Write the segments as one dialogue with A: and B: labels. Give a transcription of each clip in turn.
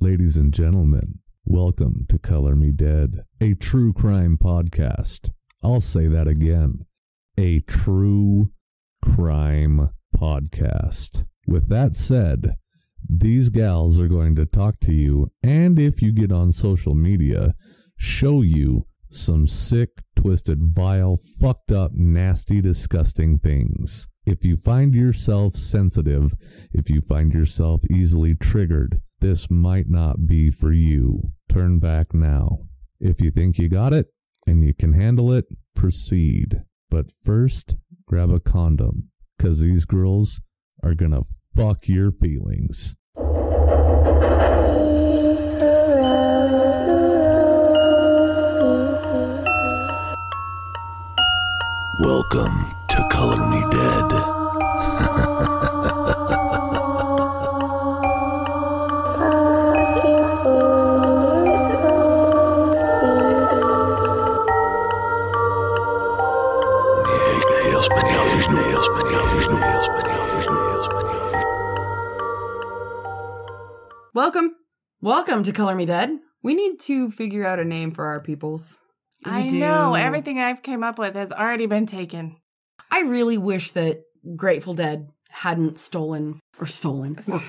A: Ladies and gentlemen, welcome to Color Me Dead, a true crime podcast. I'll say that again a true crime podcast. With that said, these gals are going to talk to you, and if you get on social media, show you some sick, twisted, vile, fucked up, nasty, disgusting things. If you find yourself sensitive, if you find yourself easily triggered, this might not be for you. Turn back now. If you think you got it and you can handle it, proceed. But first, grab a condom, because these girls are gonna fuck your feelings.
B: Welcome to Color Me Dead.
C: Welcome. Welcome to Color Me Dead. We need to figure out a name for our peoples. We
D: I
C: do.
D: know everything I've came up with has already been taken.
C: I really wish that Grateful Dead hadn't stolen or stolen or
D: Stolen,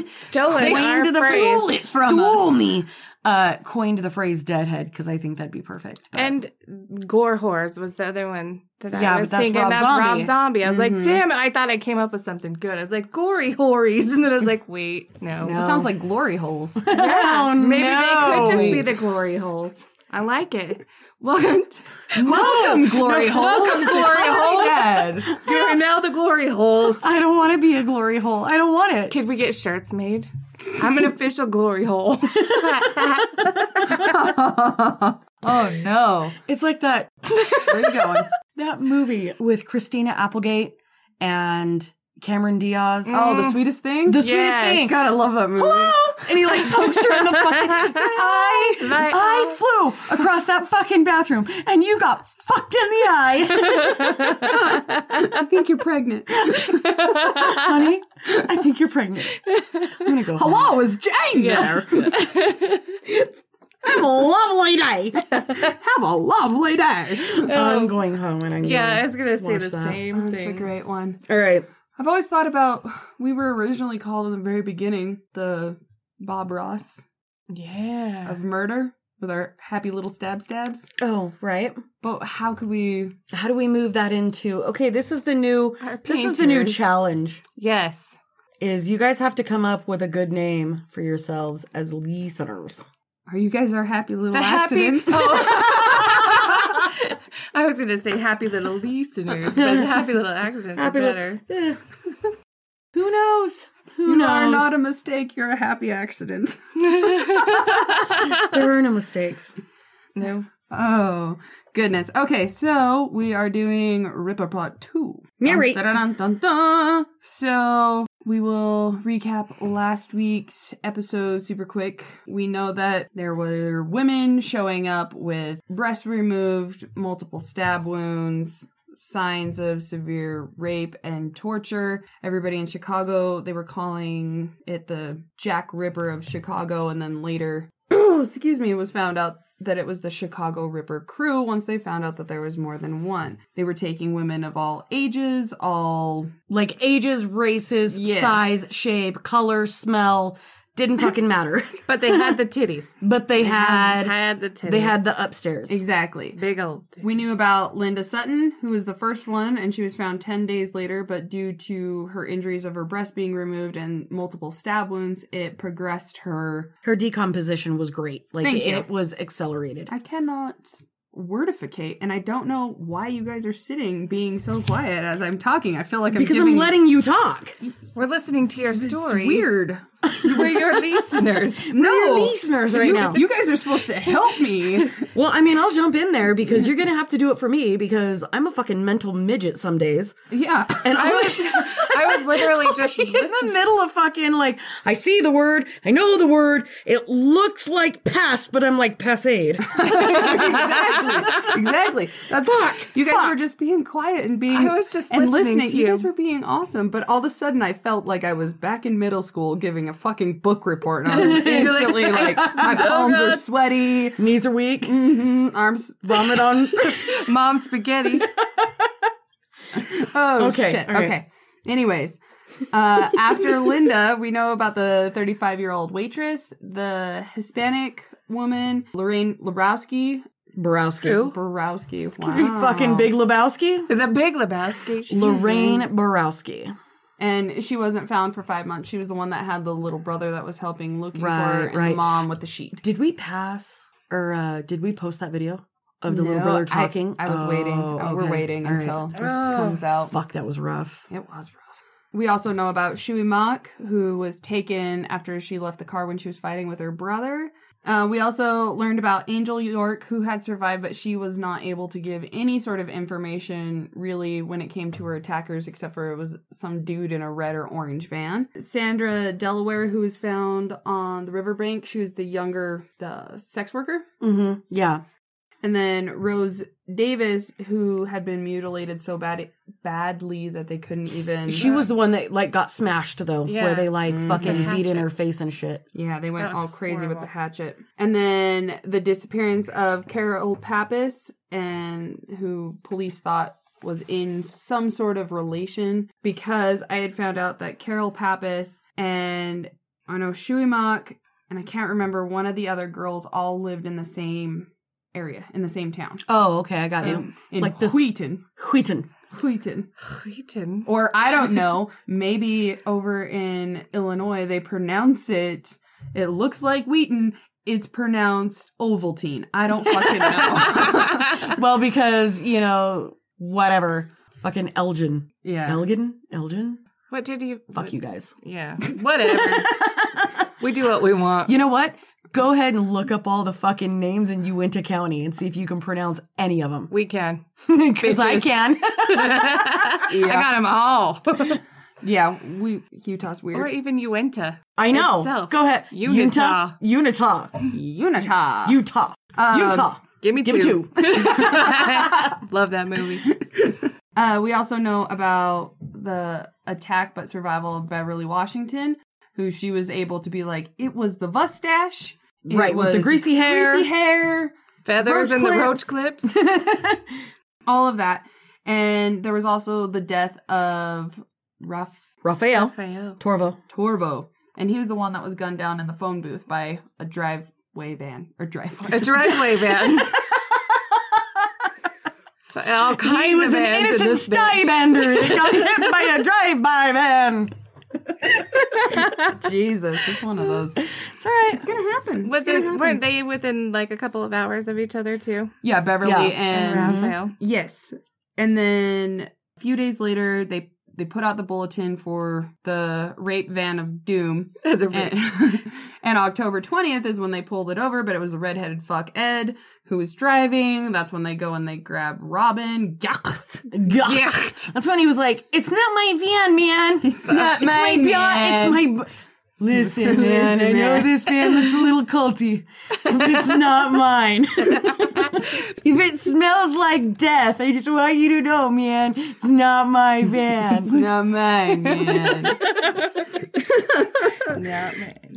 C: coined,
D: stolen, our
C: coined the
D: phrase.
C: phrase.
D: from
C: stole
D: us.
C: me. Uh, coined the phrase deadhead because I think that'd be perfect. but-
D: And gore whores was the other one that I
C: Yeah,
D: was
C: but that's
D: thinking.
C: Rob
D: that's
C: Zombie.
D: Rob Zombie. Mm-hmm. I was
C: Mhm.
D: like, damn it! I thought I came up with something good. I was like, gory whores, and then I was like, wait, no.
C: No.
E: It sounds like glory holes.
D: Yeah,
C: Oh,
D: maybe they could just
C: no.
D: be the glory holes. I like it. Welcome, to-
E: Welcome, glory
D: No,
E: holes.
D: Welcome,
E: to
D: glory
E: Color Me
D: holes.
E: Dead.
D: You are now the glory holes.
C: I don't want to be a glory hole. I don't want it.
D: Could we get shirts made? I'm an official glory hole.
E: oh no,
C: It's like that
E: where are you going?
C: that movie with Christina Applegate and Cameron Diaz.
E: Oh, the sweetest thing.
C: The sweetest
D: Mm. Yes.
C: thing.
E: God, I love that movie.
C: hello and he like pokes her in the fucking eye
D: My oh.
C: i flew across that fucking bathroom and you got fucked in the eye
E: I think you're pregnant.
C: honey i think you're pregnant i'm gonna go home.
E: Hello, is Jane there? Have a lovely day. Have a lovely day.
C: i'm going home and i'm
D: Oh. Yeah, I
C: gonna-
D: was gonna say
C: Watch
D: the
C: that.
D: same
E: That's a
D: thing.
E: great one.
C: all right
E: I've always thought about. We were originally called in the very beginning the Bob Ross
D: yeah.
E: of murder with our happy little stab stabs.
C: oh right
E: But how could we?
C: how do we move that into okay this is the new
D: Our
C: this is the new
D: painters.
C: challenge
D: Yes.
C: is you guys have to come up with a good name for yourselves as listeners
E: Are you guys our happy little
D: The happy.
E: accidents?
D: Oh. I was gonna say happy little listeners, but happy little accidents
C: Happy
D: are
C: little-
D: better.
C: Eh. who knows who
E: you
C: knows
E: are not a mistake. You're a happy accident.
C: there are no mistakes
D: no.
E: Oh goodness. Okay, so we are doing Ripper Plot Two.
C: Narrate.
E: Dun, dun, dun, dun. So we will recap last week's episode super quick. We know that there were women showing up with breast removed, multiple stab wounds. Signs of severe rape and torture. Everybody in Chicago, they were calling it the Jack Ripper of Chicago, and then later Oh, excuse me, was found out that it was the Chicago Ripper crew once they found out that there was more than one. They were taking women of all ages, all
C: like ages, races,
E: Yeah.
C: size, shape, color, smell didn't fucking matter.
D: But they had the titties.
C: but they
D: They
C: had
D: had the titties.
C: they had the upstairs.
E: exactly.
D: big old. titties.
E: We knew about Linda Sutton, who was the first one, and she was found 10 days later, but due to her injuries of her breast being removed and multiple stab wounds, it progressed her.
C: Her decomposition was great. Like
E: Thank you.
C: it was accelerated.
E: I cannot wordificate, and I don't know why you guys are sitting being so quiet as I'm talking. I feel like I'm
C: because
E: giving
C: I'm letting you talk.
D: We're listening to your
E: It's
D: story.
E: weird.
D: We're your listeners.
E: No,
C: We're listeners right
E: you,
C: now.
E: you guys are supposed to help me.
C: well, I mean, I'll jump in there because you're gonna have to do it for me because I'm a fucking mental midget some days.
E: Yeah.
C: And I was
D: I was literally just
C: in the
D: listening.
C: middle of fucking like I see the word, I know the word, it looks like past, but I'm like passade.
E: exactly. Exactly. That's
C: Fuck.
E: You guys
C: Fuck.
E: were just being quiet and being
D: I was just
E: and
D: listening to
E: You
D: you.
E: guys were being awesome, but all of a sudden I felt like I was back in middle school giving a a fucking book report, and I was instantly like, my palms are sweaty,
C: Knees are weak.
E: hmm arms.
C: Vomit on.
D: Mom spaghetti.
E: Oh
C: Okay,
E: shit.
C: all right.
E: Okay. Anyways, uh, after Linda, we know about the 35 year old waitress, the Hispanic woman, Lorraine Lebrowski.
C: Borowski.
E: Borowski.
C: Could be
E: Wow.
C: fucking Big Lebowski.
D: The Big Lebowski.
C: Lorraine Borowski.
E: And she wasn't found for five months. She was the one that had the little brother that was helping looking for her
C: Right,
E: and the
C: right.
E: mom with the sheet.
C: Did we pass or uh, did we post that video of the little
E: No,
C: brother
E: I-
C: talking?
E: I, was waiting.
C: Oh,
E: Uh, We're
C: okay.
E: waiting
C: All right. Ah.
E: until this
D: Oh.
E: comes out.
C: Fuck, that was rough.
E: It was rough. We also know about Shui Mak, who was taken after she left the car when she was fighting with her brother. Uh, we also learned about Angel York, who had survived, but she was not able to give any sort of information really when it came to her attackers, except for it was some dude in a red or orange van. Sandra Delaware, who was found on the riverbank, she was the younger, the sex worker.
C: Mm-hmm. Yeah.
E: And then Rose Davis, who had been mutilated so bad badly that they couldn't even.
C: She was the one that like got smashed though,
D: Yeah.
C: where they like
E: Mhm.
C: fucking beat in
D: Hatchet.
C: her face and shit.
E: Yeah, they went
D: That was
E: all crazy with the
D: horrible.
E: hatchet. And then the disappearance of Carol Pappas, and who police thought was in some sort of relation because I had found out that Carol Pappas and I know Shuimak and I can't remember one of the other girls all lived in the same area in the same town.
C: Oh, okay, I got
E: Um, in
C: like
E: like
C: this-
E: Wheaton.
C: Wheaton.
E: Wheaton.
D: Clayton.
E: Or I don't know, maybe over in Illinois they pronounce it it looks like Wheaton, it's pronounced Ovaltine. I don't fucking know.
C: well, because you know whatever, fucking Elgin,
E: yeah.
C: Elgin, Elgin.
D: what did you?
C: Fuck you guys.
D: Yeah. Whatever. we do what we want.
C: You know what? Go ahead and look up all the fucking names in Uinta County and see if you can pronounce any of them.
D: We can.
C: Because I
D: Bitches.
C: can.
D: I got them all.
E: Yeah, we Utah's
D: or
E: weird.
D: even Uinta.
C: I know.
D: Itself.
C: Go ahead.
D: Unita.
C: Unita. Uh,
E: Unitah.
C: Utah.
E: Um,
C: Utah.
D: Give me
C: Give me two.
D: Love that movie.
E: Uh, we also know about the attack but survival of Beverly Washington, who she was able to be like, it was the mustache. it
C: Right, with the
E: was
C: greasy hair.
E: Greasy hair.
D: Feathers
E: Roach
D: and the
E: clips.
D: roach clips.
E: All of that. And there was also the death of Raf
C: Raphael.
D: Raphael.
C: Torvo.
E: Torvo. And he was the one that was gunned down in the phone booth by a driveway van or driveway.
D: A driveway van. All kinds
C: He was
D: of
C: an
D: vans in
C: innocent
D: this bitch.
C: stybender that got hit by a drive-by van.
E: Jesus, it's one of those.
C: It's all right.
E: It's gonna happen.
D: Was
E: it's gonna
D: it,
E: happen.
D: weren't they within like a couple of hours of each other too?
E: Yeah, Beverly
C: Yeah.
E: and
D: Raphael.
E: yes, and then a few days later they they put out the bulletin for the rape van of doom.
D: The
E: And, and October 20th is when they pulled it over, but it was a redheaded fuck Ed who was driving. That's when they go and they grab Robin. Yuck.
C: Gah.
D: Yacht.
C: That's when he was like, "It's not my van, man.
E: It's not
C: It's
E: my
C: my
E: man."
C: van. It's my." b- Listen, man.
E: Listen,
C: I know
E: man.
C: this van looks a little culty, but it's not mine. if it smells like death, I just want you to know, man, it's not my van.
E: Not mine, man.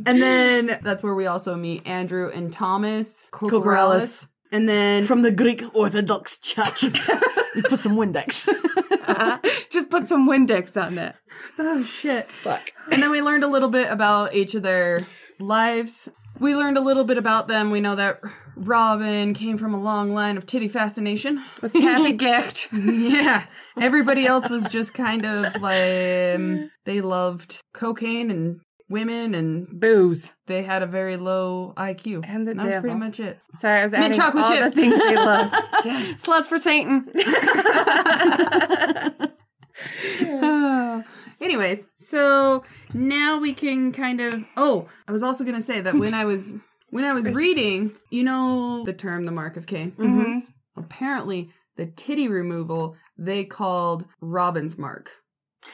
E: And then that's where we also meet Andrew and Thomas Cocorellis.
C: Kokorellis.
E: And then
C: From the Greek Orthodox Church. You Put some Windex.
D: Just put some Windex on that.
E: oh shit.
C: Fuck.
E: And then we learned a little bit about each of their lives. We learned a little bit about them. We know that Robin came from a long line of titty fascination.
D: Happy gift.
E: yeah. Everybody else was just kind of like um, they loved cocaine and women and
D: Booze.
E: they had a very low IQ.
D: And the
E: that was pretty
D: devil.
E: much it.
D: Sorry, I was adding
E: chocolate
D: all
E: chip.
D: the things they love. yes.
C: Sluts for Satan.
E: Oh. Anyways, so now we can kind of Oh, I was also going to say that when I was when I was reading, you know the term the mark of Cain.
D: Mm-hmm.
E: Apparently, the titty removal they called Robin's mark.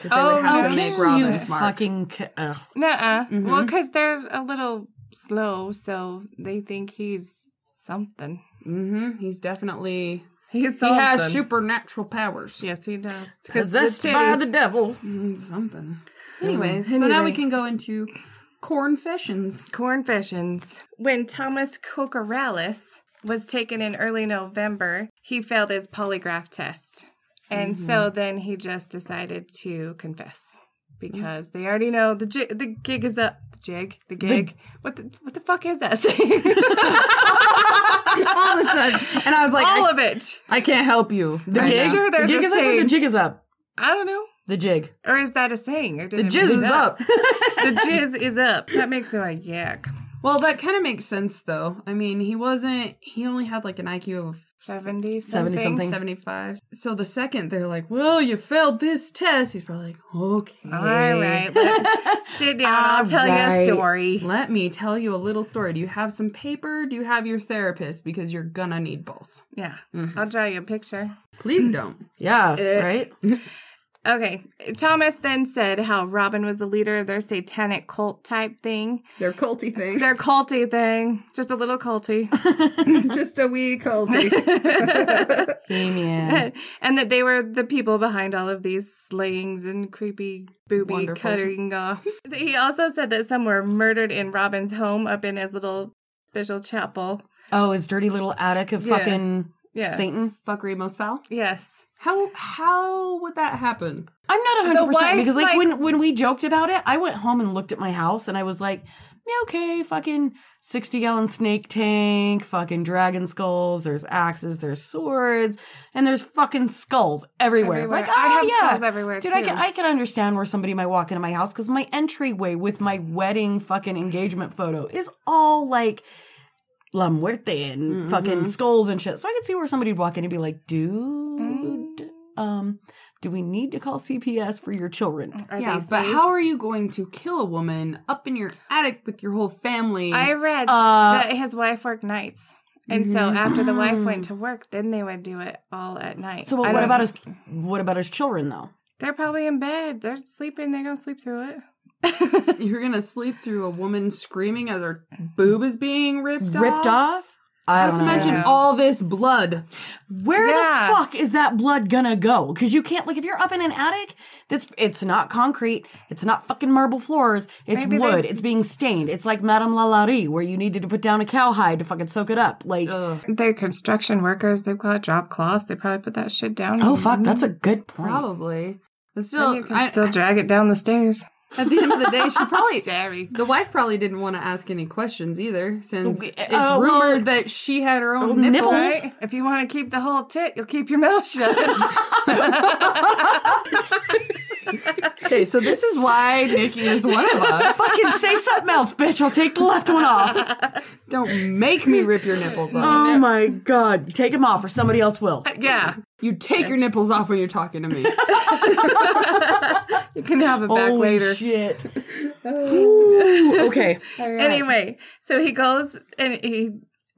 E: That they
D: Oh,
E: would have to
D: okay.
E: make
D: You
E: Robin's mark.
C: Fucking. c- Ugh.
D: Nuh-uh.
E: Mhm.
D: Well, because they're a little slow, so they think he's something.
E: Mhm. He's definitely
D: He's
E: he
D: something.
E: has supernatural powers.
D: Yes, he does. 'Cause
C: Possessed by
D: titties-
C: the devil.
E: Mm, something. Anyways, so
D: Anyway.
E: now we can go into Cornfessions.
D: Confessions. When Thomas Cocoralis was taken in early November, he failed his polygraph test. And so
E: Mm-hmm.
D: then he just decided to confess because they already know the jig, the gig is up. The jig, the gig. what the what the fuck is that saying?
E: All of a sudden, and I was like,
D: All
E: I,
D: of it.
E: I can't help you.
C: The
E: right
C: gig?
E: now.
D: Sure,
C: the
D: there's
C: jig
D: a
C: is up or the
D: saying.
C: jig is up.
D: I don't know.
C: The jig.
D: Or is that a saying? Or did
E: The
D: I
E: jizz
D: make
E: is
D: it
E: up.
D: The jizz is up. That makes me like yuck.
E: Well, that kind of makes sense, though. I mean, he wasn't. He only had like an IQ of
D: Seventy
C: Seventy
D: something.
C: something.
E: 75. So the second they're like, "Well, you failed this test," he's probably like, "Okay,
D: All right, let's sit down. I'll
C: All
D: tell
C: right.
D: you a story.
E: Let me tell you a little story. Do you have some paper? Do you have your therapist? Because you're gonna need both.
D: Yeah, I'll draw you a picture.
E: Please don't.
C: Yeah,
D: Uh,
C: right?
D: Okay. Thomas then said how Robin was the leader of their satanic cult type thing,
E: They're culty thing.
D: their culty thing, just a little culty,
E: just a wee culty.
C: Amen.
D: and that they were the people behind all of these slayings and creepy booby
E: Wonderful.
D: cutting off. He also said that some were murdered in Robin's home up in his little special chapel.
C: Oh, his dirty little attic of
D: Yeah.
C: fucking
D: Yeah.
C: Satan.
E: Fuckery most foul.
D: Yes.
E: How how would that happen?
C: I'm not
D: The
C: 100 percent
D: wife,
C: because like,
D: like-
C: when when we joked about it, I went home and looked at my house and I was like, yeah, okay, fucking 60 gallon snake tank, fucking dragon skulls. There's axes, there's swords, and there's fucking skulls everywhere.
D: Everywhere.
C: Like, oh
D: I have
C: yeah,
D: skulls everywhere.
C: Dude,
D: too.
C: I can I can understand where somebody might walk into my house because my entryway with my wedding fucking engagement photo is all like La Muerte and
D: Mm-hmm.
C: fucking skulls and shit. So I could see where somebody would walk in and be like,
D: Mm.
C: dude, um, do we need to call CPS for your children?
D: Are
E: yeah,
D: they
E: but
D: safe?
E: how are you going to kill a woman up in your attic with your whole family?
D: I read
C: Uh, Mm-hmm.
D: that his wife worked nights. And so after the wife went to work, then they would do it all at night.
C: Mm. So
D: I
C: what, what
D: don't-
C: about his what about his children though?
D: They're probably in bed. They're sleeping. They're gonna sleep through it.
E: You're gonna sleep through a woman screaming as her boob is being ripped off.
C: Ripped off?
E: Not
C: I don't
E: to
C: know.
E: mention
D: Yeah.
E: all this blood.
C: Where
D: Yeah.
C: the fuck is that blood gonna go? Because you can't like if you're up in an attic, that's it's not concrete, it's not fucking marble floors, it's
D: Maybe they-
C: wood, it's being stained. It's like Madame Lalaurie, where you needed to put down a cowhide to fucking soak it up. Like
E: Ugh,
D: They're construction workers. They've got drop cloths. They probably put that shit down.
C: oh fuck, that's a good point.
E: probably. But
D: Then
E: still,
D: you can
E: I,
D: still drag it down the stairs.
E: at the end of the day, she probably
D: Sorry.
E: the wife probably didn't want to ask any questions either, since
C: We-
E: it's
C: oh, well- oh,
E: rumored that she had her own
C: Nipples.
E: nipples.
D: Right? If you want to keep the whole tit, you'll keep your mouth shut.
E: Okay, so this is why Nikki is one of us.
C: fucking say something else, bitch. I'll take the left one off.
E: Don't make me rip your nipples off.
C: Oh my god, take them off, or somebody else will.
D: yeah,
E: You take your nipples off when you're talking to me.
D: you can have it back
C: Holy
D: later. Oh.
C: shit. Ooh, okay.
D: Anyway, so he goes and he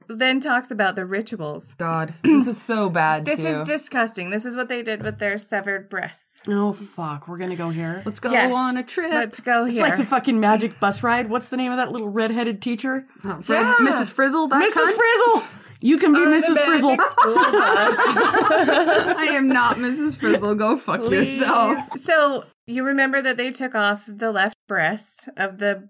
D: then talks about the rituals.
E: God, this is so bad.
D: This
E: too.
D: is disgusting. This is what they did with their severed breasts.
C: Oh fuck, we're gonna go here.
E: Let's go
D: Yes.
E: on a trip.
D: Let's go
C: It's
D: here.
C: like the fucking magic bus ride. What's the name of that little redheaded teacher?
E: Oh, Fred- Mrs. Frizzle, that
C: Mrs.
E: cunt?
C: Frizzle. You can be
D: On Oh, the
C: Mrs.
D: magic
C: Frizzle.
D: school bus.
E: I am not Mrs. Frizzle. Go fuck yourself.
D: Please. So you remember that they took off the left breast of the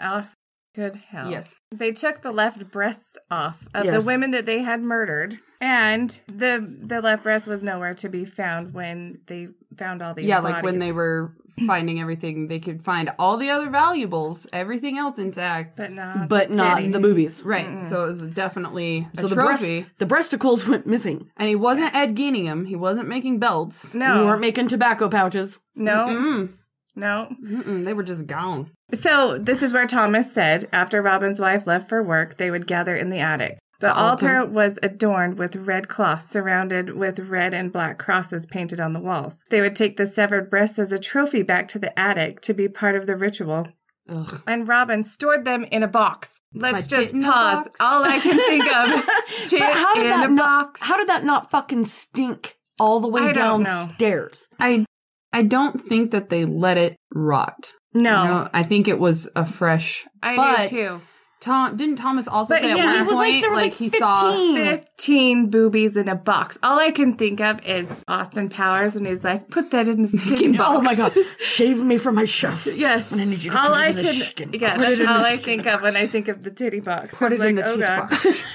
D: off. Good hell.
E: Yes.
D: They took the left breasts off of
C: Yes.
D: the women that they had murdered, and the the left breast was nowhere to be found when they found all these.
E: Yeah, like when
D: bodies.
E: they were finding everything, they could find all the other valuables, everything else intact.
D: but not,
C: but not
D: titty.
C: the boobies.
E: Right. So it was definitely a
C: So the breast,
E: trophy.
C: the breasticles went missing.
E: and he wasn't Ed Geeningham. He wasn't making belts.
C: We weren't
D: No,
C: making tobacco pouches.
D: no,
E: Mm,
D: no.
E: mm-mm, they were just gone.
D: So this is where Thomas said after Robin's wife left for work, they would gather in the attic. The, altar. was adorned with red cloth surrounded with red and black crosses painted on the walls. They would take the severed breasts as a trophy back to the attic to be part of the ritual.
E: Ugh.
D: And Robin stored them in a box. Let's
E: my
D: just
E: tit in a
D: pause.
E: box.
D: All I can think of tit
C: But how did
D: in
C: that
D: a
C: not?
D: box.
C: How did that not fucking stink all the way
D: I don't know.
C: downstairs?
E: I I don't think that they let it rot.
D: No,
E: You know, I think it was a fresh.
D: I
E: but
D: do too.
E: Tom didn't Thomas also
D: But
E: say
D: yeah,
E: at
D: it
E: one
D: was
C: like
E: point
C: there
E: like,
C: was like
E: he saw
C: 15.
D: 15 boobies in a box. All I can think of is Austin Powers when he's like, put that in the skin box.
C: Oh my god, shave me from my shelf.
D: Yes.
C: And I need you to
D: all
C: put it
D: I
C: in the
D: can,
C: skin box.
D: yes,
C: Put it in
D: all
C: the
D: I think of when I think of the titty box.
E: put it
D: I'm
E: in the
D: like, "Oh
E: teeth
D: God.
E: box.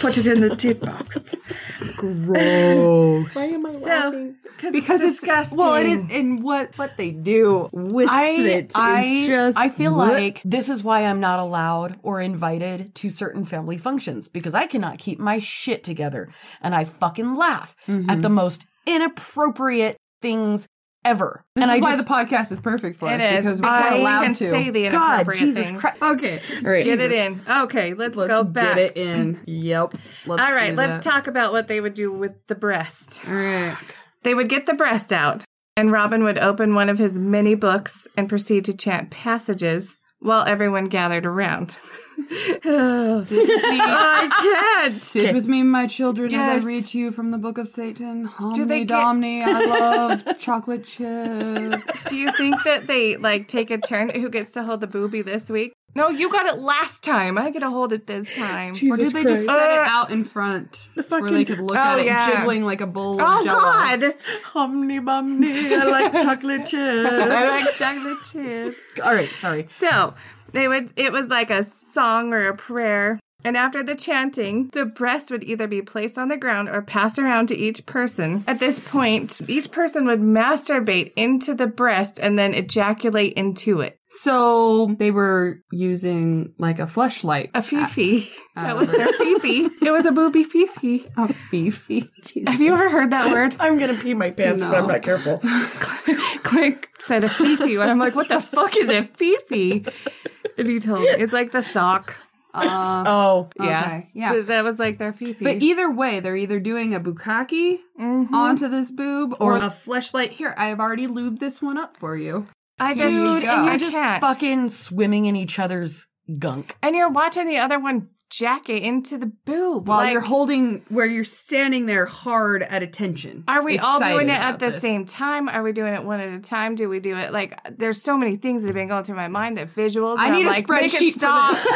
D: Put it in the tit box.
E: Gross.
D: so,
E: because it's
D: disgusting.
E: well, it is, and what what they do with
C: I,
E: it is
C: I,
E: just
C: I feel
E: bleh.
C: like this is why I'm not allowed or invited to certain family functions because I cannot keep my shit together. And I fucking laugh
E: Mm-hmm.
C: at the most inappropriate things ever.
E: This
C: and
E: is
C: I
E: why
C: just,
E: the podcast is perfect for
D: It
E: us
D: is,
E: because we're
C: because
E: not
C: we
E: allowed
D: can
E: to.
D: say the
C: God,
D: inappropriate
C: Jesus
D: things.
C: Christ.
E: okay,
C: right.
D: Get it
E: Jesus.
D: in. Okay, let's,
E: Let's
D: go back.
E: get it in. Yep. Let's
D: All right,
E: do
D: let's
E: that.
D: talk about what they would do with the breast.
E: All right.
D: They would get the breast out, and Robin would open one of his many books and proceed to chant passages while everyone gathered around. oh,
E: Sit with me.
D: I can't.
E: Sit with me, my children, as
D: Yes.
E: I read to you from the Book of Satan. Hominy
D: they get-
E: Domini, I love chocolate chip.
D: Do you think that they like take a turn? Who gets to hold the booby this week? No, you got it last time. I get to hold it this time.
E: or did they just set it
D: Christ.
E: out in front where they could look
D: Oh,
E: at it
D: yeah.
E: jiggling like a bowl
D: Oh
E: of jello?
D: God!
C: Humney bumney, I like chocolate chips.
D: I like chocolate chips.
C: All right, sorry.
D: So they would. It was like a song or a prayer. And after the chanting, the breast would either be placed on the ground or passed around to each person. At this point, each person would masturbate into the breast and then ejaculate into it.
E: So they were using like a fleshlight.
D: A fifi.
E: I
D: that
E: love
D: was
E: it.
D: their fifi. It was a booby fifi.
E: A fifi. Jesus.
D: Have you ever heard that word?
C: I'm gonna pee my pants
E: No.
C: if
E: Uh-huh.
C: I'm not careful.
D: Click said a fifi, and I'm like, what the fuck is a fifi? If you told me, it's like the sock.
E: Uh,
C: Oh,
D: Yeah,
E: Okay, yeah.
D: Th- that was like their fifi. Mm-hmm.
E: But either way, they're either doing a bukkake onto this boob or a fleshlight. Here, I have already lubed this one up for you.
D: I just,
C: dude,
E: go.
C: and
D: I
C: you're just
D: can't.
C: fucking swimming in each other's gunk.
D: and you're watching the other one jack it into the boob
E: While
D: Like,
E: you're holding, where you're standing there hard at attention.
D: Are we all
E: excited
D: doing it
E: about
D: at the
E: this.
D: same time? Are we doing it one at a time? Do we do it like? There's so many things that have been going through my mind that visuals.
E: I
D: and
E: need
D: I'm
E: a
D: like, make it
E: spreadsheet for
D: stop.
E: this.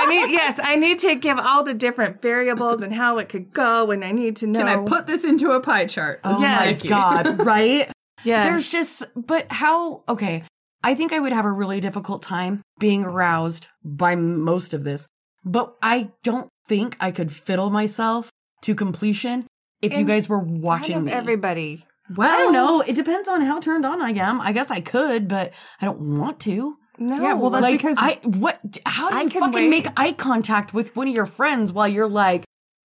D: I need yes, I need to give all the different variables and how it could go, and I need to know.
E: Can I put this into a pie chart?
C: Oh
D: Yes.
C: my god, right?
D: Yes.
C: There's just, but how? Okay, I think I would have a really difficult time being aroused by most of this, but I don't think I could fiddle myself to completion if you
D: And
C: guys were
D: Kind
C: watching
D: of
C: me.
D: everybody.
E: Well,
C: I don't know. It depends on how turned on I am. I guess I could, but I don't want to.
D: No.
E: Yeah, well, that's
C: like
E: because
C: I what? How do
D: I
C: you
D: can
C: fucking
D: wait.
C: make eye contact with one of your friends while you're like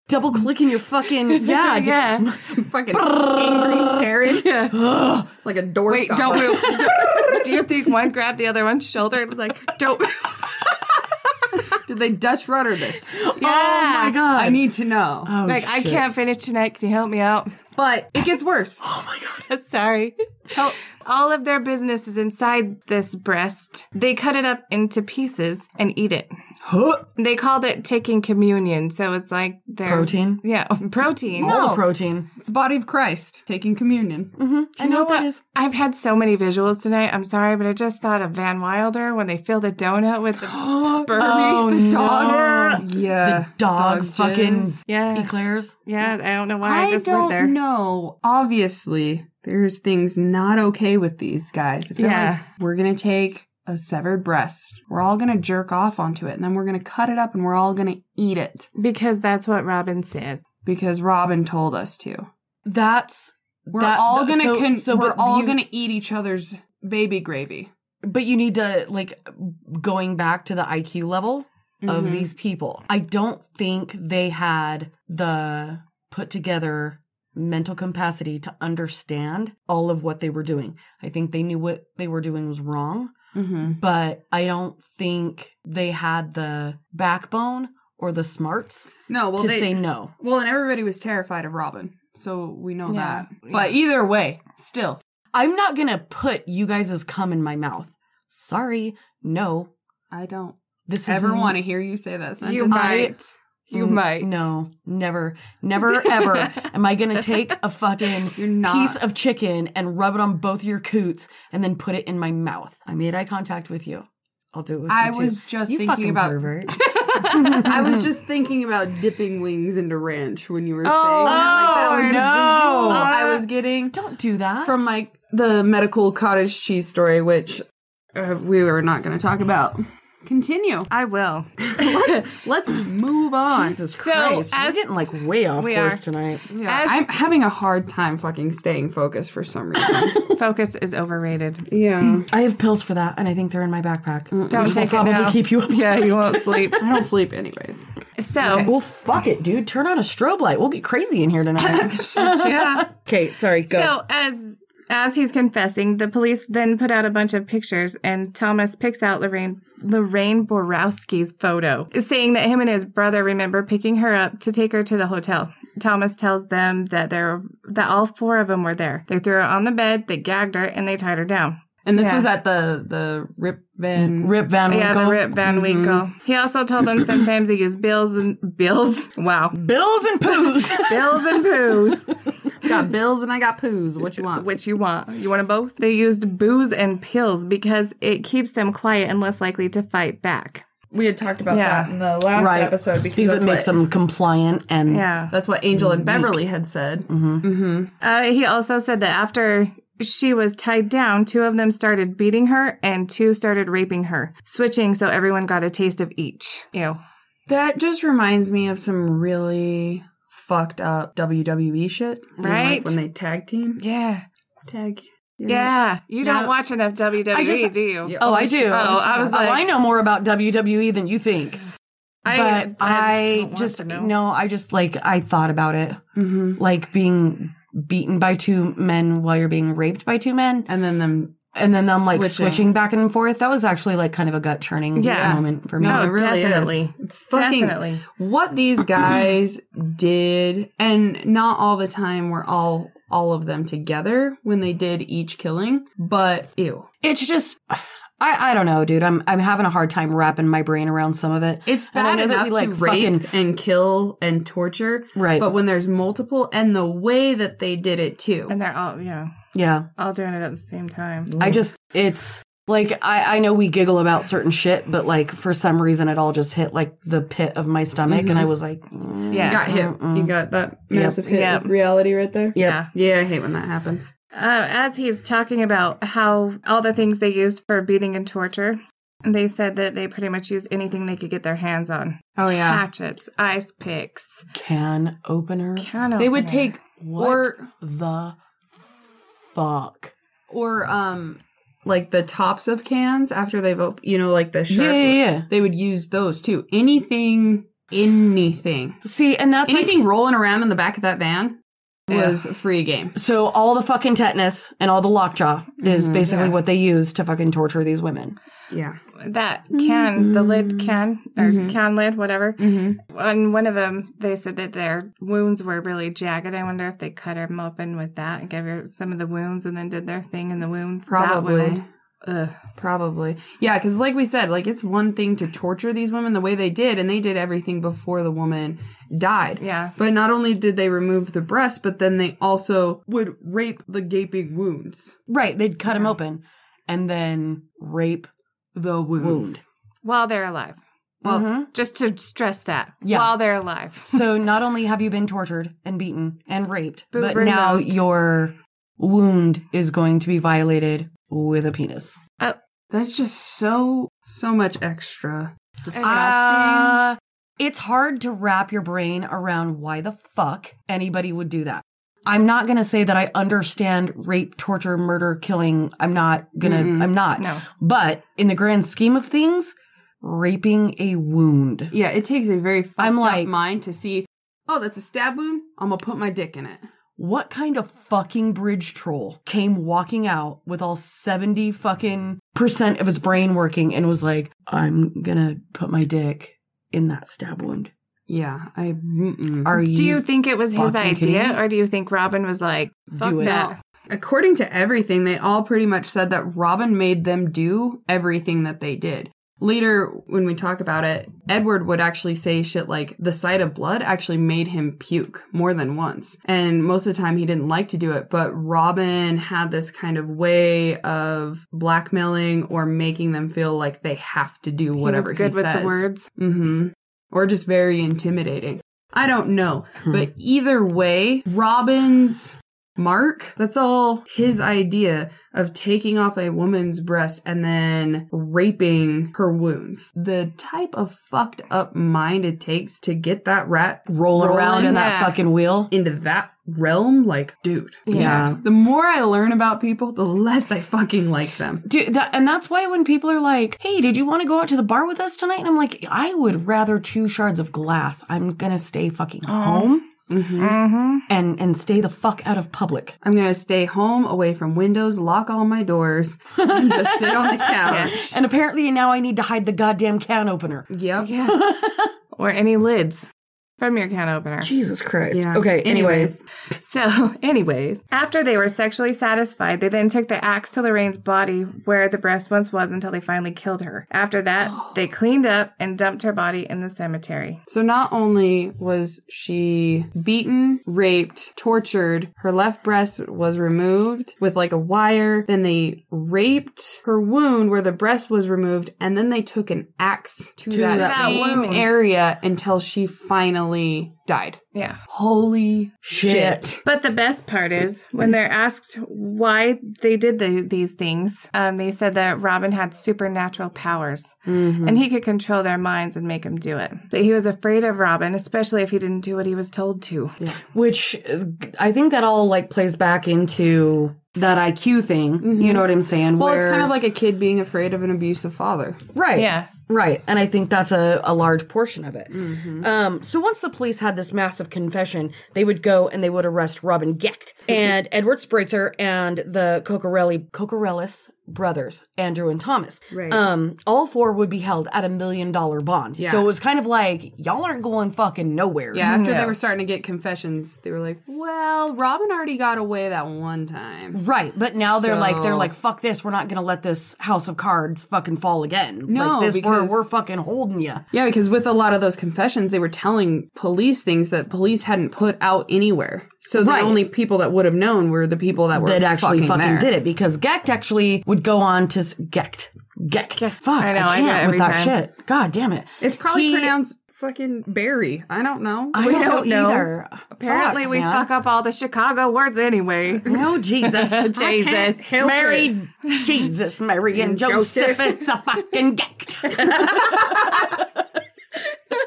C: double clicking your fucking yeah d-
D: yeah.
E: fucking angry staring
C: Ugh.
E: like a door.
D: Wait, don't move. do you think one grabbed the other one's shoulder and was like, don't move?
E: Did they Dutch rudder this?
D: Uh,
C: Oh my god!
E: I need to know.
C: Oh,
D: Like, I
C: shit.
D: can't finish tonight. Can you help me out?
E: But it gets worse.
D: Sorry.
E: Tell
D: All of their business is inside this breast. They cut it up into pieces and eat it. They called it taking communion, so it's like their
C: Protein?
D: Yeah, protein.
C: All
E: No.
C: the protein.
E: it's the body of Christ taking communion.
C: I know, what that is.
D: I've had so many visuals tonight. I'm sorry, but I just thought of Van Wilder when they fill the donut with the sperm.
C: Oh,
E: the dog.
C: no.
E: Yeah,
C: Dog, fucking
E: jizz.
D: Yeah,
C: eclairs.
D: yeah. I don't know why I,
E: I,
D: just
E: don't
D: went there.
E: know. Obviously, there's things not okay with these guys. It's not
D: Yeah.
E: like we're gonna take a severed breast. We're all gonna jerk off onto it, and then we're gonna cut it up, and we're all gonna eat it
D: Because that's what Robin says.
E: because Robin told us to.
C: That's
E: We're
C: that-
E: all
C: th-
E: gonna
C: so-
E: con-
C: so,
E: we're
C: but
E: all
C: you-
E: gonna eat each other's baby gravy.
C: but you need to like going back to the IQ level of
E: Mhm.
C: these people. I don't think they had the put together mental capacity to understand all of what they were doing. I think they knew what they were doing was wrong,
E: Mm-hmm.
C: but I don't think they had the backbone or the smarts
E: No, well
C: to
E: they
C: say no.
E: well, and everybody was terrified of Robin, so we know
D: Yeah.
E: that. But either way, still
C: I'm not gonna put you guys' cum in my mouth. Sorry, no.
E: I don't
C: This is
E: ever want to hear you say that sentence.
D: You might. You
C: Mm,
D: might.
C: No, never, never, ever am I gonna take a fucking
E: You're not.
C: piece of chicken and rub it on both your coots and then put it in my mouth. I made eye contact with you. I'll do it with
E: I
C: you too.
E: was just
C: you
E: thinking
C: fucking
E: about.
C: pervert.
E: I was just thinking about dipping wings into ranch when you were saying
D: Oh,
E: that. Like, that was the
C: no.
E: visual I
D: Uh,
E: was getting
C: Don't do that.
E: from my the medical cottage cheese story, which uh, we were not going to talk about. Continue.
D: I will.
E: Let's move on.
C: Jesus
D: So,
C: Christ, we're
D: as-
C: getting like way off
D: We
C: course
D: are.
C: tonight.
E: Yeah,
D: As-
E: I'm having a hard time fucking staying focused for some reason.
D: Focus is overrated.
E: yeah.
C: I have pills for that, and I think they're in my backpack.
D: Don't
C: Which will
D: take it
C: probably
D: now.
C: keep you up.
D: Yeah, you won't sleep.
E: I don't sleep anyways.
D: So
C: Well, fuck it, dude. Turn on a strobe light. We'll get crazy in here tonight.
D: yeah.
C: okay, sorry. Go.
D: So as as he's confessing, the police then put out a bunch of pictures, and Thomas picks out Lorraine Lorraine Borowski's photo, saying that him and his brother remember picking her up to take her to the hotel. Thomas tells them that there that all four of them were there. They threw her on the bed, they gagged her, and they tied her down.
E: And this
D: Yeah.
E: was at the the Rip Van
C: Rip Van Winkle.
D: Yeah, the Rip Van
C: Mm-hmm.
D: Winkle. He also told them sometimes he gives bills and bills. Wow,
C: Bills and poos.
D: bills and poos.
E: got bills and I got poos. What you want?
D: Which you want? You want them both? They used booze and pills because it keeps them quiet and less likely to fight back.
E: We had talked about
D: Yeah.
E: that in the last
C: Right.
E: episode because
C: because
E: that's
C: it makes
E: what,
C: them compliant and
D: Yeah.
E: that's what Angel and Beverly had said. Mm-hmm.
D: Uh, he also said that after she was tied down, two of them started beating her and two started raping her, switching so everyone got a taste of each. Ew.
E: That just reminds me of some really fucked up WWE shit. You know, like
D: Right?
E: when they tag team.
D: Yeah.
E: Tag.
D: Yeah. You don't
E: Yeah.
D: watch enough WWE,
C: I just-
D: do you?
E: Yeah.
C: Oh, I do.
E: Oh,
D: I was
C: oh,
D: like-
C: I know more about WWE than you think. but I,
D: don't want
C: just
D: to
C: no, I just like I thought about it,
E: Mm-hmm.
C: like being beaten by two men while you're being raped by two men,
E: And then them.
C: and then I'm like
E: Switching.
C: switching, back and forth. That was actually like kind of a gut churning
D: Yeah.
C: moment for me.
E: No,
D: Oh,
E: it really is.
D: definitely.
E: It's fucking
D: Definitely.
E: what these guys did, and not all the time were all all of them together when they did each killing. But ew,
C: It's just. I, I don't know, dude. I'm I'm having a hard time wrapping my brain around some of it.
E: it's
C: And I
E: bad
C: know that
E: enough
C: we,
E: to
C: like,
E: rape
C: fucking-
E: and kill and torture,
C: Right.
E: But when there's multiple, and the way that they did it too,
D: And they're all, yeah,
C: yeah.
D: all doing it at the same time.
C: I just it's like I, I know we giggle about certain shit, but like for some reason it all just hit like the pit of my stomach and I was like mm,
D: Yeah.
E: you got hit.
C: mm-mm.
E: You got that
C: Yep.
E: massive hit
D: Yep.
E: of reality right there.
C: Yep.
D: Yeah.
E: Yeah, I hate when that happens.
D: Uh, as he's talking about how all the things they used for beating and torture, they said that they pretty much used anything they could get their hands on
E: Oh yeah,
D: hatchets, ice picks.
C: Can openers.
D: Can
E: they
D: opener.
E: would take
C: what
E: or-
C: the fuck?
E: or um like the tops of cans after they've op- you know like the sharp
C: Yeah, yeah, yeah.
E: they would use those too anything anything
C: See, and that's like
E: anything rolling around in the back of that van was free game
C: so all the fucking tetanus and all the lockjaw is basically
D: yeah.
C: what they use to fucking torture these women.
E: yeah
D: that can, the lid can, or
E: Mhm.
D: can lid, whatever.
E: mm-hmm.
D: On one of them, they said that their wounds were really jagged. I wonder if they cut them open with that and gave her some of the wounds and then did their thing in the wounds. That
E: probably
D: wound. Ugh.
E: probably yeah because like we said like it's one thing to torture these women the way they did and they did everything before the woman died
D: Yeah.
E: but not only did they remove the breast but then they also would rape the gaping wounds
C: Right, they'd cut them open and then rape the wound.
D: While they're alive.
E: well
C: Mhm.
D: Just to stress that.
C: Yeah.
D: While they're alive.
C: So not only have you been tortured and beaten and raped,
D: Boob
C: but now
D: removed.
C: your wound is going to be violated with a penis.
E: That's just so so much extra disgusting.
C: Uh, it's hard to wrap your brain around why the fuck anybody would do that. I'm not going to say that I understand rape, torture, murder, killing. I'm not going
E: Mm-mm.
C: to I'm not.
D: No.
C: But in the grand scheme of things, raping a wound.
E: yeah, it takes a very fucked
C: I'm
E: up
C: like-
E: mind to see. Oh, that's a stab wound. I'm gonna put my dick in it.
C: What kind of fucking bridge troll came walking out with all 70 fucking percent of his brain working and was like, I'm gonna put my dick in that stab wound?
E: Yeah, I. Mm-mm.
C: Are you?
D: Do you think it was his
C: fucking kidding
D: idea,
C: me?
D: or do you think Robin was like, "Fuck
C: Do it.
D: that"?
E: According to everything, they all pretty much said that Robin made them do everything that they did. Later, when we talk about it, Edward would actually say shit like the sight of blood actually made him puke more than once. And most of the time, he didn't like to do it, but Robin had this kind of way of blackmailing or making them feel like they have to do whatever he,
D: he was good with
E: says.
D: the words.
E: Mm-hmm. Or just very intimidating. I don't know.
C: Hmm.
E: But either way, Robin's mark, that's all his idea of taking off a woman's breast and then raping her wounds. The type of fucked up mind it takes to get that rat
C: rolling, around in that
D: yeah.
C: fucking wheel.
E: into that realm, like, dude.
D: Yeah.
E: The more I learn about people, the less I fucking like them.
C: Dude, that, and that's why when people are like, "Hey, did you want to go out to the bar with us tonight?" and I'm like, "I would rather chew shards of glass. I'm gonna stay fucking home
E: Mm-hmm.
D: Mm-hmm.
C: and and stay the fuck out of public."
E: I'm gonna stay home, away from windows, lock all my doors, and just sit on the couch.
C: And apparently now I need to hide the goddamn can opener.
E: Yep.
D: Oh, Yeah. or any lids from your can opener.
C: Jesus Christ.
E: Yeah.
C: Okay. Anyways,
D: So, anyways, after they were sexually satisfied, they then took the axe to Lorraine's body where the breast once was until they finally killed her. After that, they cleaned up and dumped her body in the cemetery.
E: So not only was she beaten, raped, tortured, her left breast was removed with like a wire, then they raped her wound where the breast was removed, and then they took an axe to, that,
D: that
E: same
D: wound.
E: area until she finally died.
D: Yeah.
E: Holy
C: Shit.
E: shit.
D: But the best part is when they're asked why they did the, these things, um, they said that Robin had supernatural powers and he could control their minds and make them do it. That he was afraid of Robin, especially if he didn't do what he was told to.
C: which uh, I think that all like plays back into that IQ thing. You know what I'm saying?
E: Mm-hmm. Well, it's
C: where-
E: kind of like a kid being afraid of an abusive father.
C: Right.
D: Yeah.
C: Right. And I think that's a, a large portion of it.
E: Mm-hmm.
C: Um, so once the police had this massive confession, they would go and they would arrest Robin Gecht and
E: Mm-hmm.
C: Edward Spritzer and the Cocorelli, Cocorellis brothers, Andrew and Thomas. Right. Um, all four would be held at a million dollar bond. So it was kind of like, y'all aren't going fucking nowhere.
E: Yeah, after they were starting to get confessions, they were like, "Well, Robin already got away that one time."
C: Right, but now they're like they're
E: So-
C: like fuck this. We're not gonna let this House of Cards fucking fall again.
E: No,
C: like this,
E: because-
C: we're, we're fucking holding you.
E: Yeah, because with a lot of those confessions, they were telling police things that police hadn't put out anywhere. So the
C: Right.
E: only people that would have known were the people that were
C: That actually fucking,
E: there.
C: did it because Gecht actually would go on to s- Gecht. Gecht. Fuck, I,
D: I know, I
C: can't
D: do it every
C: with that
D: time.
C: shit. God damn it.
E: It's probably
C: He-
E: pronounced fucking Barry. I don't know.
C: I don't,
D: don't
C: know,
D: know.
C: either.
D: Apparently, we fuck up all the Chicago words anyway.
C: No, Oh, Jesus. I can't
D: Jesus.
C: help Mary, Jesus, Mary, and Joseph. It's a fucking Gecht.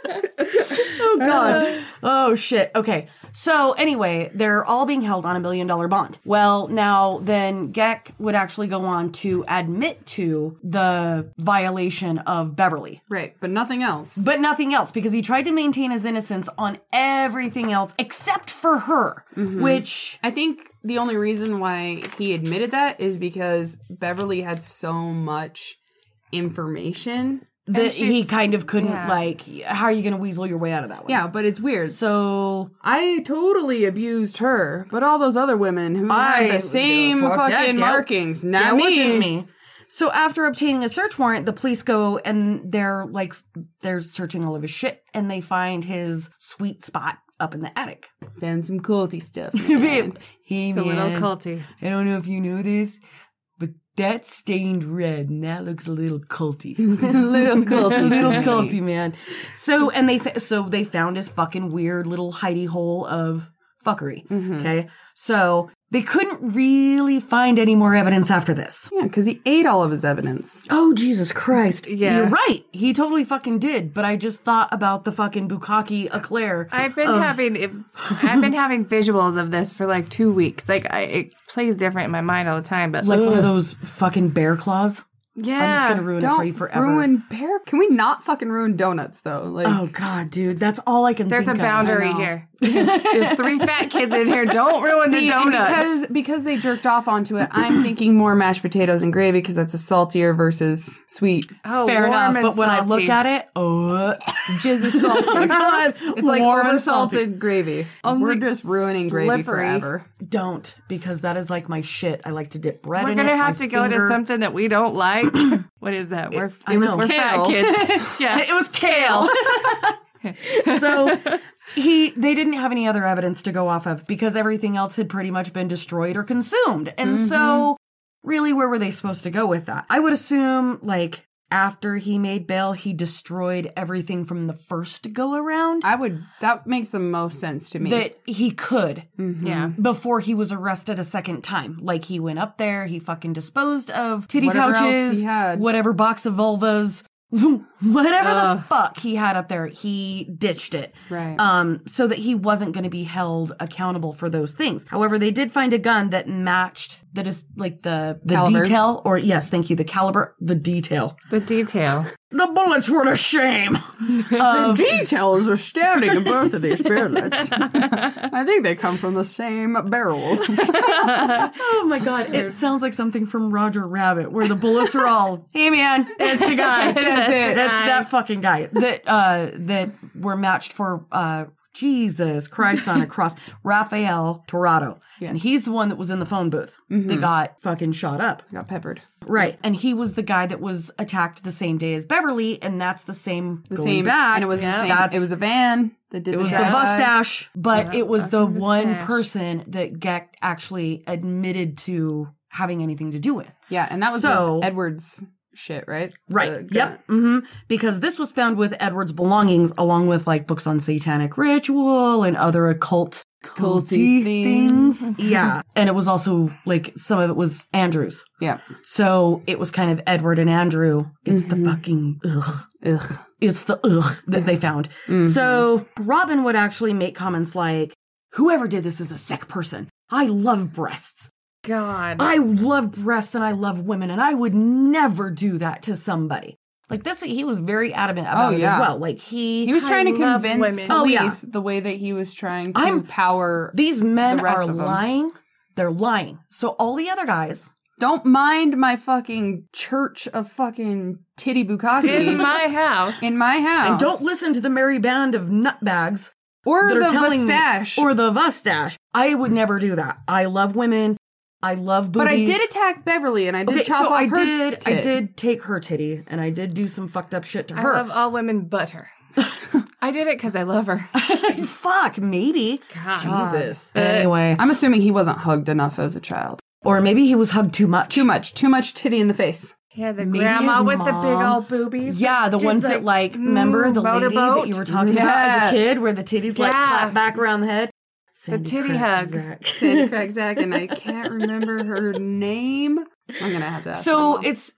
C: oh, God. Oh, shit. Okay. So, anyway, they're all being held on a million dollar bond. Well, now then Geck would actually go on to admit to the violation of Beverly.
E: Right, but nothing else.
C: But nothing else because he tried to maintain his innocence on everything else except for her, which
E: I think the only reason why he admitted that is because Beverly had so much information.
C: that
D: she's-
C: he kind of couldn't
D: yeah.
C: like how are you going to weasel your way out of that one
E: Yeah, but it's weird.
C: so
E: I totally abused her, but all those other women who
C: I-
E: have the same
C: fuck that,
E: fucking
C: that-
E: markings, not
C: that
E: me.
C: wasn't me so after obtaining a search warrant the police go and they're like they're searching all of his shit and they find his sweet spot up in the attic
E: Found some culty stuff.
C: Hey,
D: It's a little
C: man,
D: culty.
C: i don't know if you know this but that's stained red and that looks a little culty
E: little culty,
C: little culty man so and they fa- so they found his fucking weird little hidey hole of fuckery okay so they couldn't really find any more evidence after this
E: Yeah, because he ate all of his evidence.
C: oh jesus christ
D: Yeah.
C: you're right he totally fucking did but i just thought about the fucking bukkake eclair
D: I've been having I've been having visuals of this for like two weeks. Like I, it plays different in my mind all the time. But
C: like one of those fucking bear claws
D: yeah,
C: i'm just gonna ruin it for you
E: Don't
C: forever
E: ruin pear. Can we not fucking ruin donuts though? Like,
C: oh god dude that's all i can
D: there's a
C: think of.
D: boundary here. there's three fat kids in here. Don't ruin
E: See,
D: the
E: and
D: donuts.
E: because because they jerked off onto it. I'm thinking more mashed potatoes and gravy because that's a saltier versus sweet.
D: oh,
C: fair
D: warm
C: enough
D: and
C: but when i look
D: salty.
C: at it oh
E: Jizz is salty. It's like
C: Warm
E: over
C: and salty.
E: salted gravy. We're just ruining gravy
D: slippery.
E: forever.
C: Don't because that is like my shit. I like to dip bread
D: we're
C: in
D: gonna
C: it,
D: have
C: my
D: to go
C: finger-
D: to something that we don't like like, what is that? We're,
C: It's- I know.
D: we're fat
E: Kale.
D: kids.
C: It was kale. so he they didn't have any other evidence to go off of because everything else had pretty much been destroyed or consumed. And so really where were they supposed to go with that? I would assume like after he made bail, he destroyed everything from the first go around
E: I would. That makes the most sense to me.
C: that he could
E: Mhm.
D: yeah.
C: before he was arrested a second time. Like he went up there, he fucking disposed of titty
E: Whatever else
C: pouches,
E: he had.
C: whatever box of vulvas, whatever
E: Ugh.
C: the fuck he had up there, he ditched it.
E: Right.
C: Um, so that he wasn't going to be held accountable for those things. However, they did find a gun that matched the dis- like the the
E: Caliber.
C: detail or yes, thank you, the caliber, the detail.
D: The detail.
C: The bullets were to shame. of-
E: details are standing in both of these pyramids. I think they come from the same barrel.
C: Oh my god, it sounds like something from Roger Rabbit, where the bullets are all, "Hey man, it's the guy,
E: That's it.
C: that's that fucking guy that uh that were matched for uh Jesus Christ on a cross, Raphael Torado, and he's the one that was in the phone booth.
E: Mm-hmm.
C: They got fucking shot up,
E: Got peppered.
C: right? And he was the guy that was attacked the same day as Beverly, and that's the same
E: The
C: going
E: same.
C: back.
E: and it was the same.
C: That's-
E: It was a van that did
C: it was
E: the,
C: the
E: drive.
C: mustache, but it was the one
D: mustache.
C: person that Geck actually admitted to having anything to do with.
E: Yeah, and that was
C: So-
E: with Edwards shit, right? The
C: Right.
E: gun.
C: yep. hmm Because this was found with Edward's belongings, along with like books on satanic ritual and other occult
E: Culty things.
C: yeah. And it was also like some of it was Andrew's.
E: Yeah.
C: So it was kind of Edward and Andrew. It's the fucking ugh.
E: Mm-hmm. Ugh. Mm-hmm.
C: It's the ugh that they found. So Robin would actually make comments like, "Whoever did this is a sick person. I love breasts.
D: God.
C: I love breasts and I love women, and I would never do that to somebody. Like this, he was very adamant about
E: Oh,
C: it
E: yeah.
C: as well. Like he,
E: He was
D: I
E: trying to
D: love
E: convince police
D: women. Oh,
C: yeah.
E: the way that he was trying to
C: I'm-
E: power.
C: these men
E: the rest
C: are
E: of 'em.
C: lying. They're lying. So all the other guys,
E: Don't mind my fucking church of fucking titty
D: in
E: bukkake
D: my house.
E: in my house.
C: and don't listen to the merry band of nutbags
E: Oh, Or
C: that
E: the
C: are telling
E: mustache.
C: or the mustache. I would never do that. I love women. I love boobies.
E: but I did attack Beverly, and I did
C: Okay,
E: chop
C: so
E: off
C: I
E: her
C: did. I
E: tit.
C: did take her titty, and I did do some fucked up shit to
D: I
C: her.
D: love all women but her. I did it because I love her.
C: Fuck, maybe.
D: God.
C: Jesus.
D: Uh,
C: Anyway,
E: I'm assuming he wasn't hugged enough as a child.
C: or maybe he was hugged too much.
E: Too much, too much titty in the face.
D: Yeah, the
C: Maybe
D: grandma
C: his
D: with the big
C: mom-
D: old boobies.
C: Yeah, the
D: Did
C: ones that like remember
D: mm,
C: the lady that
D: motorboat?
C: you were talking about as
E: Yeah.
C: a kid, where the titties like
D: Yeah.
C: clap back around the head.
D: titty hug.
E: Sandy Craig Zach, and I can't remember her name. I'm gonna have to ask. my
C: so
E: mom.
C: it's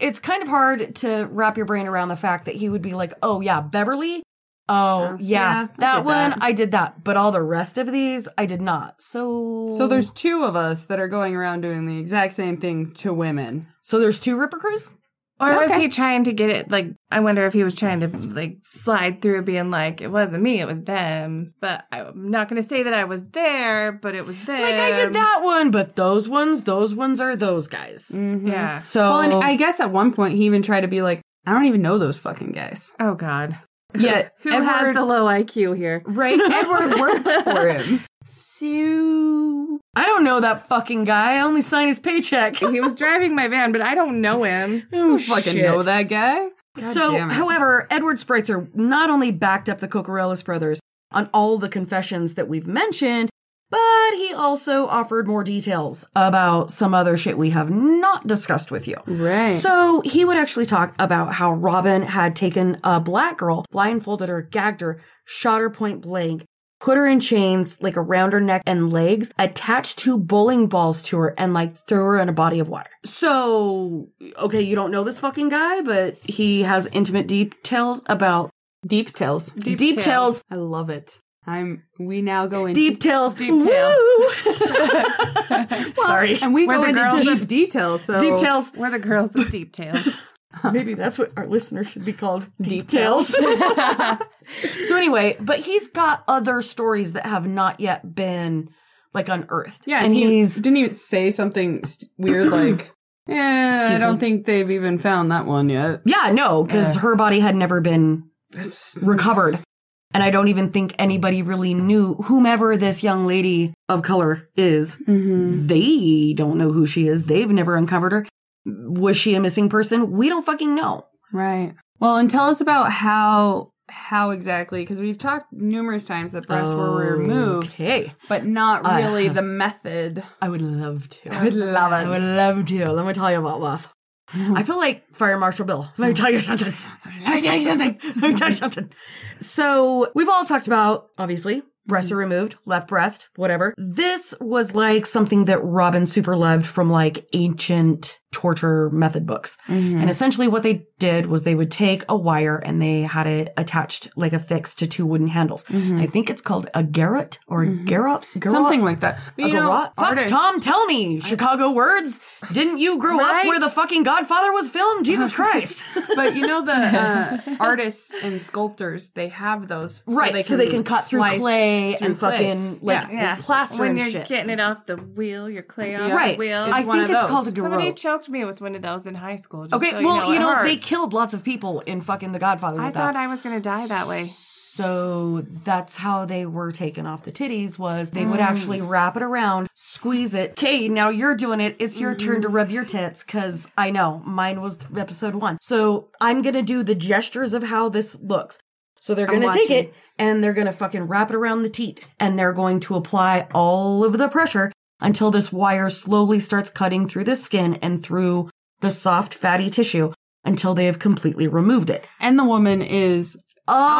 C: it's kind of hard to wrap your brain around the fact that he would be like, oh yeah, Beverly. Oh
E: Oh, yeah,
C: yeah,
E: I
C: that
E: did
C: one
E: that.
C: I did that, but all the rest of these I did not. So
E: so there's two of us that are going around doing the exact same thing to women.
C: so there's two Ripper Crews.
D: Or was
E: Okay.
D: he trying to get it? Like, I wonder if he was trying to like slide through, being like, "It wasn't me, it was them." But I'm not going to say that I was there, but it was them.
C: Like I
E: Um,
C: did that one, but those ones, those ones are those guys.
E: Mm-hmm.
D: Yeah.
C: So
E: Mm. Well, and I guess at one point he even tried to be like, I don't even know those fucking guys.
D: Oh God.
E: Yet
D: Who
E: Edward,
D: has the low IQ here?
E: right? Edward worked for him. So
C: I don't know that fucking guy. I only sign his paycheck.
D: he was driving my van, but I don't know him.
C: Oh,
E: you fucking know that guy. God
C: so,
E: damn it.
C: however, Edward Spritzer not only backed up the Cocorellis brothers on all the confessions that we've mentioned, but he also offered more details about some other shit we have not discussed with you.
E: right?
C: So he would actually talk about how Robin had taken a black girl, blindfolded her, gagged her, shot her point blank, put her in chains like around her neck and legs, attached two bowling balls to her, and like threw her in a body of water. So, okay, you don't know this fucking guy, but he has intimate details about
E: deep tails.
C: deep, details.
E: I love it. I'm. We now go into
C: Deep tails,
D: Deep tail.
C: Woo! Sorry,
E: and we
D: We're
E: go
D: the girls
E: into deep
D: of-
E: details. So
C: deep tails.
D: We're the girls with deep tails.
C: Maybe that's what our listeners should be called.
E: Deep
C: Deep tails. so anyway, but he's got other stories that have not yet been like unearthed.
E: Yeah,
C: and he's
E: didn't even say something st- weird like, "Yeah, I
C: Excuse
E: don't
C: me.
E: think they've even found that one yet."
C: yeah no because her body had never been
E: It's-
C: recovered, and I don't even think anybody really knew whomever this young Mm-hmm.
E: Mm.
C: lady of color is. They don't know who she is. They've never uncovered her. Was she a missing person? We don't fucking know.
E: Right. Well, and tell us about how how exactly because we've talked numerous times that breasts were removed,
C: Okay.
E: but not
C: Uh,
E: really the method.
C: I would love to.
E: I would love
C: I would
E: it.
C: love to. Let me tell you about Wuff. I feel like Fire Marshal Bill. Let me tell you something. Let me tell you something. Let me tell you something. So we've all talked about, obviously, breasts are removed, left breast, whatever. This was like something that Robin super loved from like ancient torture method books. And essentially what they did was they would take a wire and they had it attached like affixed to two wooden handles. I think it's called a garrote or a garrote. garrote
E: Something like that. But,
C: a
E: you know,
C: garage- Fuck,
E: artists-
C: Tom, tell me, Chicago words. Didn't you grow up
D: Right?
C: where the fucking Godfather was filmed? Jesus Christ!
E: but you know the uh, artists and sculptors they have those
C: right, so they, can cut through
E: slice
C: clay
E: through
C: and
E: clay.
C: fucking like
D: Yeah.
C: this plaster
D: when
C: and
D: you're
C: shit.
D: getting it off the wheel, your clay off
E: Yeah.
D: the
C: right,
D: wheel.
C: I
E: It's one
C: think
E: of
C: it's
E: those.
C: called a
D: Somebody
C: garrote.
D: choked me with one of those in high school. just
C: Okay,
D: so
C: well,
D: it
C: you know, they
D: hurts.
C: killed lots of people in fucking The Godfather.
D: I
C: with
D: thought
C: that.
D: I was gonna die that way.
C: So that's how they were taken off the titties was they
E: Mm.
C: would actually wrap it around, squeeze it. Okay, now you're doing it. It's your turn
E: Mm-hmm.
C: to rub your tits cuz I know mine was th- episode 1. So I'm going to do the gestures of how this looks. So they're
E: I'm
C: going to take
E: watching.
C: it and they're going to fucking wrap it around the teat and they're going to apply all of the pressure until this wire slowly starts cutting through the skin and through the soft fatty tissue until they have completely removed it.
E: and the woman is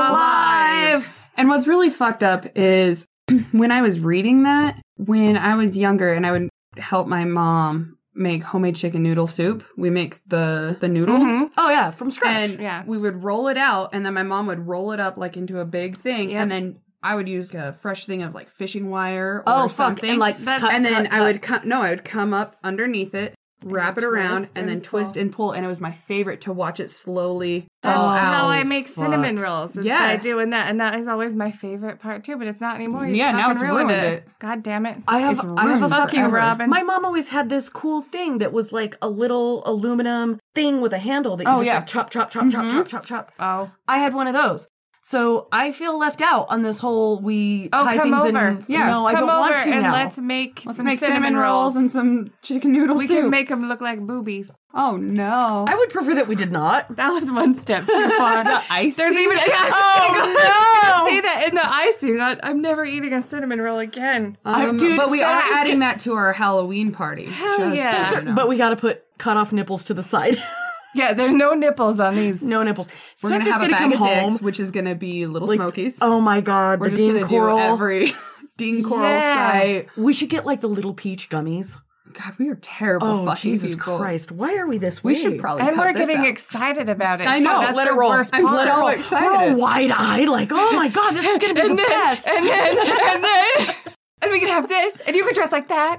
C: Alive.
E: And what's really fucked up is when I was reading that when I was younger and I would help my mom make homemade chicken noodle soup. We make the the noodles.
D: Mhm.
C: Oh yeah, from scratch.
E: And
D: Yeah.
E: we would roll it out, and then my mom would roll it up like into a big thing,
D: Yep.
E: and then I would use like, a fresh thing of like fishing wire or
C: oh
E: something,
C: fuck, and like
D: That's-
C: cut,
E: and then
C: cut,
E: I
C: cut.
E: would come. No, I would come up underneath it, wrap it
D: twist
E: around, and,
D: and
E: then twist
D: pull.
E: and pull. And it was my favorite to watch it slowly.
D: That's
C: Oh,
D: how I make
C: fuck.
D: cinnamon rolls. Is
E: Yeah.
D: by doing that, and that is always my favorite part too. But it's not anymore. You
E: Yeah,
D: just
E: now
D: fucking
E: it's
D: ruined
E: ruined
D: it.
E: it.
D: God damn it!
C: I have
E: It's
C: I have a
E: ruined
C: fucking
E: forever.
D: Robin.
C: My mom always had this cool thing that was like a little aluminum thing with a handle that you
E: Oh,
C: just
E: yeah. Mm-hmm.
C: like chop chop chop chop chop chop chop.
D: Oh,
C: I had one of those. So I feel left out on this whole we
D: Oh,
C: tie
D: come
C: things
D: over.
C: in.
E: Yeah.
C: no, I
D: come
C: don't
D: over
C: want to
D: and
C: now.
D: let's make
E: Let's
D: some
E: make cinnamon, rolls and some chicken noodle
D: we
E: soup.
D: can make them look like boobies.
E: oh no!
C: I would prefer that we did not.
D: That was one step too far.
E: ice.
D: There's even yeah, I was just gonna go-
C: Oh
D: say that in the icing. I, I'm never eating a cinnamon roll again.
E: Um,
C: dude,
E: but we
C: so
E: are
C: I was
E: adding that
C: get-
E: to our Halloween party. Hell
D: yeah.
E: So you know.
C: But we got to put cut off nipples to the side.
D: Yeah, there's no nipples on these.
C: no nipples.
E: we're gonna
C: Spencer's
E: have a
C: gonna
E: bag of
C: come home.
E: dicks, which is gonna be Little
C: like,
E: Smokies.
C: Oh my god,
E: we're
C: the
E: just
C: Dean
E: gonna
C: Coral.
E: do every Dean Coral
D: Yeah.
E: side.
C: we should get like the little peach gummies.
E: God, we are terrible.
C: Oh
E: fucking
C: Jesus
E: people.
C: Christ! Why are we this way?
E: We should probably.
D: And
E: cut
D: we're
E: this
D: getting
E: out.
D: excited about it.
E: I know.
D: That's
E: Let
D: the
E: it roll.
D: worst
E: I'm
D: part.
E: so
C: We're all
E: excited.
C: wide eyed, like, oh my god, this is gonna be the
D: and then,
C: best.
D: And then, and then, and we can have this, and you can dress like that.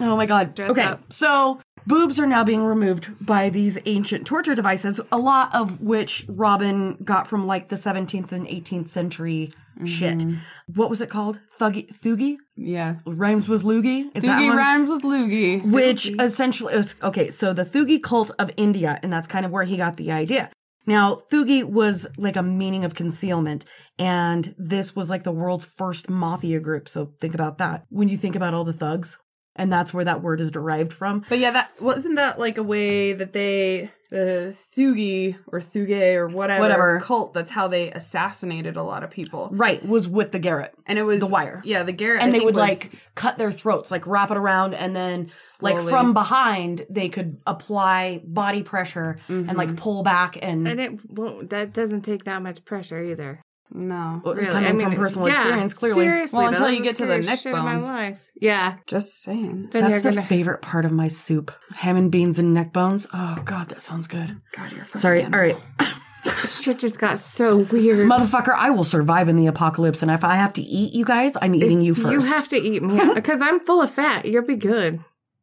C: Oh my god.
D: Dress
C: okay,
D: up.
C: so boobs are now being removed by these ancient torture devices, a lot of which Robin got from like the 17th and 18th century shit.
E: Mm-hmm.
C: What was it called? Thuggy, thugy
E: Yeah.
C: rhymes with loogie. Is that
E: Loogie
C: one?
E: rhymes with loogie.
C: which essentially is okay so the thugi cult of india and that's kind of where he got the idea now thugi was like a meaning of concealment and this was like the world's first mafia group so think about that when you think about all the thugs and that's where that word is derived from
E: But yeah, that wasn't that like a way that they the Thugi or Thuge or whatever,
C: Whatever.
E: cult. That's how they assassinated a lot of people.
C: right was with the garret
E: And it was
C: The wire.
E: Yeah, the Garrett.
C: and
E: I
C: they
E: think,
C: would
E: was-
C: like cut their throats like wrap it around and then like
E: Slowly.
C: from behind they could apply body pressure and like pull back and,
D: Mm-hmm. And it won't. That doesn't take that much pressure either.
E: no.
C: Well, it's
D: Really,
C: coming
D: I mean,
C: from personal
D: yeah,
C: experience clearly
D: Seriously,
E: Well,
D: though,
E: until
D: that
E: you
D: was
E: get to the
D: scariest
E: neck
D: shit of
E: bone.
D: my life. Yeah.
E: Just saying.
D: Then
C: That's
D: you're
C: the
D: gonna-
C: favorite part of my soup. Ham and beans and neck bones. Oh god, that sounds good.
E: God, you're fucking
C: Sorry. All
E: animal.
C: right.
D: shit just got so weird.
C: Motherfucker, I will survive in the apocalypse and if I have to eat you guys, I'm eating you first.
D: You have to eat me because I'm full of fat. You'll be good.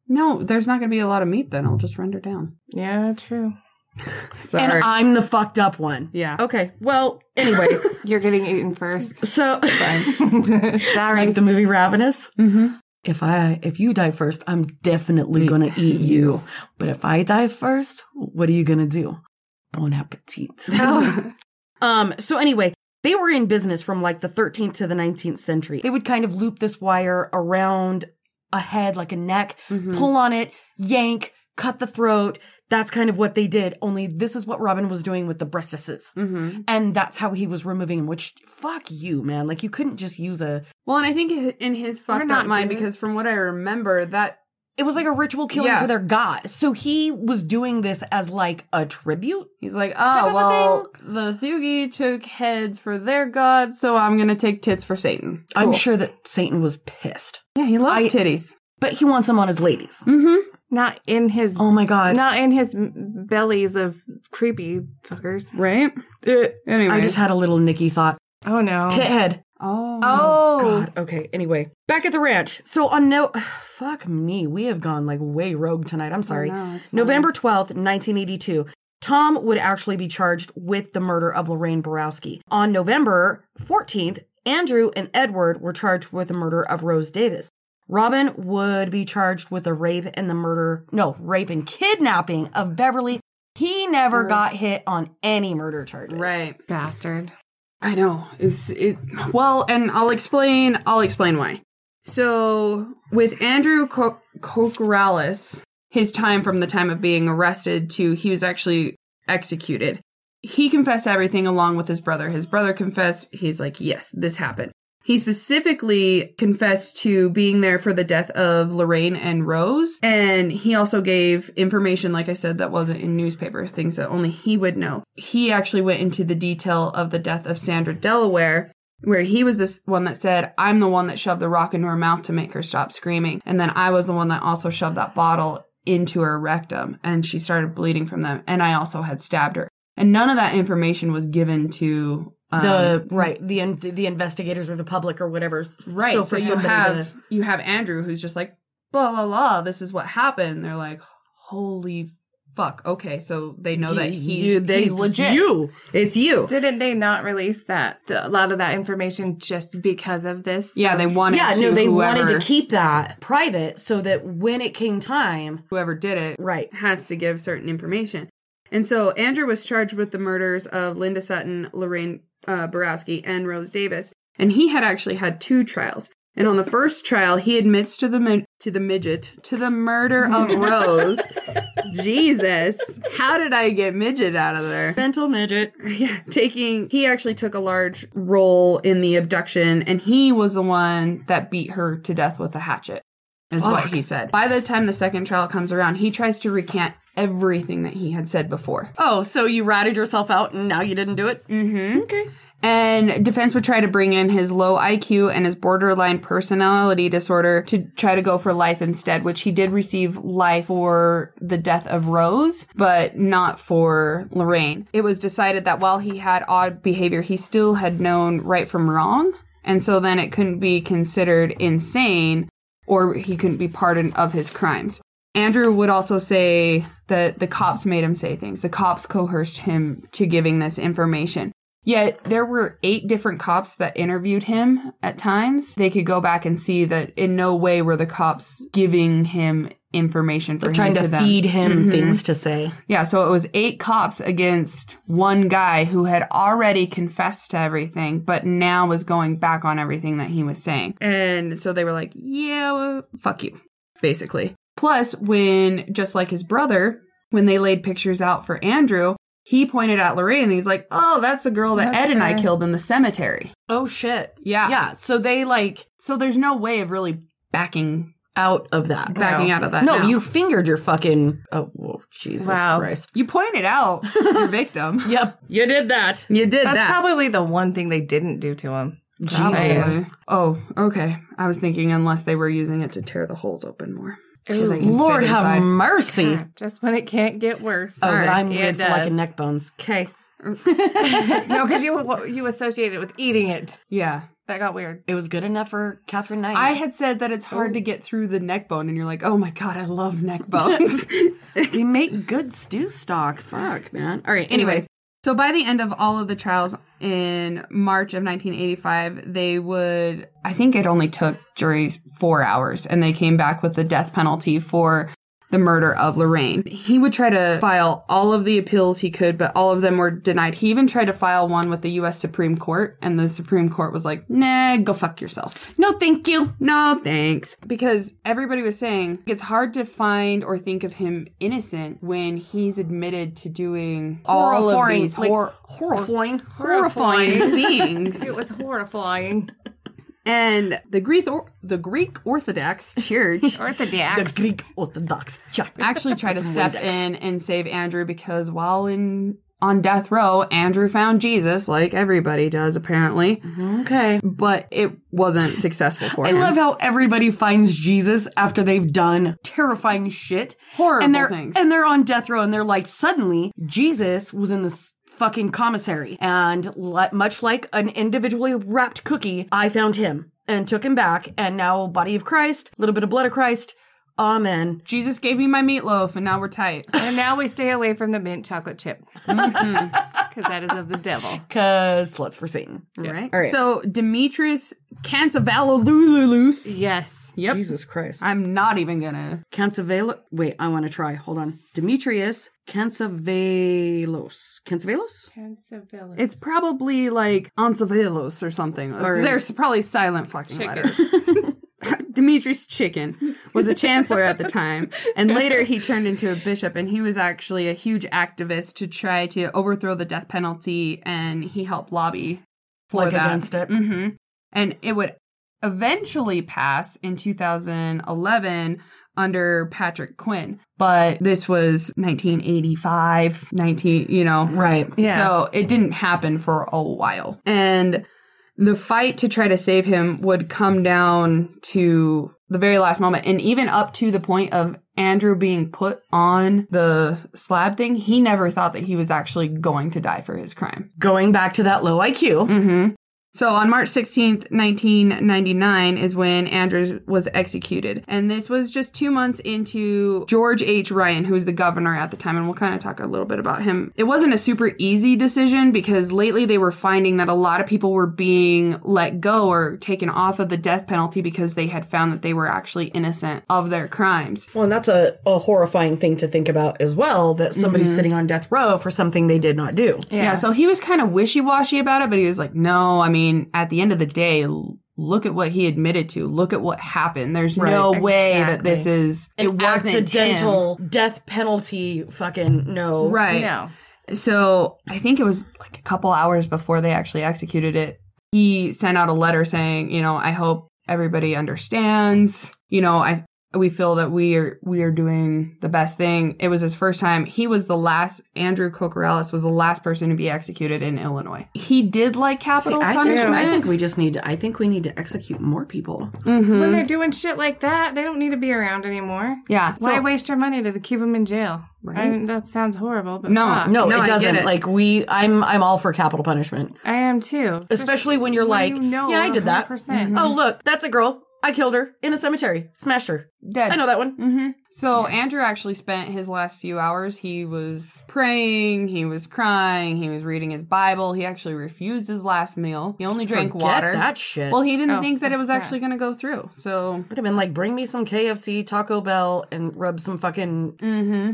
E: No, there's not going to be a lot of meat. Then I'll just render down.
D: Yeah, true.
E: Sorry.
C: and I'm the fucked up one.
E: yeah.
C: Okay. Well, anyway,
D: You're getting eaten first.
C: so
D: Sorry.
C: like the movie Ravenous.
E: Mm-hmm.
C: If I if you die first, I'm definitely gonna eat you. But if I die first, what are you gonna do? Bon appetit.
D: Oh.
C: Um, so anyway, they were in business from like the 13th to the 19th century. They would kind of
E: Mm-hmm. Hmm.
C: loop this wire around a head like a neck, pull on it, yank, cut the throat. That's kind of what they did. Only this is what Robin was doing with the breastises.
E: Mm-hmm.
C: And that's how he was removing him, which fuck you, man. Like you couldn't just use a
E: Well, and I think hi- in his fucked up
D: not
E: mind,
D: doing-
E: because from what I remember, that
C: it was like a ritual killing
E: Yeah.
C: for their god. So he was doing this as like a tribute.
E: he's like,
C: of
E: oh
C: a
E: well, the Thugi took heads for their god, so I'm gonna take tits for Satan.
C: I'm
E: Cool.
C: sure that Satan was pissed.
E: Yeah, he loves
C: I-
E: titties.
C: But he wants them on his ladies.
E: Mm-hmm.
D: Not in his.
C: Oh my god.
D: Not in his m- bellies of creepy fuckers.
E: Right. Anyways.
C: I just had a little Nikki thought.
D: Oh no.
C: Tit head.
E: Oh.
D: oh.
C: God. Okay. Anyway, back at the ranch. So on no, fuck me. We have gone like way rogue tonight. I'm sorry.
E: No, it's fine.
C: November 12th, 1982. Tom would actually be charged with the murder of Lorraine Borowski. On November 14th, Andrew and Edward were charged with the murder of Rose Davis. Robin would be charged with the rape and the murder, no, rape and kidnapping of Beverly. He never got hit on any murder charges.
E: Right.
D: Bastard.
E: I know. It's it well, and I'll explain I'll explain why. So with Andrew Co- Cocoralis, his time from the time of being arrested to he was actually executed. He confessed everything along with his brother. His brother confessed, he's like, Yes, this happened. He specifically confessed to being there for the death of Lorraine and Rose. And he also gave information, like I said, that wasn't in newspapers, things that only he would know. He actually went into the detail of the death of Sandra Delaware, where he was this one that said, I'm the one that shoved the rock into her mouth to make her stop screaming. And then I was the one that also shoved that bottle into her rectum and she started bleeding from them. And I also had stabbed her. And none of that information was given to um,
C: The right the in- the investigators or the public or whatever.
E: Right. So,
C: for
E: you
C: somebody
E: have
C: to-
E: you have Andrew who's just like blah blah blah. This is what happened. They're like, holy fuck. Okay, so they know that
C: You-
E: he's
C: you- they-
E: he's legit.
C: You
E: It's you.
D: Didn't they not release that the, a lot of that information just because of this?
E: Yeah, they wanted.
C: yeah,
E: to
C: no, they
E: whoever,
C: wanted to keep that private so that when it came time,
E: whoever did it
C: right,
E: has to give certain information. And so Andrew was charged with the murders of Linda Sutton, Lorraine uh, Borowski, and Rose Davis, and he had actually had two trials. And on the first trial, he admits to the mid- to the midget to the murder of Rose. Jesus, how did I get midget out of there?
C: mental midget.
E: Yeah, taking he actually took a large role in the abduction, and he was the one that beat her to death with a hatchet, is what
C: Fuck.
E: he said. By the time the second trial comes around, he tries to recant everything that he had said before.
C: Oh, so you ratted yourself out and now you didn't do it?
E: Mm-hmm.
C: Okay.
E: And defense would try to bring in his low IQ and his borderline personality disorder to try to go for life instead, which he did receive life for the death of Rose, but not for Lorraine. It was decided that while he had odd behavior, he still had known right from wrong. And so then it couldn't be considered insane or he couldn't be pardoned of his crimes. Andrew would also say that the cops made him say things. The cops coerced him to giving this information. Yet there were eight different cops that interviewed him at times. They could go back and see that in no way were the cops giving him information for
C: They're
E: him
C: trying to
E: them.
C: feed him
E: Mhm.
C: things to say.
E: Yeah, so it was eight cops against one guy who had already confessed to everything, but now was going back on everything that he was saying. And so they were like, yeah, well, fuck you, basically. Plus, when, just like his brother, when they laid pictures out for Andrew, he pointed at Lorraine and he's like, oh, that's the girl that
D: That's
E: Ed and I
D: her.
E: killed in the cemetery.
C: Oh shit.
E: Yeah.
C: Yeah, so they like
E: So there's no way of really backing
C: out of that.
E: backing
D: Wow.
E: out of that.
C: No,
E: now.
C: you fingered your fucking Oh, whoa, Jesus
D: Wow.
C: Christ.
E: you pointed out your victim.
C: Yep, you did that.
E: You did
D: That's
E: that.
D: probably the one thing they didn't do to him.
C: Jesus.
E: Probably. Oh, okay. I was thinking unless they were using it to tear the holes open more. So they can
C: Lord
E: fit
C: have
E: inside.
C: mercy.
D: God, Mm. just when it can't get worse.
C: Oh,
E: Sorry.
C: I'm
D: It
C: weird for like a
D: does.
C: neck bones. Okay.
D: no, because you you associate it with eating it.
E: Yeah.
D: That got weird.
C: It was good enough for Catherine Knight.
E: I had said that it's hard to get through the neck bone, and you're like, oh my God, I love neck bones.
C: we make good stew stock. Fuck, man. All right.
E: Anyways, so by the end of all of the trials in March of 1985, they would, I think it only took juries four hours, and they came back with the death penalty for the murder of Lorraine. He would try to file all of the appeals he could, but all of them were denied. He even tried to file one with the U.S. Supreme Court, and the Supreme Court was like, nah, go fuck yourself.
C: No, thank you.
E: No, thanks. Because everybody was saying it's hard to find or think of him innocent when he's admitted to doing all of
C: Horrifying,
E: these
C: like,
E: hor-
C: Horrifying.
E: horrifying things.
D: It was horrifying.
E: And the Greek or- the Greek Orthodox Church
C: The
D: Orthodox.
C: Greek Orthodox Church.
E: actually tried to step in and save Andrew because while in on death row, Andrew found Jesus, like everybody does apparently,
C: Mm-hmm. Okay.
E: but it wasn't successful for
C: I
E: him.
C: love how everybody finds Jesus after they've done terrifying shit.
E: Horrible
C: and they're,
E: things.
C: And they're on death row and they're like, suddenly, Jesus was in this fucking commissary. And li- much like an individually wrapped cookie, I found him and took him back. And now, body of Christ, little bit of blood of Christ. Amen.
E: Jesus gave me my meatloaf, and now we're tight.
D: and now we stay away from the mint chocolate chip because is of the devil.
C: Cause sluts for Satan.
E: Right?
C: All right.
E: So Demetrius Cantavalolulus.
D: Yes.
E: Yep.
C: Jesus Christ.
E: I'm not even gonna.
C: Cancavelo. Wait, I want to try. Hold on. Demetrius Cancevelos. Cancevelos?
E: It's probably like Ansavelos or something.
C: Or-
E: There's probably silent fucking letters. Demetrius Chicken was a chancellor at the time, and later he turned into a bishop, and he was actually a huge activist to try to overthrow the death penalty, and he helped lobby for
C: Like
E: that.
C: against it.
E: hmm And it would eventually pass in 2011 under Patrick Quinn, but this was 1985, 19, you know.
C: Right.
E: So it didn't happen for a while. And the fight to try to save him would come down to the very last moment. And even up to the point of Andrew being put on the slab thing, he never thought that he was actually going to die for his crime.
C: Going back to that low IQ.
E: Mm-hmm. So on March 16th, 1999 is when Andrews was executed. And this was just two months into George H. Ryan, who was the governor at the time. And we'll kind of talk a little bit about him. It wasn't a super easy decision because lately they were finding that a lot of people were being let go or taken off of the death penalty because they had found that they were actually innocent of their crimes.
C: Well, and that's a, a horrifying thing to think about as well that somebody's
E: Mm-hmm.
C: sitting on death row for something they did not do.
E: Yeah. so he was kind of wishy washy about it, but he was like, no, I mean, at the end of the day, l- look at what he admitted to. Look at what happened. There's no
D: Right.
E: way that this is, it
C: An
E: wasn't him.
C: accidental death penalty fucking no.
E: Right.
D: No.
E: So I think it was like a couple hours before they actually executed it. He sent out a letter saying, you know, I hope everybody understands. You know, I we feel that we are we are doing the best thing. It was his first time. He was the last Andrew Cocorellis was the last person to be executed in Illinois. He did like capital
C: I think,
E: punishment.
C: I think we just need to I think we need to execute more people.
E: Mhm.
D: When they're doing shit like that, they don't need to be around anymore.
E: Yeah.
D: Why
E: So-
D: waste your money to keep them in jail? I
E: Right.
D: mean, that sounds horrible, but
E: No,
D: fuck.
C: No,
E: No, I get
C: it doesn't.
E: it.
C: Like we I'm I'm all for capital punishment.
D: I am too.
C: Especially when you're like,
D: you know
C: yeah, I did that.
D: 100%.
C: Oh, look, that's a girl. I killed her in a cemetery. Smashed her.
E: Dead.
C: I know that one.
E: hmm So Andrew actually spent his last few hours. He was praying, he was crying, he was reading his Bible. He actually refused his last meal. He only drank
C: Forget
E: water.
C: that shit.
E: Well, he didn't
D: Oh,
E: think that it was
D: crap.
E: actually going to go through. So,
C: would have been like, bring me some KFC, Taco Bell, and rub some fucking
E: mm-hmm.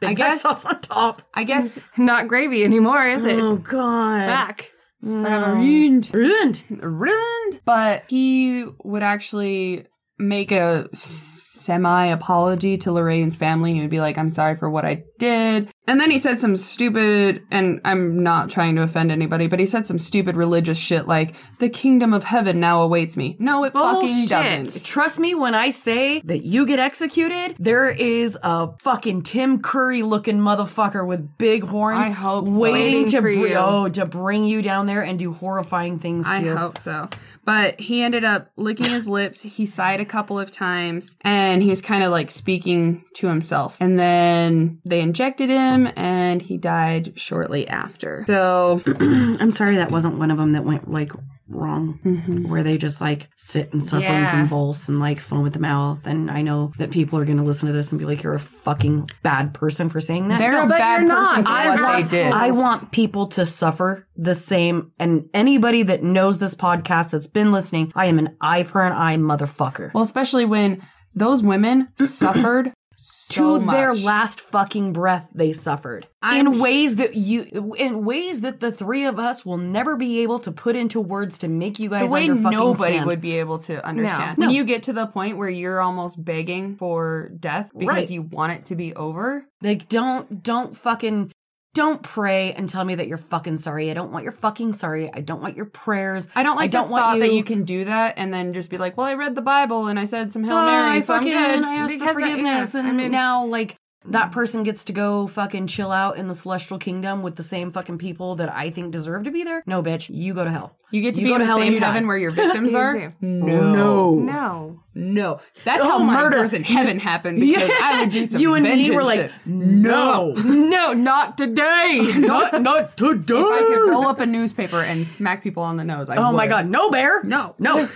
C: big
E: I
C: I
E: guess-
C: sauce on top.
E: I guess
D: not gravy anymore, is it?
C: Oh god.
D: Back. It's
C: Um,
D: forever.
E: Mm. ruined.
C: Ruined.
E: ruined. But he would actually make a semi apology to Lorraine's family. He would be like, I'm sorry for what I did. And then he said some stupid, and I'm not trying to offend anybody, but he said some stupid religious shit like, the kingdom of heaven now awaits me. No, it fucking
D: Bullshit.
E: doesn't.
C: Trust me when I say that you get executed, there is a fucking Tim Curry looking motherfucker with big horns
E: I hope so.
C: waiting
D: Waiting
C: to
D: for
C: br-
D: you.
C: oh, to bring you down there and do horrifying things to
E: I
C: you.
E: hope so. But he ended up licking his lips. He sighed a couple of times and he was kind of like speaking to himself. And then they injected him and he died shortly after. So,
C: I'm sorry that wasn't one of them that went like wrong,
E: Mm-hmm.
C: where they just like sit and suffer and
D: Yeah.
C: convulse and like foam at the mouth. And I know that people are going to listen to this and be like, "You're a fucking bad person for saying that."
E: they're
D: No,
E: a
D: but
E: bad
D: you're
E: person
D: not.
E: for
D: I
E: what they
D: was-
E: did.
C: I want people to suffer the same. And anybody that knows this podcast that's been listening, I am an eye for an eye motherfucker.
E: well, especially when those women suffered so
C: to their
E: much.
C: last fucking breath they suffered
E: I'm
C: in
E: sh-
C: ways that you in ways that the three of us will never be able to put into words to make you guys
E: the way
C: under fucking
E: nobody
C: stand.
E: would be able to understand.
C: No.
E: When you get to the point where you're almost begging for death because
C: Right.
E: you want it to be over,
C: like don't don't fucking don't pray and tell me that you're fucking sorry. I don't want your fucking sorry. I don't want your prayers.
E: I don't like
C: don't
E: the
C: want
E: thought that
C: you-
E: you can do that and then just be like, "Well, I read the Bible and I said some Hail
C: Oh,
E: Mary,
C: I
E: so I'm
C: fucking-
E: good."
C: I asked for
D: Because I-
C: forgiveness,
D: yeah, I
C: and
D: mean-
C: now like that person gets to go fucking chill out in the celestial kingdom with the same fucking people that I think deserve to be there. No, bitch, you go to hell.
E: You get to be
C: You go
E: in
C: to
E: the
C: hell and
E: same
C: you die.
E: heaven where your victims
D: You
E: are.
D: do.
E: No,
D: No.
E: no. That's
C: Oh
E: how
C: my
E: murders in heaven happen because I would do some.
C: You and me
E: vengeance
C: were like,
E: shit.
C: no,
E: no, not today.
C: not not today.
E: if I could roll up a newspaper and smack people on the nose, I
C: oh
E: would.
C: my god, no bear,
E: No.
C: no.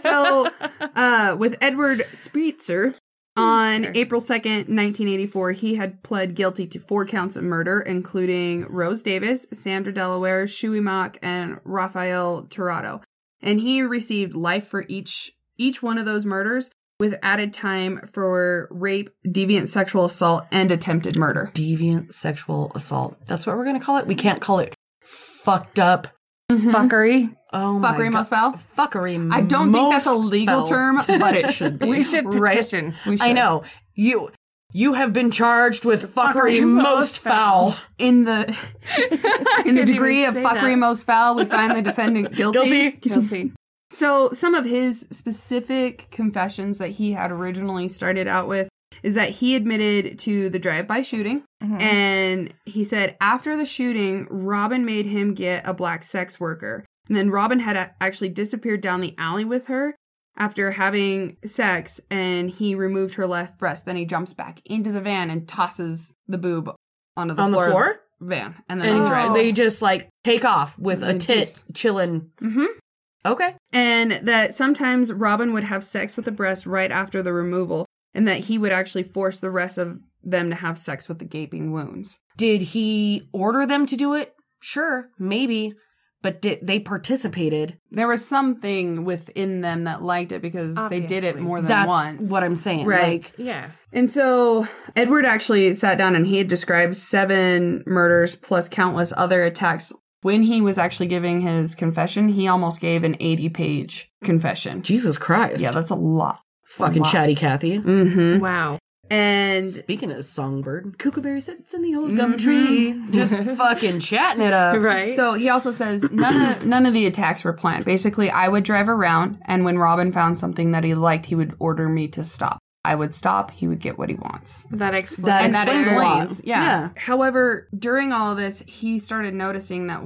E: so uh, with Edward Spreetzer on April 2nd, 1984, he had pled guilty to four counts of murder, including Rose Davis, Sandra Delaware, Shuey Mock, and Raphael Torado. And he received life for each each one of those murders with added time for rape, deviant sexual assault, and attempted murder.
C: Deviant sexual assault. That's what we're gonna call it. We can't call it fucked up fuckery. Oh, my
E: Fuckery
C: God.
E: most foul?
C: Fuckery.
E: I don't think that's a
C: most
E: legal
C: foul.
E: term, but it should be.
D: We should
C: Right.
D: petition.
E: We
C: I
E: should.
C: know you. You have been charged with fuckery most foul.
E: in the in the
D: couldn't
E: degree of
D: even say
E: fuckery
D: that.
E: most foul would find the defendant guilty.
D: Guilty.
E: So some of his specific confessions that he had originally started out with is that he admitted to the drive-by shooting
D: Mm-hmm.
E: and he said after the shooting Robin made him get a black sex worker. And then Robin had a- actually disappeared down the alley with her after having sex and he removed her left breast. Then he jumps back into the van and tosses the boob onto the
C: On the
E: floor of
C: floor?
E: van and then
C: And
E: he drives.
C: they just like take off with a
E: And
C: tit
E: juice.
C: chilling.
E: Mhm.
C: Okay.
E: and that sometimes Robin would have sex with the breast right after the removal, and that he would actually force the rest of them to have sex with the gaping wounds.
C: Did he order them to do it? Sure, maybe. But did, they participated.
E: There was something within them that liked it because they did it
D: Obviously.
E: more than
C: That's
E: once.
C: what I'm saying.
E: Right.
C: Like,
D: Yeah.
E: And so Edward actually sat down and he had described seven murders plus countless other attacks. When he was actually giving his confession, he almost gave an 80 page confession.
C: Jesus Christ.
E: Yeah, that's a lot.
C: fucking
E: a lot.
C: chatty Cathy.
E: Mm-hmm.
D: Wow.
E: And Mm-hmm.
C: Speaking of songbird, Kookaberry sits in the old gum tree, just fucking chatting it up.
D: Right.
E: So he also says none of none of the attacks were planned. Basically, I would drive around, and when Robin found something that he liked, he would order me to stop. I would stop. He would get what he wants.
D: that explains.
C: That
E: and that
C: explains a lot.
E: explains, yeah.
C: Yeah.
E: However, during all of this, he started noticing that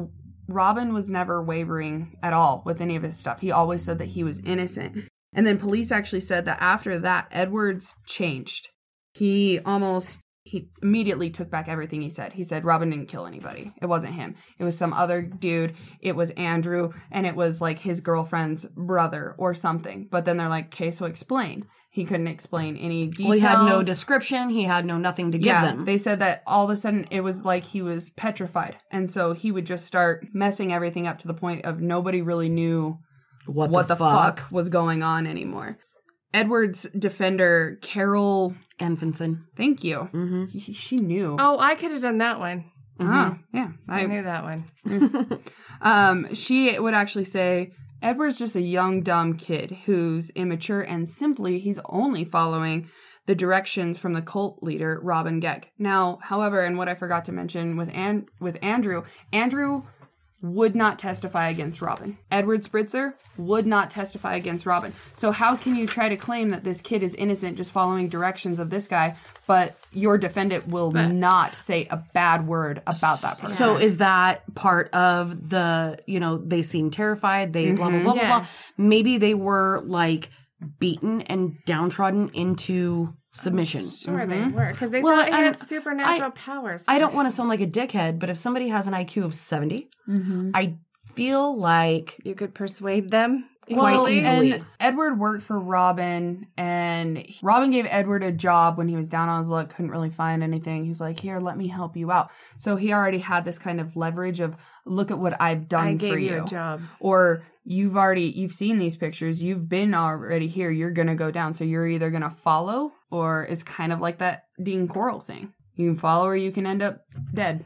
E: Robin was never wavering at all with any of his stuff. He always said that he was innocent. And then police actually said that after that, Edwards changed. He almost he immediately took back everything he said. He said Robin didn't kill anybody. It wasn't him. It was some other dude. It was Andrew and it was like his girlfriend's brother or something. But then they're like, "Okay, so explain." He couldn't explain any details.
C: Well, he had no description. He had no nothing to give
E: Yeah,
C: them.
E: they said that all of a sudden it was like he was petrified, and so he would just start messing everything up to the point of nobody really knew
C: what,
E: what the, fuck? was going on anymore. Edward's defender, Carol,
C: Anfinson.
E: thank you.
C: Mm-hmm.
E: He- She knew.
D: oh, I could have done that one.
E: Ah, yeah.
D: I,
E: I,
D: knew that one.
E: um, she would actually say Edward's just a young dumb kid who's immature and simply he's only following the directions from the cult leader Robin Geck. Now, however, and what I forgot to mention with and with Andrew, Andrew would not testify against Robin. Edward Spritzer would not testify against Robin. So how can you try to claim that this kid is innocent just following directions of this guy, but your defendant will not say a bad word about that person?
C: So is that part of the, you know, they seem terrified, they blah blah blah blah
D: Mm-hmm. Yeah.
C: blah. Maybe they were like beaten and downtrodden into submission.
D: Sure, they were because they
C: Mm-hmm. Well,
D: thought he
C: I-
D: had supernatural
C: I-
D: powers.
C: I don't want to sound like a dickhead, but if somebody has an IQ of 70, I feel like
D: You could persuade them.
C: Quite
E: Well,
D: easily.
C: easily.
E: and Edward worked for Robin, and he- Robin gave Edward a job when he was down on his luck, couldn't really find anything. He's like, "Here, let me help you out." So he already had this kind of leverage of, "Look at what I've done
D: I gave
E: for
D: you
E: you,"
D: a job.
E: or "You've already you've seen these pictures. You've been already here. You're gonna go down. So you're either gonna follow or it's kind of like that Dean Coral thing. You can follow her, you can end up dead.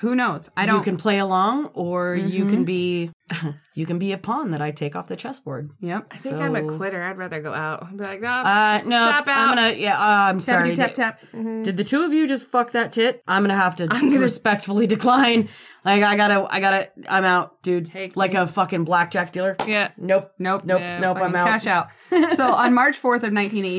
E: Who knows? I don't.
C: You can play along, or you
E: Mhm.
C: can be
D: Mm-hmm.
C: you can be a pawn that I take off the chessboard.
E: yep.
D: I think I'm a
C: So-
D: quitter. I'd rather go out. I'd be like, no,
C: Uh, no,
D: Oh, Tap
C: I'm
D: out.
C: gonna. Yeah, uh, I'm sorry.
E: Tappity tap tap.
D: mhm.
C: Did the two of you just fuck that tit? I'm gonna have to.
D: I'm gonna-
C: respectfully decline. Like I gotta, I gotta. I'm out, dude.
D: Take
C: like
D: me.
C: a fucking blackjack dealer.
D: yeah.
C: Nope.
E: Nope.
C: Nope.
D: Yeah,
C: nope. I'm
E: fucking
C: out.
E: Cash out. so on March 4th of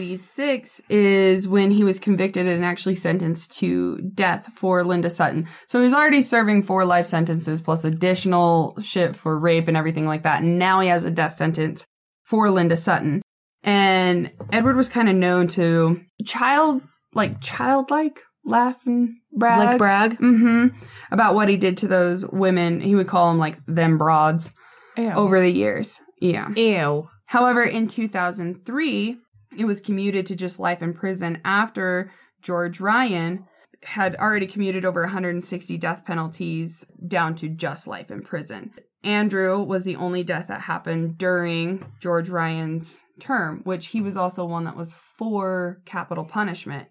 E: 1986 is when he was convicted and actually sentenced to death for Linda Sutton. So he was already serving four life sentences plus additional shit for rape and everything like that. And now he has a death sentence for Linda Sutton. And Edward was kind of known to child, like childlike, laugh and brag.
C: Like brag.
E: hmm About what he did to those women. He would call them like them broads
D: Ew.
E: over the years. Yeah.
D: Ew.
E: However, in 2003, it was commuted to just life in prison after George Ryan had already commuted over 160 death penalties down to just life in prison. Andrew was the only death that happened during George Ryan's term, which he was also one that was for capital punishment.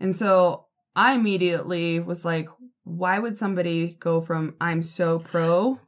E: And so I immediately was like, why would somebody go from I'm so pro